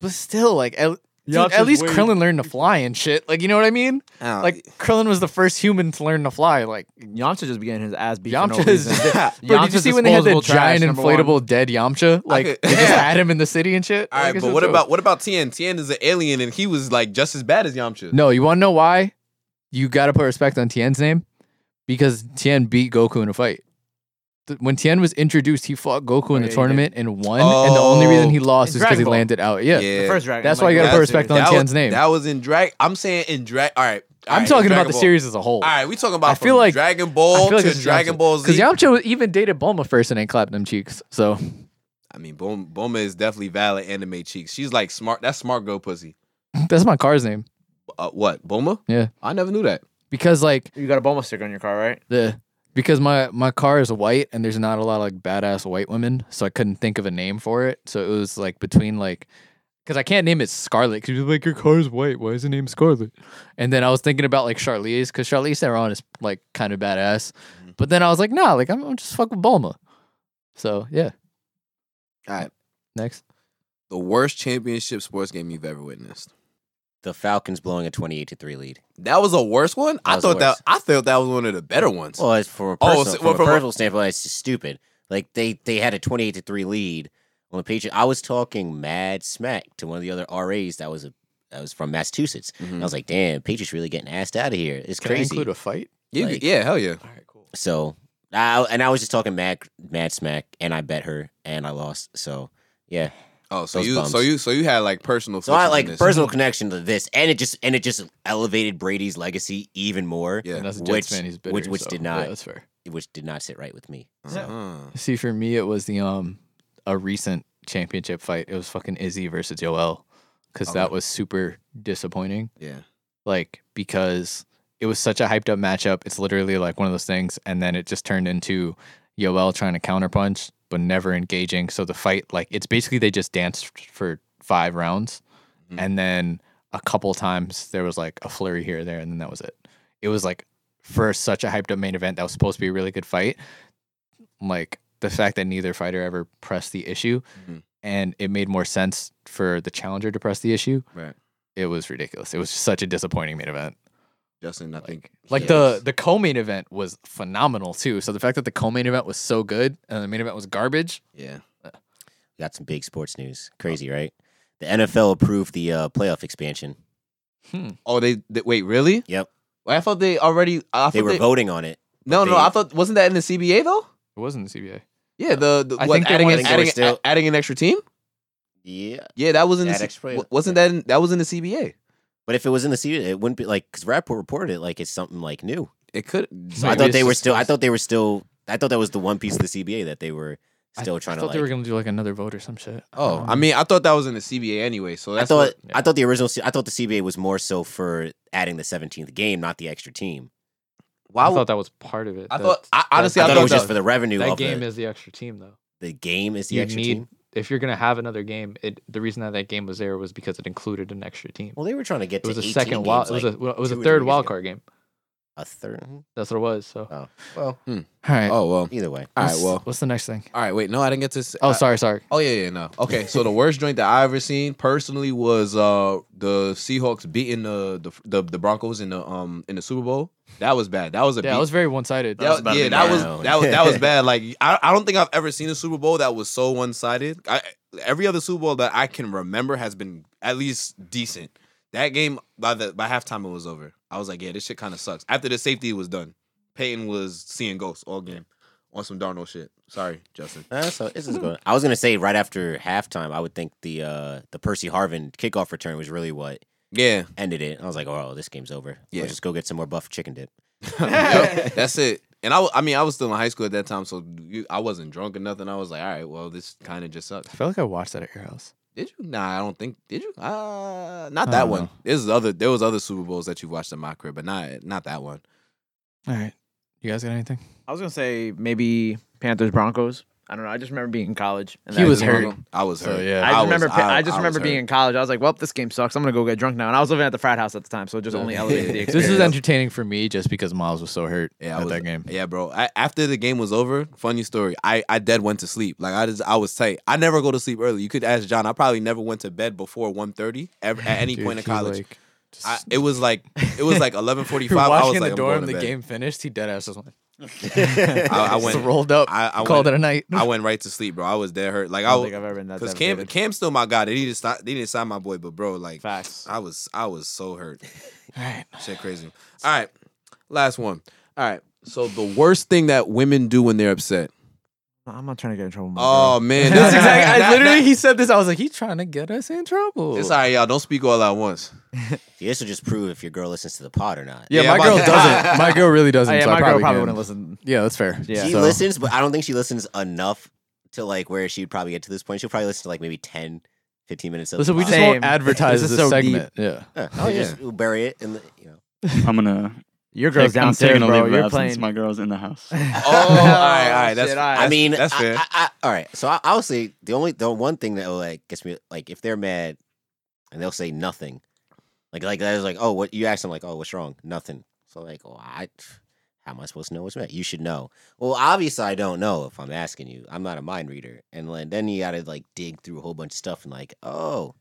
S2: but still, like at, dude,
S4: Yamcha's
S2: at least
S4: way-
S2: Krillin learned to fly and shit. Like you know what I mean?
S3: I don't-
S2: Like Krillin was the first human to learn to fly. Like
S4: Yamcha just be getting his ass beat. for no
S2: Yamcha is.
S4: reason.
S2: Bro, did you
S4: Yamcha's
S2: see when they had that
S4: disposable trash,
S2: giant
S4: number one.
S2: inflatable dead Yamcha? Like
S3: could-
S2: they just
S3: Yeah.
S2: had him in the city and shit.
S3: all
S2: Like,
S3: right,
S2: it's
S3: but
S2: a
S3: what
S2: joke.
S3: about what about Tien? Tien is an alien, and he was like just as bad as Yamcha.
S2: No, you want to know why? You got to put respect on Tien's name because Tien beat Goku in a fight. Th- When Tien was introduced, he fought Goku in
S4: yeah, he
S2: the
S4: did.
S2: tournament and won, and the only
S3: Oh.
S2: reason he lost
S4: In
S2: is because he
S4: Dragon Ball.
S2: landed out. Yeah,
S4: The first Dragon.
S2: That's
S4: I'm
S2: why you
S4: like,
S2: gotta
S4: "Bro,
S2: put
S4: that's
S2: respect
S4: serious."
S2: on
S3: that
S2: Tien's
S3: was,
S2: name.
S3: That was in Drag. I'm saying in Drag. All right, all
S2: I'm
S3: right,
S2: talking
S3: in
S2: about
S3: Dragon
S2: the
S3: Ball.
S2: series as a whole.
S3: All right, we talking about
S2: I feel
S3: from
S2: like-
S3: Dragon Ball to Dragon Ball Z.
S2: because Yamcha was- even dated Bulma first and ain't clapped them cheeks. So
S3: I mean, Boma, Boma is definitely valid anime cheeks. She's like smart. That's smart girl pussy.
S2: that's my car's name
S3: Uh, what Boma?
S2: Yeah.
S3: I never knew that.
S2: because like
S4: You got a Bulma sticker on your car, right?
S2: the because my my car is white and there's not a lot of like badass white women, so I couldn't think of a name for it. So it was like between like because I can't name it Scarlet because you're like your car is white. Why is the name Scarlet? And then I was thinking about like Charlize because Charlize Theron is like kind of badass, but then I was like nah, like I'm, I'm just fuck with Bulma. So yeah.
S3: All right.
S2: Next.
S3: The worst championship sports game you've ever witnessed.
S1: The Falcons blowing a 28 to three lead.
S3: That was a worse one. I
S1: That was the
S3: thought that.
S1: worst.
S3: I thought that was one of the better ones.
S1: Well, it's from a
S3: Oh,
S1: personal,
S3: so-
S1: from
S3: well,
S1: a
S3: from a-
S1: personal standpoint, it's just stupid. Like they they had a twenty eight to three lead on the Patriots. I was talking mad smack to one of the other RAs that was a that was from Massachusetts.
S3: Mhm.
S1: And I was like, damn, Patriots really getting asked out of here. It's
S2: Can I
S1: crazy.
S2: include a fight?
S3: You-
S1: like-
S3: yeah, hell yeah.
S1: so I, and I was just talking mad mad smack, and I bet her, and I lost. So yeah,
S3: Oh, so
S1: Those
S3: you, so
S1: bums.
S3: you, so you had like personal.
S1: so I
S3: friction in
S1: like
S3: this.
S1: personal connection to this, and it just and it just elevated Brady's legacy even more,
S3: Yeah.
S2: And that's a Jets
S1: Which-
S2: fan. He's bitter,
S1: which- which
S2: so,
S1: did
S2: yeah,
S1: not.
S2: that's fair.
S1: which did not sit right with me.
S3: Uh-huh.
S2: See, for me, it was the um a recent championship fight. It was fucking Izzy versus Joel because that
S3: Okay.
S2: was super disappointing.
S3: Yeah.
S2: Like because it was such a hyped up matchup. It's literally like one of those things, and then it just turned into Yoel trying to counterpunch but never engaging. So the fight, like, it's basically they just danced for five rounds,
S3: Mhm.
S2: and then a couple times there was like a flurry here or there, and then that was it. It was like for such a hyped up main event that was supposed to be a really good fight. Like the fact that neither fighter ever pressed the issue,
S3: Mhm.
S2: and it made more sense for the challenger to press the issue.
S3: Right.
S2: It was ridiculous. It was such a disappointing main event.
S3: Justin, I think
S2: Like
S3: he
S2: the
S3: is-
S2: the co-main event was phenomenal too. So the fact that the co-main event was so good and the main event was garbage.
S3: yeah.
S1: Got some big sports news. Crazy, right? The NFL approved the uh, playoff expansion.
S3: Oh, they, they wait really?
S1: Yep.
S3: Well, I thought they already. I thought
S1: They were voting on it.
S3: no, no.
S1: they-
S3: I thought wasn't that in the CBA though?
S2: It wasn't the CBA.
S3: Yeah. The, the
S2: I
S3: what,
S2: think they
S3: adding,
S2: wanted
S3: an-
S1: to- I think they
S3: adding,
S1: were still-
S3: a- adding an extra team.
S1: Yeah.
S3: Yeah, that was in
S1: Add
S3: the,
S1: extra,
S3: C-
S1: yeah.
S3: wa- wasn't that in, that was in the CBA?
S1: But if it was in the season, it wouldn't be like because Rapport reported it like it's something like new.
S3: It could.
S1: So I
S2: Maybe
S1: thought
S2: it's
S1: they were
S2: just-
S1: still. I thought they were still. I thought that was the one piece of the CBA that they were still trying
S2: I
S1: to
S2: thought
S1: like.
S2: they were gonna do like another vote or some shit.
S3: Oh,
S2: Um,
S3: I mean, I thought that was in the CBA anyway. So
S1: I
S3: that's
S1: thought.
S3: what-
S1: I thought the original. I thought the CBA was more so for adding the seventeenth game, not the extra team.
S3: why.
S2: I
S3: would-
S2: thought that was part of it.
S3: I
S2: that
S3: thought. I, honestly,
S1: I
S3: I
S1: thought, it was
S3: thought
S1: just for
S3: that-
S1: the revenue
S2: that
S1: of
S2: game
S1: the,
S2: is the extra team though.
S1: the game is the
S2: you
S1: extra
S2: need
S1: team.
S2: if you're gonna have another game. It the reason that that game was there was because it included an extra team.
S1: Well, they were trying to get
S2: It was
S1: to
S2: a
S1: 18
S2: second
S1: games,
S2: wild. It was
S1: like,
S2: a well, it was a
S1: two or three
S2: third
S1: years
S2: wild
S1: ago.
S2: card game.
S1: A third. mhm.
S2: That's what it was. So all
S1: Oh well.
S2: right.
S3: Oh well.
S1: Either way,
S3: All right.
S2: What's-
S3: Well.
S2: what's the next thing?
S3: All right. Wait. No, I didn't get to. s-
S2: Oh,
S3: I-
S2: sorry, sorry.
S3: Oh yeah, yeah, no. Okay, so the worst joint that I ever seen personally was uh the Seahawks beating the the, the, the Broncos in the um in the Super Bowl. That was bad. That was a
S2: Yeah,
S3: beat.
S2: it was very one sided.
S7: That was about to
S3: yeah,
S7: be
S3: that
S7: my
S3: was
S1: own.
S3: that was that was bad. Like I, I don't think I've ever seen a Super Bowl that was so one sided. Every other Super Bowl that I can remember has been at least decent. That game by the by halftime it was over. I was like, yeah, this shit kind of sucks. After the safety was done, Peyton was seeing ghosts all game on some Darnold shit. Sorry, Justin.
S1: Uh, so this is going. I was gonna say right after halftime, I would think the uh, the Percy Harvin kickoff return was really what
S3: Yeah,
S1: ended it. I was like, oh, this game's over.
S3: Yeah.
S1: Let's just go get some more buff chicken dip.
S3: Yep, that's it. And I, w- I mean, I was still in high school at that time, so you, I wasn't drunk or nothing. I was like, all right, well, this kind of just sucks.
S2: I feel like I watched that at your house.
S3: Did you? Nah, I don't think. Did you? Uh, not
S2: I
S3: that
S2: don't
S3: one.
S2: know.
S3: There's other. There was other Super Bowls that you watched in my crib, but not not that one.
S2: All right. You guys got anything?
S4: I was gonna say maybe Panthers Broncos. I don't know. I just remember being in college. And
S2: He
S4: that-
S2: was hurt.
S3: I was
S2: So,
S3: hurt.
S2: yeah.
S4: I just remember.
S3: was-
S4: pa- I, just
S3: was
S4: remember being
S3: hurt.
S4: in college. I was like, "Well, this game sucks. I'm gonna go get drunk now." And I was living at the frat house at the time, so it just only elevated the
S3: This
S4: experience.
S2: This was entertaining for me just because Miles was so hurt
S3: Yeah, I
S2: at
S3: was-
S2: that game.
S3: Yeah, bro. I, after the game was over, funny story. I, I dead went to sleep. Like I just I was tight. I never go to sleep early. You could ask John. I probably never went to bed before 1.30 ever, at any
S2: Dude,
S3: point in
S2: he,
S3: college.
S2: like, just-
S3: I, it was like it was like eleven forty
S2: we were
S3: five. I was
S2: watching in
S3: like,
S2: the
S3: I'm
S2: dorm.
S3: going to
S2: The
S3: bed.
S2: game finished. He dead ass just went.
S3: I, I
S2: just
S3: went.
S2: rolled up.
S3: I, I
S2: called it
S3: went,
S2: a night.
S3: I went right to sleep, bro. I was dead hurt.
S2: Oh
S3: Like
S4: I
S3: I,
S4: don't
S3: was
S4: think I've ever been that.
S3: because Cam,
S4: devastated.
S3: Cam's still my guy. They didn't stop. They didn't sign my boy, but bro, like
S4: facts.
S3: I was, I was so hurt.
S2: All right.
S3: Shit, crazy. All right, last one. All right. So the worst thing that women do when they're upset.
S4: I'm not trying to get in trouble. with my
S3: Oh
S4: girl.
S3: man,
S2: That's
S3: that-
S2: exactly. I
S3: that-
S2: literally,
S3: that-
S2: he said this. I was like, he's trying to get us in trouble.
S3: it's all right, y'all. Don't speak all at once.
S1: See, this will just prove if your girl listens to the pod or not.
S2: yeah,
S3: Yeah,
S2: my
S3: my-
S2: girl doesn't. My girl really doesn't.
S4: Oh, yeah,
S2: so
S4: my
S2: I
S4: girl
S2: probably
S4: probably
S2: can.
S4: wouldn't listen.
S2: Yeah, that's fair.
S4: Yeah.
S1: she
S2: so-
S1: listens, but I don't think she listens enough to like where she'd probably get to this point. She'll probably listen to like maybe 10, 15 minutes of.
S2: Listen,
S1: the
S2: we
S1: pod.
S2: just
S4: Same.
S2: won't advertise
S4: This
S2: this,
S4: is so deep.
S2: segment. Yeah.
S1: Yeah, I'll
S3: Yeah.
S1: just we'll bury it and you know.
S7: I'm gonna.
S4: Your girl's
S7: take- I'm
S4: downstairs,
S7: taking a
S4: bro.
S7: leave of
S4: You're
S7: absence.
S4: playing.
S7: My girl's in the house.
S3: Oh, all right, all right. That's.
S4: Shit, all right.
S1: I mean,
S3: that's
S1: I-
S3: fair.
S1: I, I, all right. So I, I'll say the only the one thing that like gets me like if they're mad and they'll say nothing, like like that is like oh what you ask them like oh what's wrong nothing. So like well, I how am I supposed to know what's wrong? You should know. Well, obviously I don't know if I'm asking you. I'm not a mind reader, and like, then you got to like dig through a whole bunch of stuff and like oh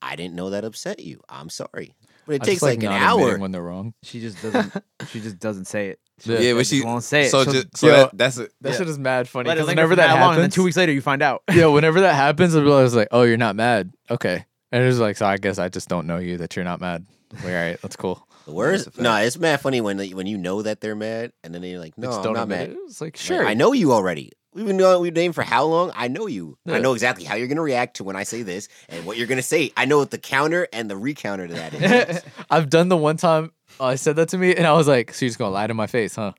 S1: I didn't know that upset you. I'm sorry. But it
S2: I just
S1: takes like, an
S2: not admitting
S1: hour.
S2: when they're wrong.
S4: she just doesn't. She just doesn't say it.
S2: Yeah.
S3: yeah,
S4: She
S3: but
S4: just
S3: she
S4: won't say it.
S3: So,
S4: She'll
S3: just, so
S2: Yeah.
S3: that, that's it.
S2: That
S4: Yeah.
S2: shit is mad funny.
S4: let it
S2: 'cause
S4: linger
S2: whenever
S4: for
S2: that
S4: that long, and then
S2: happens,
S4: two weeks later you find out.
S2: yeah, whenever that happens, I realize like, oh, you're not mad. Okay, and it was like, so I guess I just don't know you that you're not mad. Like, all right, that's cool.
S1: The
S3: a
S1: worst?
S3: fact.
S1: No, it's mad funny when they- when you know that they're mad and then you're like,
S2: They
S1: no,
S2: just
S1: I'm
S2: don't
S1: not mad.
S2: admit it. It's like,
S1: Like,
S2: sure,
S1: I know you already. We've been knowing we've named for how long? I know you. I
S2: Yeah.
S1: know exactly how you're gonna react to when I say this and what you're gonna say. I know what the counter and the recounter to that is.
S2: I've done the one time uh, said that to me, and I was like, "So you're just gonna lie to my face, huh?"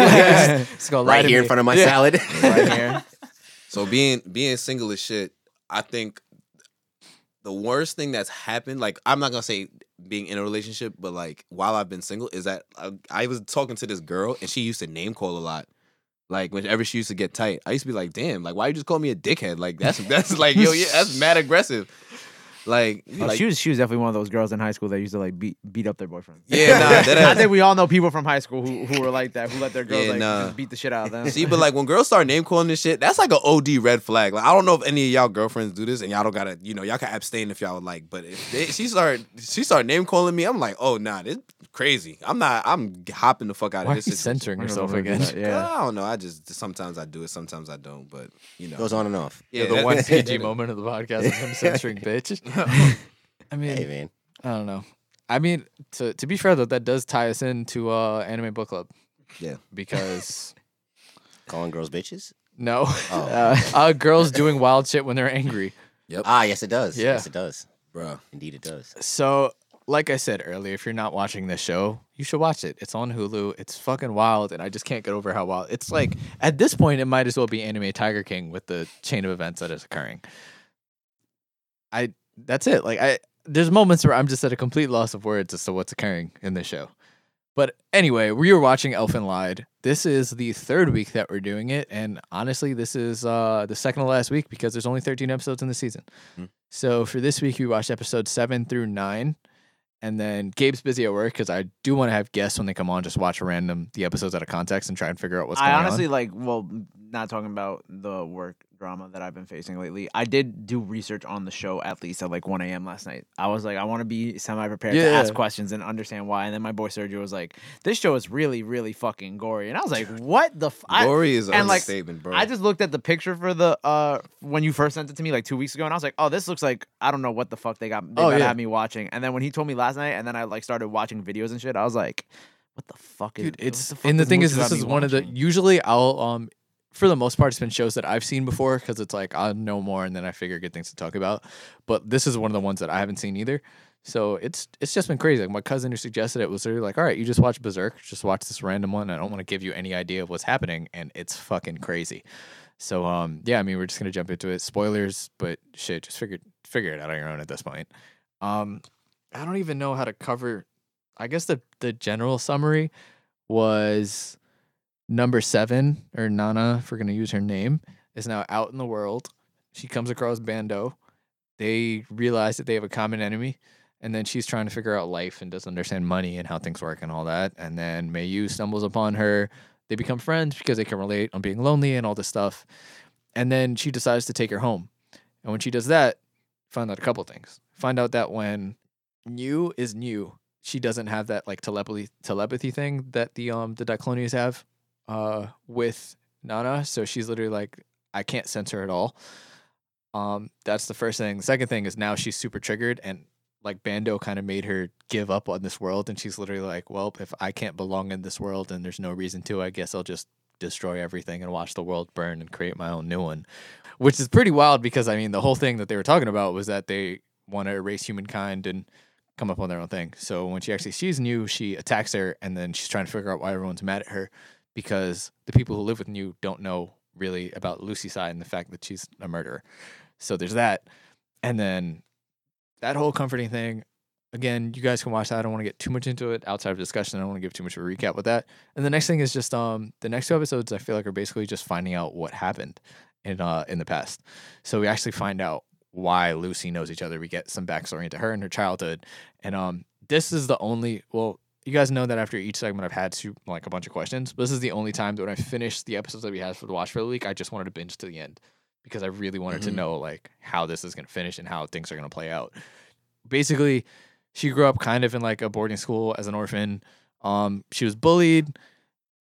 S2: Just gonna lie
S1: right
S2: to
S1: here in
S2: me.
S1: front of my
S2: Yeah.
S1: salad.
S4: Right here.
S3: So being being single is shit. I think the worst thing that's happened, like I'm not gonna say being in a relationship, but like while I've been single, is that I, I was talking to this girl and she used to name call a lot. Like whenever she used to get tight, I used to be like, "Damn, like why you just call me a dickhead? Like that's that's like yo, yeah, that's mad aggressive." Like,
S4: Oh,
S3: like
S4: she was she was definitely one of those girls in high school that used to like beat beat up their boyfriend.
S3: Yeah, nah, that
S4: I
S3: ass-
S4: think we all know people from high school who who were like that, who let their girls
S3: Yeah,
S4: like
S3: nah.
S4: just beat the shit out of them.
S3: See, but like when girls start name calling this shit, that's like an OD red flag. Like I don't know if any of y'all girlfriends do this, and y'all don't gotta, you know, y'all can abstain if y'all would like. But if they, she start, she start name calling me, I'm like, oh nah, this crazy. I'm not, I'm hopping the fuck out
S2: Why are
S3: of
S2: you
S3: this. situation.
S2: censoring
S4: I don't know
S2: yourself
S4: if I'm gonna
S2: again?
S4: do that, Yeah.
S3: I don't know. I just sometimes I do it, sometimes I don't. But you know,
S1: Goes on and off.
S3: yeah,
S2: the
S3: that-
S2: one
S3: that-
S2: PG moment of the podcast is him censoring bitch. I mean,
S1: Hey man.
S2: I don't know. I mean, to to be fair though, that does tie us into uh anime book club.
S3: Yeah.
S2: Because
S1: Calling girls bitches?
S2: no,
S1: Oh.
S2: uh, uh, girls doing wild shit when they're angry.
S1: Ah, yes it does.
S2: Yeah.
S1: Yes it does.
S3: Bruh.
S1: Indeed it does.
S2: So, like I said earlier, if you're not watching this show, you should watch it. It's on Hulu. It's fucking wild, and I just can't get over how wild. It's like at this point, it might as well be anime Tiger King with the chain of events that is occurring. I that's it. Like I, there's moments where I'm just at a complete loss of words as to what's occurring in this show. But anyway, we are watching Elf and Lied. This is the third week that we're doing it, and honestly, this is uh, the second to last week because there's
S4: Hmm.
S2: only 13 episodes in the season. So for this week, we watched episodes seven through nine, And then Gabe's busy at work because I do want to have guests when they come on just watch random the episodes out of context and try and figure out what's
S4: I
S2: going
S4: honestly
S2: on.
S4: like. Well, not talking about the work drama that I've been facing lately. I did do research on the show at least at like 1 a.m. last night. I was like, I want to be semi prepared to
S2: Yeah.
S4: ask questions and understand why. And then my boy Sergio was like, "This show is really, really fucking gory," and I was like, "What the?" F-? I,
S10: Glory is an
S4: and, like,
S10: understatement, bro.
S4: I just looked at the picture for the uh when you first sent it to me like two weeks ago, and I was like, "Oh, this looks like I don't know what the fuck they got they
S2: Oh,
S4: gotta
S2: yeah.
S4: have me watching." And then when he told me last night, and then I like started watching videos and shit, I was like, "What the fuck is?"
S2: Dude,
S4: what
S2: it's
S4: fuck
S2: and the
S4: this
S2: thing
S4: movie
S2: is, this
S4: about me
S2: is one of the
S4: watching?"
S2: usually I'll um for the most part it's been shows that I've seen before because it's like I know more and then I figure good things to talk about. But this is one of the ones that I haven't seen either. So it's it's just been crazy. Like my cousin who suggested it was literally like, all right, you just watch Berserk, just watch this random one. I don't want to give you any idea of what's happening, and it's fucking crazy. So um yeah, I mean we're just gonna jump into it. Spoilers, but shit, just figure figure it out on your own at this point. Um I don't even know how to cover I guess the the general summary was number seven, or Nana, if we're gonna use her name, is now out in the world. She comes across Bando. They realize that they have a common enemy, and then she's trying to figure out life and doesn't understand money and how things work and all that. And then Mayu stumbles upon her. They become friends because they can relate on being lonely and all this stuff. And then she decides to take her home. And when she does that, find out a couple things. Find out that when new is new, she doesn't have that like telepathy telepathy thing that the um the Diclonians have uh with Nana. So she's literally like, I can't sense her at all. Um, that's the first thing. The second thing is now she's super triggered and like Bando kind of made her give up on this world and she's literally like, Well, if I can't belong in this world and there's no reason to, I guess I'll just destroy everything and watch the world burn and create my own new one. Which is pretty wild because I mean the whole thing that they were talking about was that they want to erase humankind and come up on their own thing. So when she actually sees New, she attacks her, and then she's trying to figure out why everyone's mad at her because the people who live with New don't know really about Lucy's side and the fact that she's a murderer. So there's that, and then that whole comforting thing. Again, you guys can watch that. I don't want to get too much into it outside of discussion. I don't want to give too much of a recap with that. And the next thing is just um the next two episodes. I feel like are basically just finding out what happened in uh in the past. So we actually find out why Lucy knows each other. We get some backstory into her and her childhood. And um, this is the only well, you guys know that after each segment I've had to like a bunch of questions. But this is the only time that when I finished the episodes that we had for the watch for the week, I just wanted to binge to the end because I really wanted
S10: Mhm.
S2: to know like how this is gonna finish and how things are gonna play out. Basically, she grew up kind of in like a boarding school as an orphan. Um, she was bullied,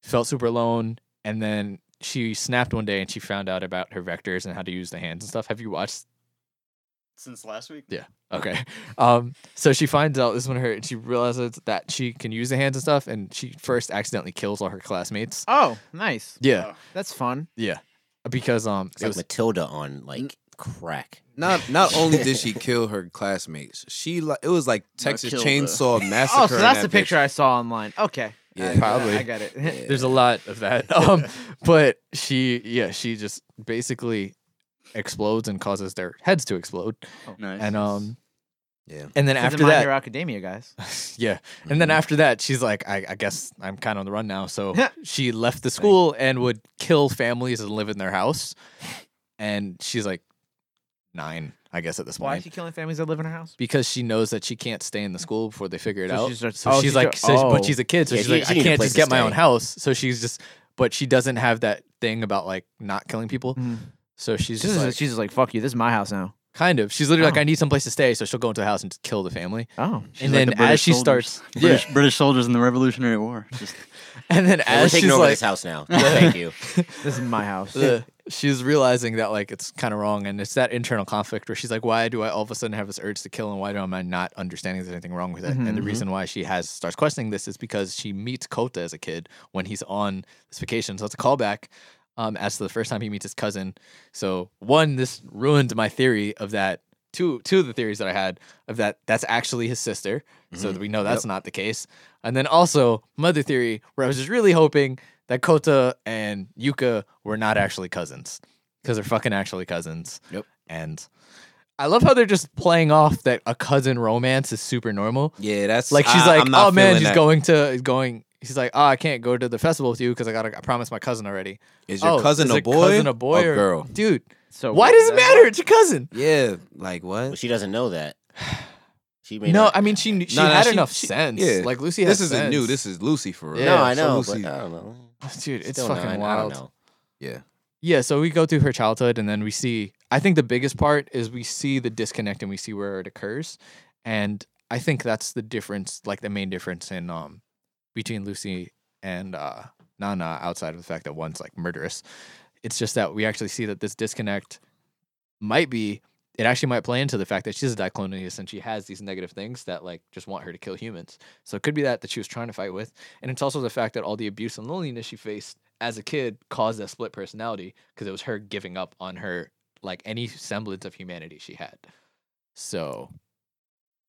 S2: felt super alone, and then she snapped one day and she found out about her vectors and how to use the hands and stuff. Have you watched
S7: Since last week?
S2: Okay. Um, so she finds out this is when her and she realizes that she can use the hands and stuff, and she first accidentally kills all her classmates.
S4: Oh, nice.
S2: Yeah,
S4: That's fun.
S2: yeah, because um,
S1: It's
S2: it
S1: like
S2: was
S1: Matilda on like crack.
S10: Not not only did she kill her classmates, she li- it was like Texas
S7: killed her.
S10: Chainsaw Massacre.
S4: Oh, so
S10: in
S4: that's the
S10: that
S4: picture
S10: bitch.
S4: I saw online. Okay.
S10: Yeah.
S4: I-
S2: Probably.
S4: I, got it.
S2: there's a lot of that. Um, but she, yeah, she just basically explodes and causes their heads to explode,
S7: Nice.
S2: and um,
S10: Yeah.
S2: and then
S4: This is
S2: after
S4: My
S2: that,
S4: Hero Academia guys.
S2: yeah. And then after that, she's like, I, I guess I'm kind of on the run now. So she left the school and would kill families and live in their house. And she's like nine, I guess, at this
S4: Why is
S2: point.
S4: she killing families that live in her house?
S2: Because she knows that she can't stay in the school before they figure it
S4: So
S2: out.
S4: she starts-
S2: so
S4: oh,
S2: she's
S4: she
S2: like,
S4: start-
S2: so-
S4: oh.
S2: but she's a kid. So
S1: Yeah,
S2: she's
S1: she-
S2: like,
S1: she
S2: I
S1: need a
S2: can't
S1: place
S2: just
S1: to
S2: get my own
S1: stay.
S2: house. So she's just, but she doesn't have that thing about like not killing people.
S4: Mhm.
S2: So she's
S4: She's
S2: just
S4: just,
S2: like,
S4: she's just like, fuck you. This is my house now.
S2: kind of. She's literally
S4: Oh.
S2: like, I need some place to stay. So she'll go into a house and just kill the family.
S4: Oh,
S7: She's
S2: and
S7: like
S2: then
S7: the
S2: as
S7: British
S2: she
S7: soldiers.
S2: starts, yeah.
S7: British, British soldiers in the Revolutionary War. Just
S2: And then
S1: Yeah, we're
S2: as
S1: taking
S2: she's
S1: over
S2: like,
S1: this house now. Thank you.
S4: this is my house.
S2: the- she's realizing that like it's kind of wrong and it's that internal conflict where she's like why do i all of a sudden have this urge to kill and why do am i not understanding there's anything wrong with it and the
S4: Mhm.
S2: reason why she has starts questioning this is because she meets kota as a kid when he's on this vacation so it's a callback um, as to the first time he meets his cousin so one this ruined my theory of that two two of the theories that i had of that that's actually his sister so that we know that's not the case and then also my other theory where i was just really hoping that Kota and Yuka were not actually cousins because they're fucking actually cousins.
S10: Yep.
S2: And I love how they're just playing off that a cousin romance is super normal.
S10: Yeah, that's
S2: Like she's
S10: I-
S2: like,
S10: I'm not
S2: oh man,
S10: feeling
S2: she's
S10: that.
S2: going to going. She's like, oh, I can't go to the festival with you because I got I promised my cousin already.
S10: Is your
S2: oh,
S10: cousin
S2: is
S10: a
S2: it
S10: boy?
S2: cousin a boy
S3: Oh,
S10: or
S2: or-
S10: girl?
S2: Dude,
S4: So
S2: why does it matter? It's your cousin.
S10: Yeah, like what?
S1: But she doesn't know that. She may
S11: No,
S1: not-
S11: I mean she kn- she
S3: No, no,
S11: had
S3: she-
S11: enough
S3: she-
S11: sense.
S3: yeah.
S11: Like Lucy has
S3: This isn't
S11: sense.
S3: new. This is Lucy for real.
S11: Yeah.
S1: no, I know, but
S3: So
S1: uh,
S3: Lucy-
S1: I don't know.
S11: dude, it's
S1: Still
S11: fucking
S1: not, I don't
S11: wild.
S1: know.
S2: Yeah, so we go through her childhood and then we see I think the biggest part is we see the disconnect and we see where it occurs. And I think that's the difference, like the main difference in um between Lucy and uh Nana outside of the fact that one's like murderous. It's just that we actually see that this disconnect might be it actually might play into the fact that she's a diclonius and she has these negative things that like just want her to kill humans. So it could be that that she was trying to fight with. And it's also the fact that all the abuse and loneliness she faced as a kid caused that split personality because it was her giving up on her like any semblance of humanity she had. So,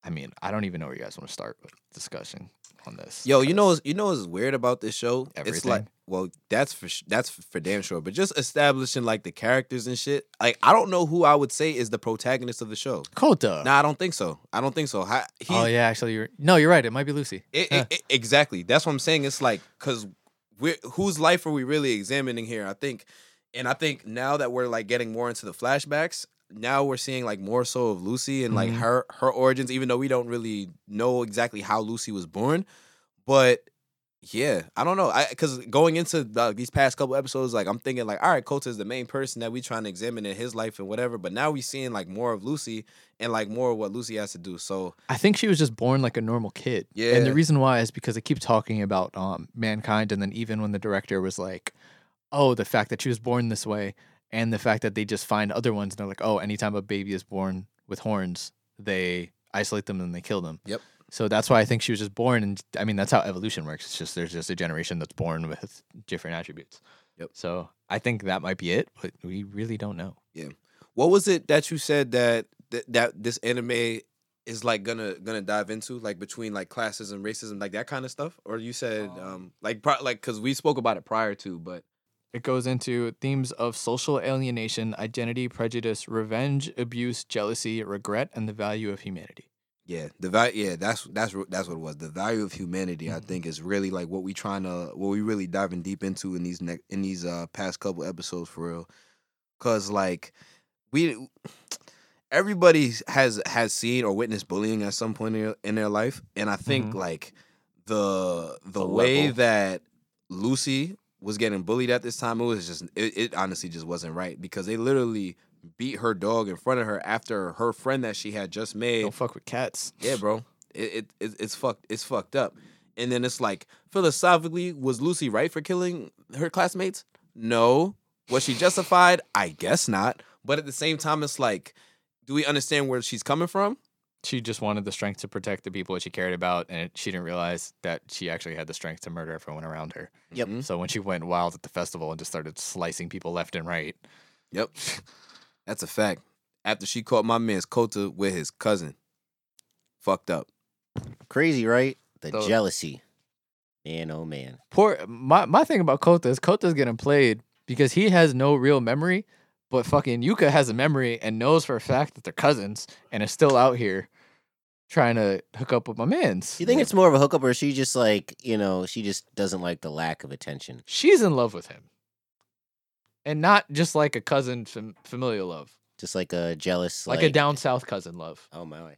S2: I mean, I don't even know where you guys want to start with discussion on this.
S3: Yo, you
S2: 'cause-
S3: know, what's- you know what's weird about this show? It's like,
S2: Everything.
S3: well, that's for sh- that's for damn sure. But just establishing like the characters and shit. Like, I don't know who I would say is the protagonist of the show.
S2: Kota.
S3: Nah, I don't think so. I don't think so. How, he,
S2: oh yeah, actually, you're no, you're right. It might be Lucy.
S3: It,
S2: Huh.
S3: it, it- exactly. That's what I'm saying. It's like because we whose life are we really examining here? I think, and I think now that we're like getting more into the flashbacks, now we're seeing like more so of Lucy and like
S2: Mhm.
S3: her her origins, even though we don't really know exactly how Lucy was born, but. Yeah, I don't know. I because going into the, these past couple episodes, like I'm thinking, like, all right, Kota is the main person that we trying to examine in his life and whatever. But now we seeing like more of Lucy and like more of what Lucy has to do. So
S2: I think she was just born like a normal kid. And
S3: Yeah.
S2: the reason why is because they keep talking about um, mankind. And then even when the director was like, oh, the fact that she was born this way and the fact that they just find other ones and they're like, oh, anytime a baby is born with horns, they isolate them and they kill them.
S3: Yep.
S2: So that's why I think she was just born. And I mean, that's how evolution works. It's just there's just a generation that's born with different attributes.
S3: Yep.
S2: So I think that might be it, but we really don't know.
S3: What was it that you said that that, that this anime is like gonna gonna dive into like between like classism, racism, like that kind of stuff? Or you said um like pro- like because we spoke about it prior to, but
S2: It goes into themes of social alienation, identity, prejudice, revenge, abuse, jealousy, regret, and the value of humanity.
S3: yeah, the value yeah that's that's wh- that's what it was. The value of humanity, I think, is really like what we trying to what we really diving deep into in these next in these uh past couple episodes for real. Cause like we everybody has has seen or witnessed bullying at some point in their, in their life and i think
S2: Mhm.
S3: like the the,
S1: The
S3: way
S1: level.
S3: that lucy was getting bullied at this time it was just it, it honestly just wasn't right because they literally beat her dog in front of her after her friend that she had just made
S2: Don't fuck with cats.
S3: yeah, bro. It, it, it it's fucked. It's fucked up. And then it's like philosophically, was Lucy right for killing her classmates? No. Was she justified? I guess not. But at the same time, it's like, do we understand where she's coming from?
S2: She just wanted the strength to protect the people that she cared about, and it, she didn't realize that she actually had the strength to murder everyone around her.
S1: Yep.
S3: Mhm.
S2: So when she went wild at the festival and just started slicing people left and right,
S3: Yep. That's a fact. After she caught my man's Kota with his cousin, fucked up.
S1: Crazy, right? The
S2: So-
S1: jealousy. Man, oh man.
S2: poor my, my thing about Kota is Kota's getting played because he has no real memory, but fucking Yuka has a memory and knows for a fact that they're cousins and is still out here trying to hook up with my mans.
S1: Do you think it's more of a hookup, or she just like you know she just doesn't like the lack of attention?
S2: She's in love with him. And not just like a cousin fam- familial love.
S1: Just like a jealous,
S2: Like,
S1: like,
S2: a down south cousin love.
S1: Oh my,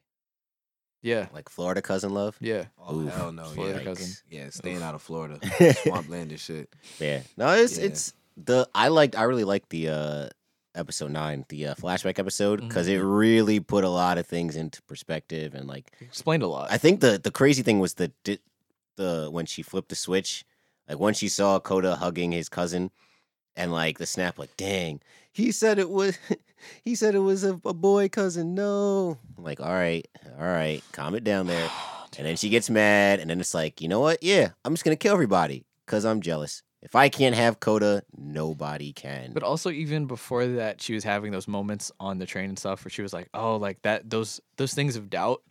S2: Yeah.
S1: like Florida cousin love.
S2: Yeah.
S3: Oh
S1: Oof.
S3: hell no,
S2: Florida
S3: yeah,
S2: cousin.
S3: yeah, staying out of Florida, swampland and shit.
S1: Yeah. No, it's
S3: Yeah.
S1: it's the I liked I really liked the uh episode 9, the uh, flashback episode cuz it
S2: Mm-hmm.
S1: really put a lot of things into perspective and like
S2: Explained a lot.
S1: I think the the crazy thing was the di- the when she flipped the switch, like when she saw Coda hugging his cousin and like the snap like dang, he said it was he said it was a, a boy cousin. No. I'm like, "All right. All right. Calm it down there."
S2: Oh,
S1: And then she gets mad, and then it's like, you know what? Yeah, I'm just gonna kill everybody because I'm jealous. If I can't have Coda, nobody can.
S2: But also even before that, she was having those moments on the train and stuff where she was like, "Oh, like that those those things of doubt."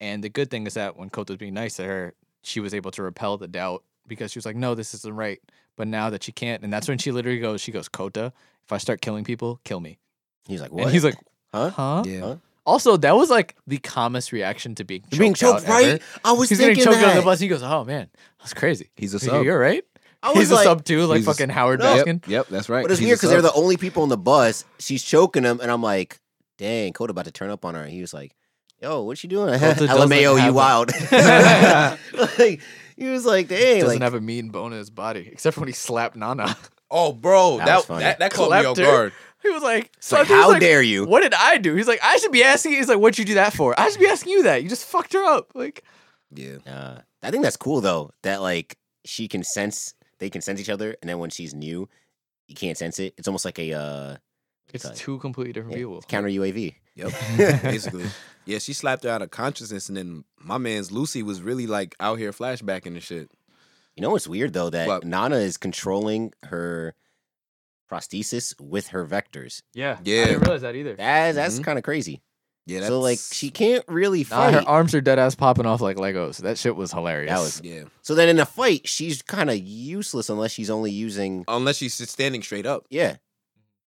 S2: And the good thing is that when Kota's being nice to her, she was able to repel the doubt because she was like, "No, this isn't right." But now that she can't, and that's when she literally goes, she goes, "Kota, if I start killing people, kill me."
S1: he's like, what?
S2: And he's like,
S1: huh?
S2: "Huh?"
S3: Yeah.
S1: Huh?
S2: Also, that was like the calmest reaction to being choked
S1: You're being choked,
S2: out
S1: right?
S2: ever.
S1: I was
S2: He's getting
S1: thinking
S2: choked
S1: that.
S2: on the bus. And he goes, "Oh man, that's crazy."
S3: He's a
S2: He's like,
S3: sub.
S2: You're right.
S1: I was
S2: He's
S1: like,
S2: a sub too, like
S3: he's a
S2: fucking Howard
S1: No.
S2: Baskin.
S3: Yep, yep, that's right.
S1: but it's
S3: He's a
S1: weird because they're
S3: sub.
S1: the only people on the bus. She's choking him, and I'm like, dang, Coda about to turn up on her. And he was like, yo, what you doing?
S2: Colton doesn't
S1: LMAO, you
S2: have a-
S1: wild. like, he was like, dang,
S2: doesn't
S1: like,
S2: have a mean bone in his body, except for when he slapped Nana.
S3: Oh, bro,
S1: That
S3: that
S1: was
S3: that,
S1: funny.
S3: that, caught me off
S2: Clapped her.
S3: guard.
S2: He was like,
S1: it's like,
S2: "Son," he was
S1: how
S2: like,
S1: dare you?
S2: What did I do? He's like, I should be asking. He's like, what'd you do that for? I should be asking you that. You just fucked her up. Like,
S3: Yeah,
S1: Uh, I think that's cool though. That like she can sense, they can sense each other, and then when she's new, you can't sense it. It's almost like a uh,
S2: it's
S1: like-
S2: two completely different
S1: yeah,
S2: people.
S1: it's counter UAV.
S3: yep, basically. Yeah, she slapped her out of consciousness, and then my man's Lucy was really like out here flashbacking and shit.
S1: You know what's weird though that
S3: What?
S1: Nana is controlling her prosthesis with her vectors.
S2: Yeah, I
S3: Yeah.
S2: didn't realize that either.
S1: That that's
S3: Mhm.
S1: kind of crazy.
S3: Yeah, that's
S1: so like she can't really
S2: Nah,
S1: fight.
S2: her arms are dead ass popping off like Legos. That shit was hilarious.
S1: That was-
S3: Yeah,
S1: so then in a fight, she's kind of useless unless she's only using
S3: unless she's just standing straight up.
S1: yeah.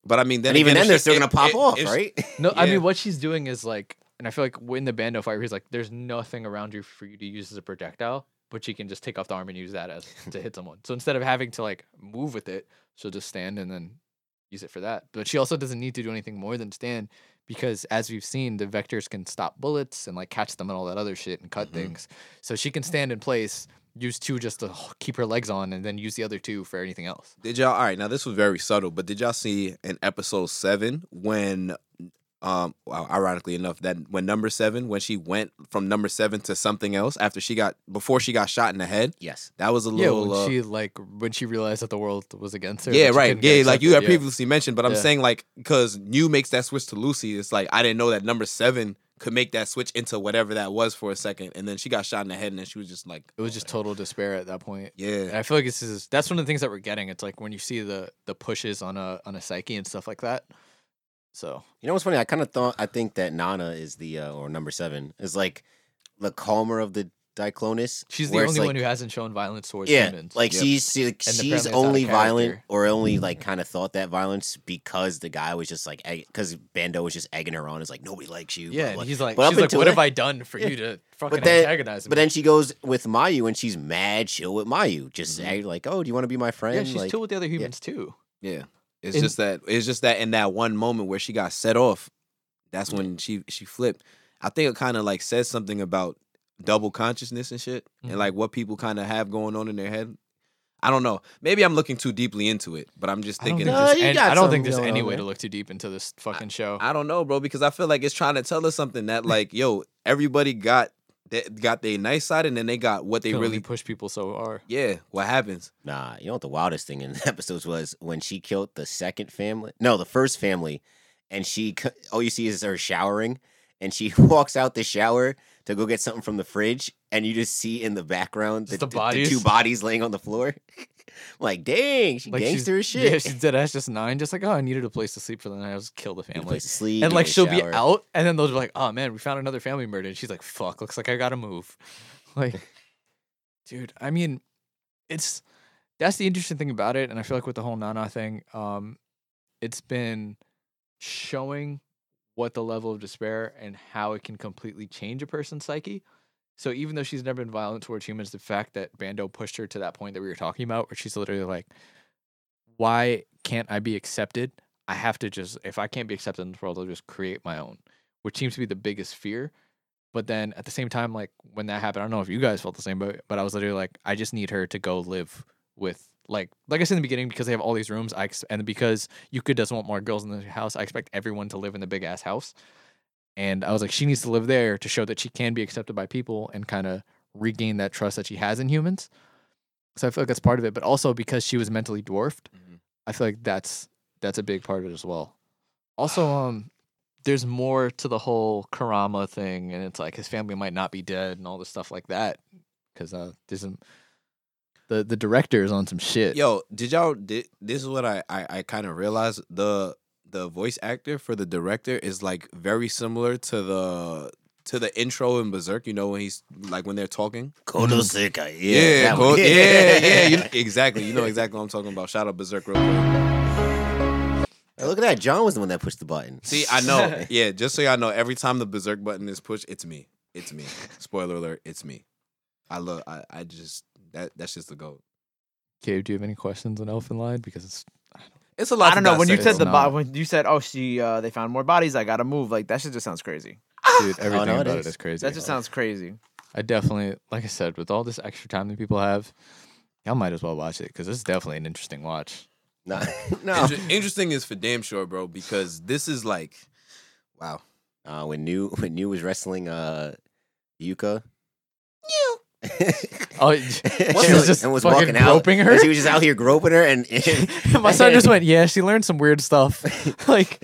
S3: But I mean, then
S1: and even then,
S3: again, if
S1: they're
S3: she-
S1: still gonna
S3: if-
S1: pop
S3: if-
S1: off,
S3: if-
S1: right?
S2: No, I
S3: Yeah.
S2: mean what she's doing is like, and I feel like in the bando fight, where he's like, "There's nothing around you for you to use as a projectile, but she can just take off the arm and use that as to hit someone." So instead of having to like move with it, she'll just stand and then use it for that. But she also doesn't need to do anything more than stand because, as we've seen, the vectors can stop bullets and like catch them and all that other shit and cut
S3: Mhm.
S2: things. So she can stand in place, use two just to h- keep her legs on, and then use the other two for anything else.
S3: Did y'all? All right, now this was very subtle, but did y'all see in episode seven when, um, well, ironically enough, that when number seven, when she went from number seven to something else after she got before she got shot in the head,
S1: yes.
S3: that was a
S2: Yeah,
S3: little.
S2: when
S3: uh,
S2: she like when she realized that the world was against her.
S3: yeah,
S2: that she
S3: right.
S2: couldn't get
S3: Yeah, like you
S2: accepted,
S3: had
S2: yeah.
S3: previously mentioned, but I'm
S2: Yeah.
S3: saying like because New makes that switch to Lucy, it's like I didn't know that number seven could make that switch into whatever that was for a second, and then she got shot in the head, and then she was just like,
S2: It was just total despair at that point. And
S3: yeah,
S2: I feel like this is that's one of the things that we're getting. It's like when you see the the pushes on a on a psyche and stuff like that. So
S1: You know what's funny? I kind of thought I think that Nana is the uh, or number seven is like the calmer of the Diclonus.
S2: she's the
S1: where it's
S2: only
S1: like-
S2: one who hasn't shown violence towards
S1: yeah,
S2: humans.
S1: like
S3: Yep.
S1: she's she, like,
S2: And the
S1: she's
S2: apparently it's out of
S1: only violent
S2: character. Mm-hmm.
S1: or only like kind of thought that violence because the guy was just like because Bando was just egging her on. It's like nobody likes you. blah,
S2: yeah,
S1: blah.
S2: and he's like,
S1: But up
S2: she's like,
S1: until
S2: what have
S1: then-
S2: I done for
S1: Yeah.
S2: you to fucking
S1: then-
S2: antagonize me?
S1: But then she goes with Mayu and she's mad chill with Mayu. Just act like, oh, do you want to be my friend?
S2: Mm-hmm. yeah, she's
S1: like,
S2: chill with the other humans too.
S3: yeah. It's
S2: And-
S3: just that it's just that in that one moment where she got set off, that's when she she flipped. I think it kind of like says something about double consciousness and shit, and
S2: Mhm.
S3: like what people kind of have going on in their head. I don't know. Maybe I'm looking too deeply into it, but I'm just
S2: I don't
S3: thinking.
S2: think
S1: No,
S2: there's
S1: you
S2: any-
S1: got
S2: I don't think
S1: something
S2: there's
S1: going
S2: any
S1: on
S2: way
S1: there.
S2: to look too deep into this fucking show.
S3: I don't know, bro, because I feel like it's trying to tell us something that like, yo, everybody got that got their nice side, and then they got what they
S2: Can only
S3: really.
S2: push people so hard.
S3: Yeah, what happens?
S1: Nah, you know what the wildest thing in the episodes was when she killed the second family? No, the first family, and she c- all you see is her showering, and she walks out the shower to go get something from the fridge, and you just see in the background the,
S2: Just the
S1: the- the two
S2: bodies.
S1: bodies laying on the floor. like, dang, she
S2: Like she's
S1: gangster as
S2: Yeah,
S1: shit.
S2: she's dead ass just nine, just like, oh, I needed a place to sleep for the night. I was kill the
S1: Need a
S2: family.
S1: place to sleep,
S2: and
S1: go
S2: like
S1: to the
S2: she'll be
S1: shower.
S2: out, and then they'll be like, "Oh man, we found another family murder." And she's like, "Fuck, looks like I gotta move." Like, dude, I mean, it's that's the interesting thing about it, and I feel like with the whole Nana thing, um, it's been showing what the level of despair and how it can completely change a person's psyche. So even though she's never been violent towards humans, the fact that Bando pushed her to that point that we were talking about, where she's literally like, "Why can't I be accepted?" I have to just if I can't be accepted in this world, I'll just create my own, which seems to be the biggest fear. But then at the same time, like when that happened, I don't know if you guys felt the same, but but I was literally like, I just need her to go live with like like I said in the beginning because they have all these rooms. I ex- and because Yuka doesn't want more girls in the house, I expect everyone to live in the big ass house. And I was like, she needs to live there to show that she can be accepted by people and kind of regain that trust that she has in humans. So I feel like that's part of it, but also because she was mentally dwarfed, I feel like that's that's a big part of it as well. Also, um, there's more to the whole Karama thing, and it's like his family might not be dead and all this stuff like that. Because uh, there's some the the director is on some shit.
S3: Yo, did y'all? Did, this is what I I, I kind of realized the the voice actor for the director is like very similar to the to the intro in Berserk. You know when he's like when they're talking.
S2: Mm.
S1: Kodosekai, yeah,
S3: yeah,
S1: that one.
S3: cool. yeah, yeah, You know- exactly. You know exactly what I'm talking about. Shout out Berserk real quick.
S1: Hey, Look at that. John was the one that pushed the button.
S3: See, I know. Yeah, just so y'all know, every time the Berserk button is pushed, it's me. It's me. Spoiler alert, it's me. I love. I, I just that that's just the goat.
S2: Gabe, do you have any questions on Elfin Line? Because it's
S3: It's a lot.
S4: I don't know. When you
S2: dissect
S4: said
S2: it.
S4: the bo-
S2: No.
S4: when you said, "Oh, she uh, they found more bodies," I gotta move. Like that shit just sounds crazy.
S2: Dude, everything
S1: no, it
S2: about
S1: is.
S2: it is crazy.
S4: That just sounds crazy.
S2: I definitely, like I said, with all this extra time that people have, y'all might as well watch it because it's definitely an interesting watch.
S1: Nah, no.
S3: Inter- interesting is for damn sure, bro, because this is like, wow.
S1: Uh, when new when new was wrestling uh, Yuka.
S2: Oh, it-
S1: She
S2: she was
S1: was-
S2: just
S1: and was
S2: fucking
S1: walking out.
S2: groping her?
S1: and She was just out here groping her, and it
S2: my son just went, yeah, she learned some weird stuff. like,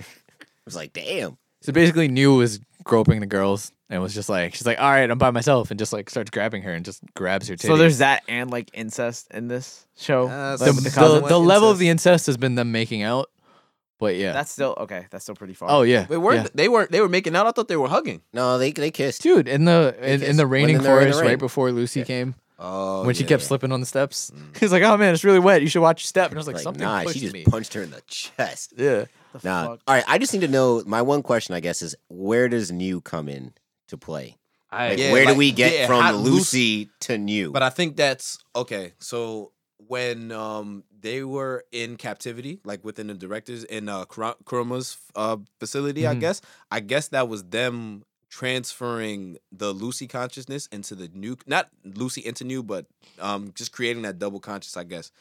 S1: was like, "Damn,
S2: so basically, New was groping the girls and was just like, she's like, all right, I'm by myself, and just like starts grabbing her and just grabs her titty.
S4: So there's that and like incest in this show.
S3: Uh,
S4: Like,
S2: the,
S4: with
S2: the,
S4: the cousin.
S2: the level of the incest has been them making out, but yeah.
S4: that's still okay. That's still pretty far.
S2: oh yeah,
S3: They weren't.
S2: yeah.
S3: They weren't. They were making out. I thought they were hugging.
S1: no, they they kissed."
S2: dude in the in, in
S1: kissed
S2: the
S1: when
S2: raining
S1: they were in the
S2: forest
S1: rain.
S2: right before Lucy came
S3: Oh,
S2: when she
S3: yeah. Mm.
S2: kept slipping on the steps. He's like, oh man, it's really wet. You should watch your step. And I was like,
S1: Like,
S2: something
S1: nah,
S2: pushed
S1: she just
S2: me.
S1: punched her in the chest.
S2: yeah.
S4: The
S1: Nah.
S4: fuck?
S1: All right, I just need to know. My one question, I guess, is where does New come in to play? Like,
S3: Yeah,
S1: where
S3: like-
S1: do we get
S3: yeah, how
S1: from
S3: Lucy-
S1: Lucy to New?
S3: But I think that's okay. So when um they were in captivity, like within the directors in uh Kura- Kuruma's uh facility, I
S2: Mhm.
S3: guess. I guess that was them transferring the Lucy consciousness into the new, not Lucy into new, but um just creating that double conscious, I guess,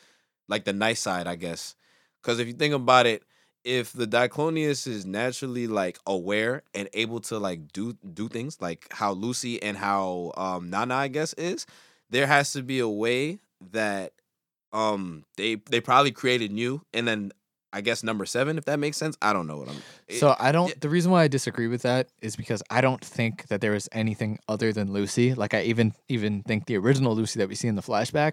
S3: like the nice side, I guess. Because if you think about it, if the Diclonius is naturally like aware and able to like do do things like how Lucy and how um Nana I guess is, there has to be a way that um they they probably created new and then I guess number seven if that makes sense I don't know what I'm eh, it-
S2: So I don't.
S3: yeah.
S2: The reason why I disagree with that is because I don't think that there is anything other than Lucy. Like I even even think the original Lucy that we see in the flashback.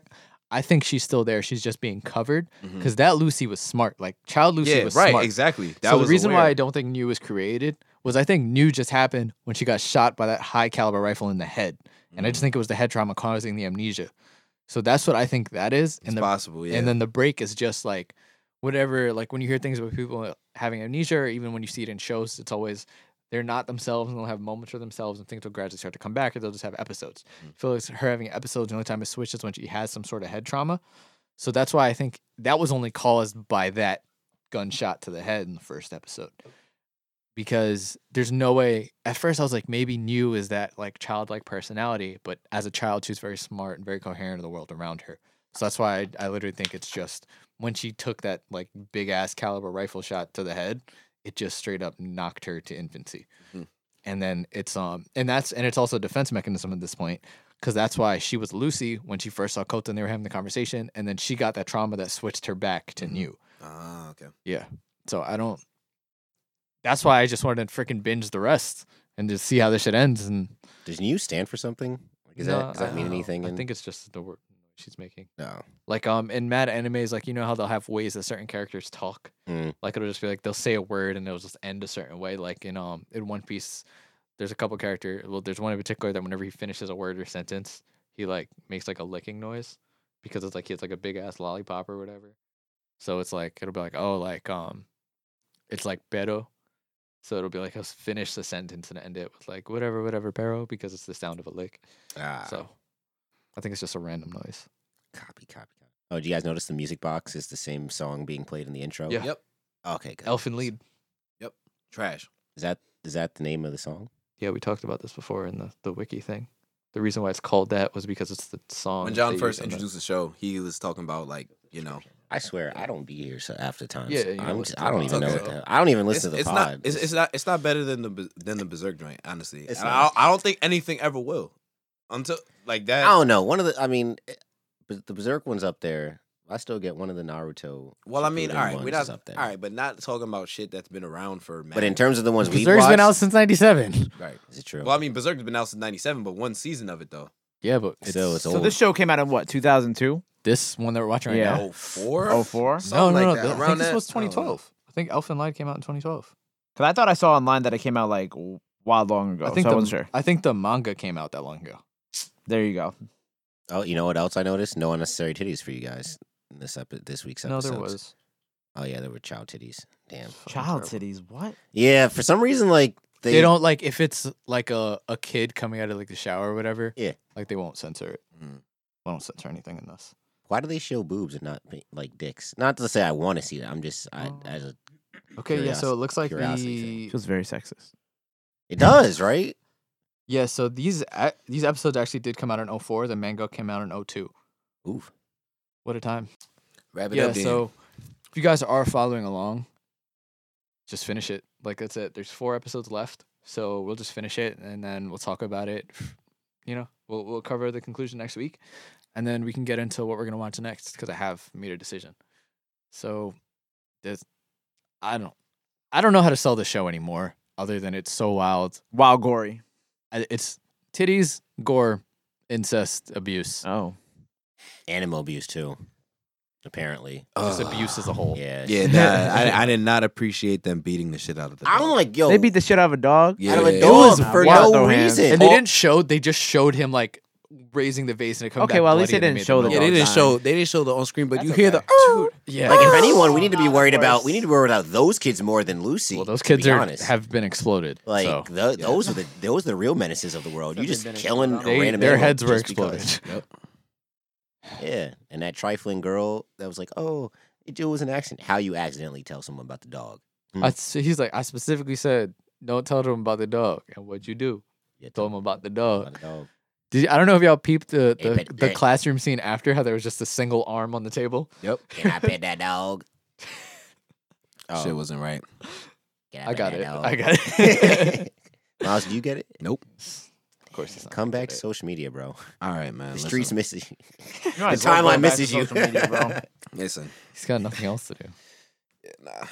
S2: I think she's still there. She's just being covered
S3: Mhm.
S2: because that Lucy was smart. Like child Lucy
S3: yeah
S2: was
S3: right
S2: smart.
S3: exactly that
S2: so
S3: was
S2: the reason
S3: aware.
S2: why I don't think New was created was I think New just happened when she got shot by that high caliber rifle in the head, and I
S3: Mm.
S2: just think it was the head trauma causing the amnesia. So that's what I think that is,
S3: it's
S2: and the
S3: possible yeah
S2: and then the break is just like whatever like when you hear things about people having amnesia or even when you see it in shows it's always they're not themselves and they'll have moments for themselves and things will gradually start to come back or they'll just have episodes I feel like her having episodes the only time it switches when she has some sort of head trauma so that's why i think that was only caused by that gunshot to the head in the first episode because there's no way at first i was like maybe new is that like childlike personality but as a child she's very smart and very coherent in the world around her so that's why I, I literally think it's just when she took that like big ass caliber rifle shot to the head, it just straight up knocked her to infancy.
S1: Mm-hmm.
S3: Mhm.
S2: And then it's um and that's and it's also a defense mechanism at this point because that's why she was Lucy when she first saw Kota and they were having the conversation, and then she got that trauma that switched her back to
S3: Mhm.
S1: Mm-hmm.
S2: new.
S3: ah okay
S2: Yeah. So I don't. That's why I just wanted to freaking binge the rest and just see how this shit ends. And
S1: does New stand for something? Like, is
S2: No,
S1: that does
S2: I
S1: that mean
S2: don't know.
S1: anything?
S2: I
S1: in-
S2: think it's just the word she's making.
S1: no.
S2: Like um in mad animes, like you know how they'll have ways that certain characters talk.
S1: Mm.
S2: Like it'll just be like they'll say a word and it'll just end a certain way. Like in um in One Piece, there's a couple character. Well, there's one in particular that whenever he finishes a word or sentence, he like makes like a licking noise because it's like he has like a big ass lollipop or whatever. So it's like it'll be like oh like um, it's like pero. So it'll be like he'll s- finish the sentence and end it with like whatever whatever pero because it's the sound of a lick.
S1: Ah,
S2: So I think it's just a random noise.
S1: copy, copy, copy. Oh, do you guys notice the music box is the same song being played in the intro?
S2: Yeah.
S3: Yep.
S1: Okay. Good.
S2: Elfin lead.
S3: trash
S1: Is that is that the name of the song?
S2: Yeah, we talked about this before in the, the wiki thing. The reason why it's called that was because it's the song.
S3: when
S2: that Oh, they
S3: John first
S2: use on the-
S3: introduced the show he was talking about like you know
S1: I swear I don't be here so half the time.
S2: Yeah,
S1: so
S2: you don't
S1: I'm just,
S2: listen to
S1: I don't
S2: the
S1: even know
S3: pod.
S1: what the, I don't even
S3: it's,
S1: listen to the
S3: it's
S1: pod.
S3: not it's, it's not it's not better than the Bez- than the Berserk joint honestly
S1: It's
S3: And I,
S1: not.
S3: don't- I don't think anything ever will until like that
S1: I don't know. One of the I mean, eh, but the Berserk one's up there. I still get one of the Naruto.
S3: Well, I mean,
S1: Shippuden
S3: all right, we're
S1: ones
S3: not
S1: is up there.
S3: all right, but not talking about shit that's been around for.
S1: But in
S3: mad-
S1: terms of the ones we've
S2: Berserk's
S1: watched,
S2: been out since '97.
S3: right?
S1: is it true?
S3: Well, I mean, Berserk's been out since '97, but one season of it though.
S2: Yeah, but
S1: It's-
S2: it's,
S1: Still, it's
S4: So
S1: old.
S4: this show came out in what 2002?
S2: this one that we're watching right
S4: Yeah.
S2: now.
S3: Oh four,
S4: Oh four. Because
S2: No,
S3: Something
S2: no, no.
S3: like
S2: th-
S3: that.
S2: I
S3: Around
S2: think this
S3: that-
S2: was
S3: I don't know.
S2: 2012. I think Elfin Lied came out in 2012.
S4: I thought I saw online that it came out like w- wild long ago.
S2: Oh, I think
S4: so I
S2: the
S4: wasn't sure.
S2: I think the manga came out that long ago.
S4: There you go.
S1: oh, you know what else I noticed? No unnecessary titties for you guys in this epi- this week's
S2: no,
S1: episode.
S2: there was.
S1: Oh yeah, there were child titties. Damn.
S4: Child titties. What?
S1: Yeah, for some reason, like
S2: They,
S1: they,
S2: don't like if it's like a, a kid coming out of like the shower or whatever.
S1: Yeah.
S2: like they won't censor it.
S3: Mm.
S2: They won't censor anything in this.
S1: Why do they show boobs and not pa- like dicks? Not to say I want to see that. I'm just I
S4: Oh.
S1: as a
S2: Okay, yeah. So it looks like
S1: Curiosity thing.
S2: the
S4: Feels very sexist.
S1: it does right.
S2: Yeah, so these a- these episodes actually did come out in 04. The manga came out in 02.
S1: Oof.
S2: What a time.
S3: Oh, Wrap it
S2: yeah,
S3: up, Dan.
S2: so if you guys are following along, just finish it. Like that's it. There's four episodes left, so we'll just finish it and then we'll talk about it. You know, we'll we'll cover the conclusion next week, and then we can get into what we're gonna watch next because I have made a decision. So, there's, I don't, I don't know how to sell the show anymore. Other than it's so wild,
S4: Wow, gory.
S2: I- it's titties, gore, incest, abuse,
S4: Oh,
S1: Animal abuse too. Apparently.
S2: just abuse as a whole.
S1: Yeah.
S3: Yeah, nah, I, I did not appreciate them beating the shit out of the.
S1: I'm
S3: dog.
S1: like, yo,
S4: they beat the shit out of a dog.
S3: Yeah.
S1: out of a
S3: It
S1: dog
S4: was
S1: for
S4: wild,
S1: no
S4: though, man.
S1: reason.
S2: And they
S1: All-
S2: didn't show. They just showed him like raising the vase and it comes.
S4: Okay,
S2: back
S4: well, at least
S2: bloody
S4: they
S2: and
S4: didn't
S2: it made
S4: show
S2: them
S4: the
S3: yeah,
S2: all
S3: they
S4: dog
S3: didn't
S4: dying.
S3: show they didn't show the on screen, but you hear the.
S2: Yeah.
S1: Like, if anyone, we need to be worried about we need to be worried about those kids more than Lucy.
S2: well, those
S1: to be
S2: kids are
S1: honest.
S2: have been exploded.
S1: like
S2: so.
S1: tho- those are the those are the real menaces of the world. You just killing a
S2: They-
S1: random
S2: their
S1: animal
S2: heads were
S1: just because.
S2: exploded.
S1: Yeah, and that trifling girl that was like, "Oh, it was an accident." How you accidentally tell someone about the dog?
S2: I s- he's like, I specifically said, don't tell them about the dog. And what'd you do?
S1: You
S2: Told them about the
S1: about
S2: dog.
S1: the dog.
S2: Did you, I don't know if y'all peeped the
S1: Hey,
S2: the,
S1: but
S2: the
S1: hey.
S2: classroom scene after how there was just a single arm on the table.
S1: Can I pet that dog? Oh.
S3: Shit wasn't right.
S1: Can
S2: I
S1: pet
S2: got
S1: that
S2: it.
S1: dog?
S2: I got it.
S1: Miles, do you get it? Nope.
S2: of course, he's not
S1: Come
S2: gonna
S1: back
S2: get
S1: to
S2: it.
S1: social media, bro.
S3: All right, man.
S1: The
S3: listen.
S1: streets miss you.
S4: You know,
S1: The
S4: I just
S1: timeline
S4: love going back to
S1: misses you.
S4: social media, bro.
S3: Listen,
S2: He's got nothing else to do.
S3: nah.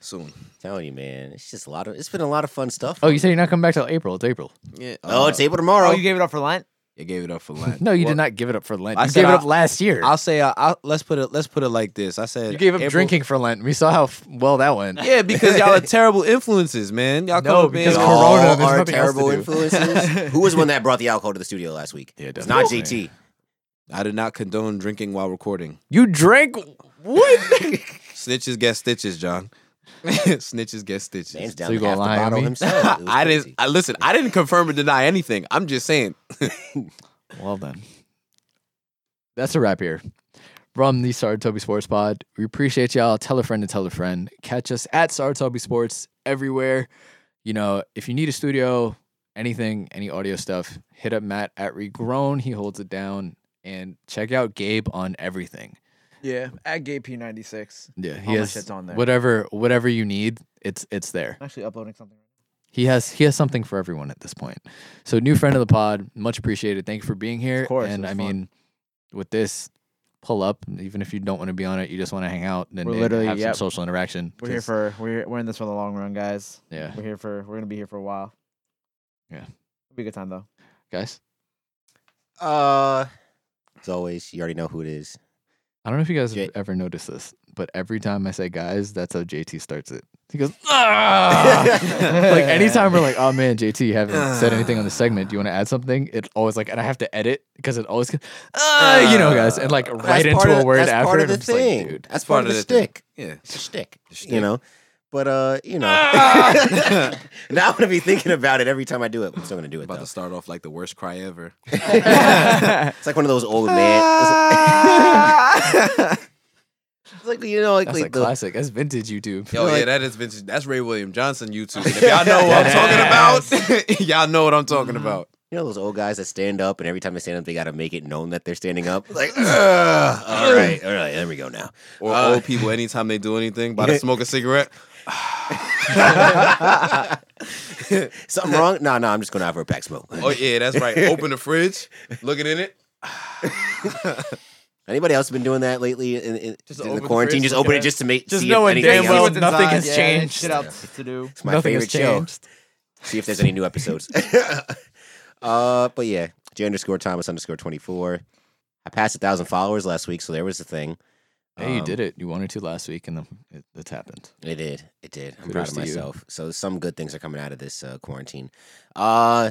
S3: Soon.
S1: telling you, man, it's just a lot of. It's been a lot of fun stuff.
S2: Oh, you said you're not coming back till April. It's April.
S3: Yeah.
S1: Oh, it's able tomorrow.
S4: Oh, you gave it up for Lent?
S3: I Uh, gave it up for Lent.
S2: No, you
S3: Well,
S2: did not give it up for Lent.
S3: I
S2: you
S3: said
S2: gave it
S3: I-
S2: up last year.
S3: I'll say. I, I, let's put it. Let's put it like this. I said
S2: you gave up
S3: April-
S2: drinking for Lent. We saw how f- well that went.
S3: Yeah, because y'all are terrible influences, man. Y'all
S2: No,
S3: come up in-
S2: because
S1: Y'all
S2: Corona, there's
S1: are
S2: nothing else to
S1: terrible
S2: do.
S1: influences. Who was the one that brought the alcohol to the studio last week?
S2: Yeah,
S1: It's not
S2: definitely.
S1: JT.
S3: I did not condone drinking while recording.
S2: You drank what?
S3: Snitches get stitches, John. Snitches get
S1: Man's
S3: stitches.
S1: down
S2: So you
S1: to half
S2: gonna lie
S1: the
S2: on
S1: bottle
S2: me?
S1: himself. It was
S3: I
S1: crazy.
S3: didn't. I, listen, I didn't confirm or deny anything. I'm just saying.
S2: well then, that's a wrap here from the Saratobi Sports Pod. We appreciate y'all. Tell a friend to tell a friend. Catch us at Saratobi Sports everywhere. You know, if you need a studio, anything, any audio stuff, hit up Matt at Regrown. He holds it down. And check out Gabe on everything.
S4: Yeah, at Gay P96.
S2: Yeah, he
S4: All my
S2: has
S4: shit's on there.
S2: whatever whatever you need. It's it's there.
S4: I'm actually uploading something.
S2: He has he has something for everyone at this point. So new friend of the pod, much appreciated. Thank you for being here.
S4: course, it
S2: and
S4: was
S2: I
S4: fun.
S2: mean, with this, pull up. Even if you don't want to be on it, you just want to hang out and,
S4: We're
S2: and
S4: literally-
S2: have
S4: yep.
S2: some social interaction.
S4: We're here
S2: 'cause-
S4: for we're we're in this for the long run, guys.
S2: yeah,
S4: We're here for we're gonna be here for a while.
S2: Yeah.
S4: It'll be a good time though.
S2: guys.
S1: Uh, as always, you already know who it is.
S2: I don't know if you guys have
S1: J-
S2: ever noticed this, but every time I say guys, that's how JT starts it. He goes, ah! like anytime we're like, oh man, JT, you haven't said anything on the segment. Do you want to add something? It always like, and I have to edit because it always, ah, you know, guys, and like
S1: That's
S2: right
S1: part
S2: into
S1: of
S2: a
S1: the-
S2: word
S1: that's
S2: after.
S1: part of
S2: and
S1: the
S2: I'm just like,
S1: thing.
S2: dude.
S1: that's part, of the,
S3: thing.
S1: stick.
S3: Yeah.
S1: It's a shtick, you
S3: shtick.
S1: know. But uh, you know,
S2: Ah!
S1: now I'm gonna be thinking about it every time I do it. I'm still gonna do it
S3: About
S1: though.
S3: to start off like the worst cry ever.
S1: It's like one of those old man. It's like, it's like, you know, like,
S2: That's
S1: like
S2: like
S1: the,
S2: classic. That's vintage YouTube.
S3: Yo, yeah, that is vintage. That's Ray William Johnson YouTube. If y'all know what I'm talking about, y'all know what I'm talking about.
S1: you know those old guys that stand up, and every time they stand up, they gotta make it known that they're standing up. Like, "Ugh, all right, all right, there we go now.
S3: Or old people, anytime they do anything, about to smoke a cigarette.
S1: Something wrong? No, no, I'm just going out for a pack smoke.
S3: Oh yeah, that's right. Open the fridge, looking in it.
S1: Anybody else been doing that lately in, in,
S3: Just
S1: in
S3: open
S1: the
S3: the
S1: quarantine?
S3: fridge,
S1: just
S3: look
S1: open
S3: at
S1: it
S3: it.
S1: just to make
S2: Just
S1: see
S2: knowing
S1: if anything
S2: damn well
S1: else.
S2: nothing has changed.
S4: Shit else to do.
S1: It's my
S2: nothing has
S1: favorite show.
S2: changed.
S1: See if there's any new episodes. uh, but yeah, J underscore Thomas underscore twenty four. I passed a thousand followers last week, so there was a thing.
S2: Hey, you
S1: Um,
S2: did it. You wanted to last week, and then it, it's happened.
S1: It did. It did. I'm
S2: Kudos
S1: proud of
S2: to you.
S1: myself. So some good things are coming out of this uh, quarantine. Uh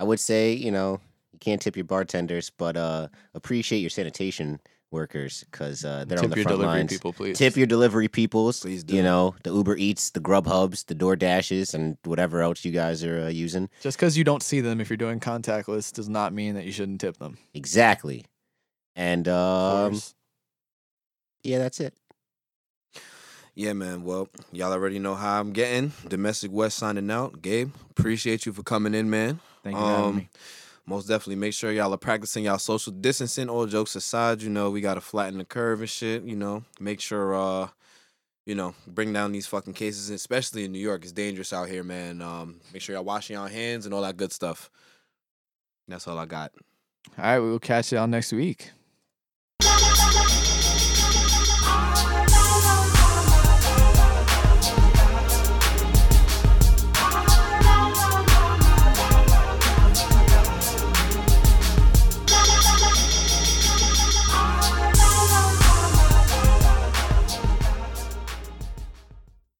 S1: I would say, you know, you can't tip your bartenders, but uh appreciate your sanitation workers because uh, they're on
S2: Tip
S1: the
S2: your
S1: front
S2: delivery
S1: lines.
S2: people, please.
S1: Tip your delivery peoples.
S3: Please do.
S1: You know, the Uber Eats, the Grub Hubs, the Door Dashes, and whatever else you guys are uh, using.
S2: Just because you don't see them if you're doing contactless does not mean that you shouldn't tip them.
S1: Exactly. And um,
S2: Course.
S1: yeah, that's it.
S3: Yeah, man. Well, y'all already know how I'm getting. Domestic West signing out. Gabe, appreciate you for coming in, man.
S4: Thank you for having
S3: Um,
S4: me.
S3: most definitely make sure y'all are practicing y'all social distancing. All jokes aside, you know, we gotta flatten the curve and shit, you know. Make sure uh, you know, bring down these fucking cases, especially in New York. It's dangerous out here, man. Um, make sure y'all washing y'all hands and all that good stuff. That's all I got.
S2: All right, we will catch y'all next week.
S12: Thank you.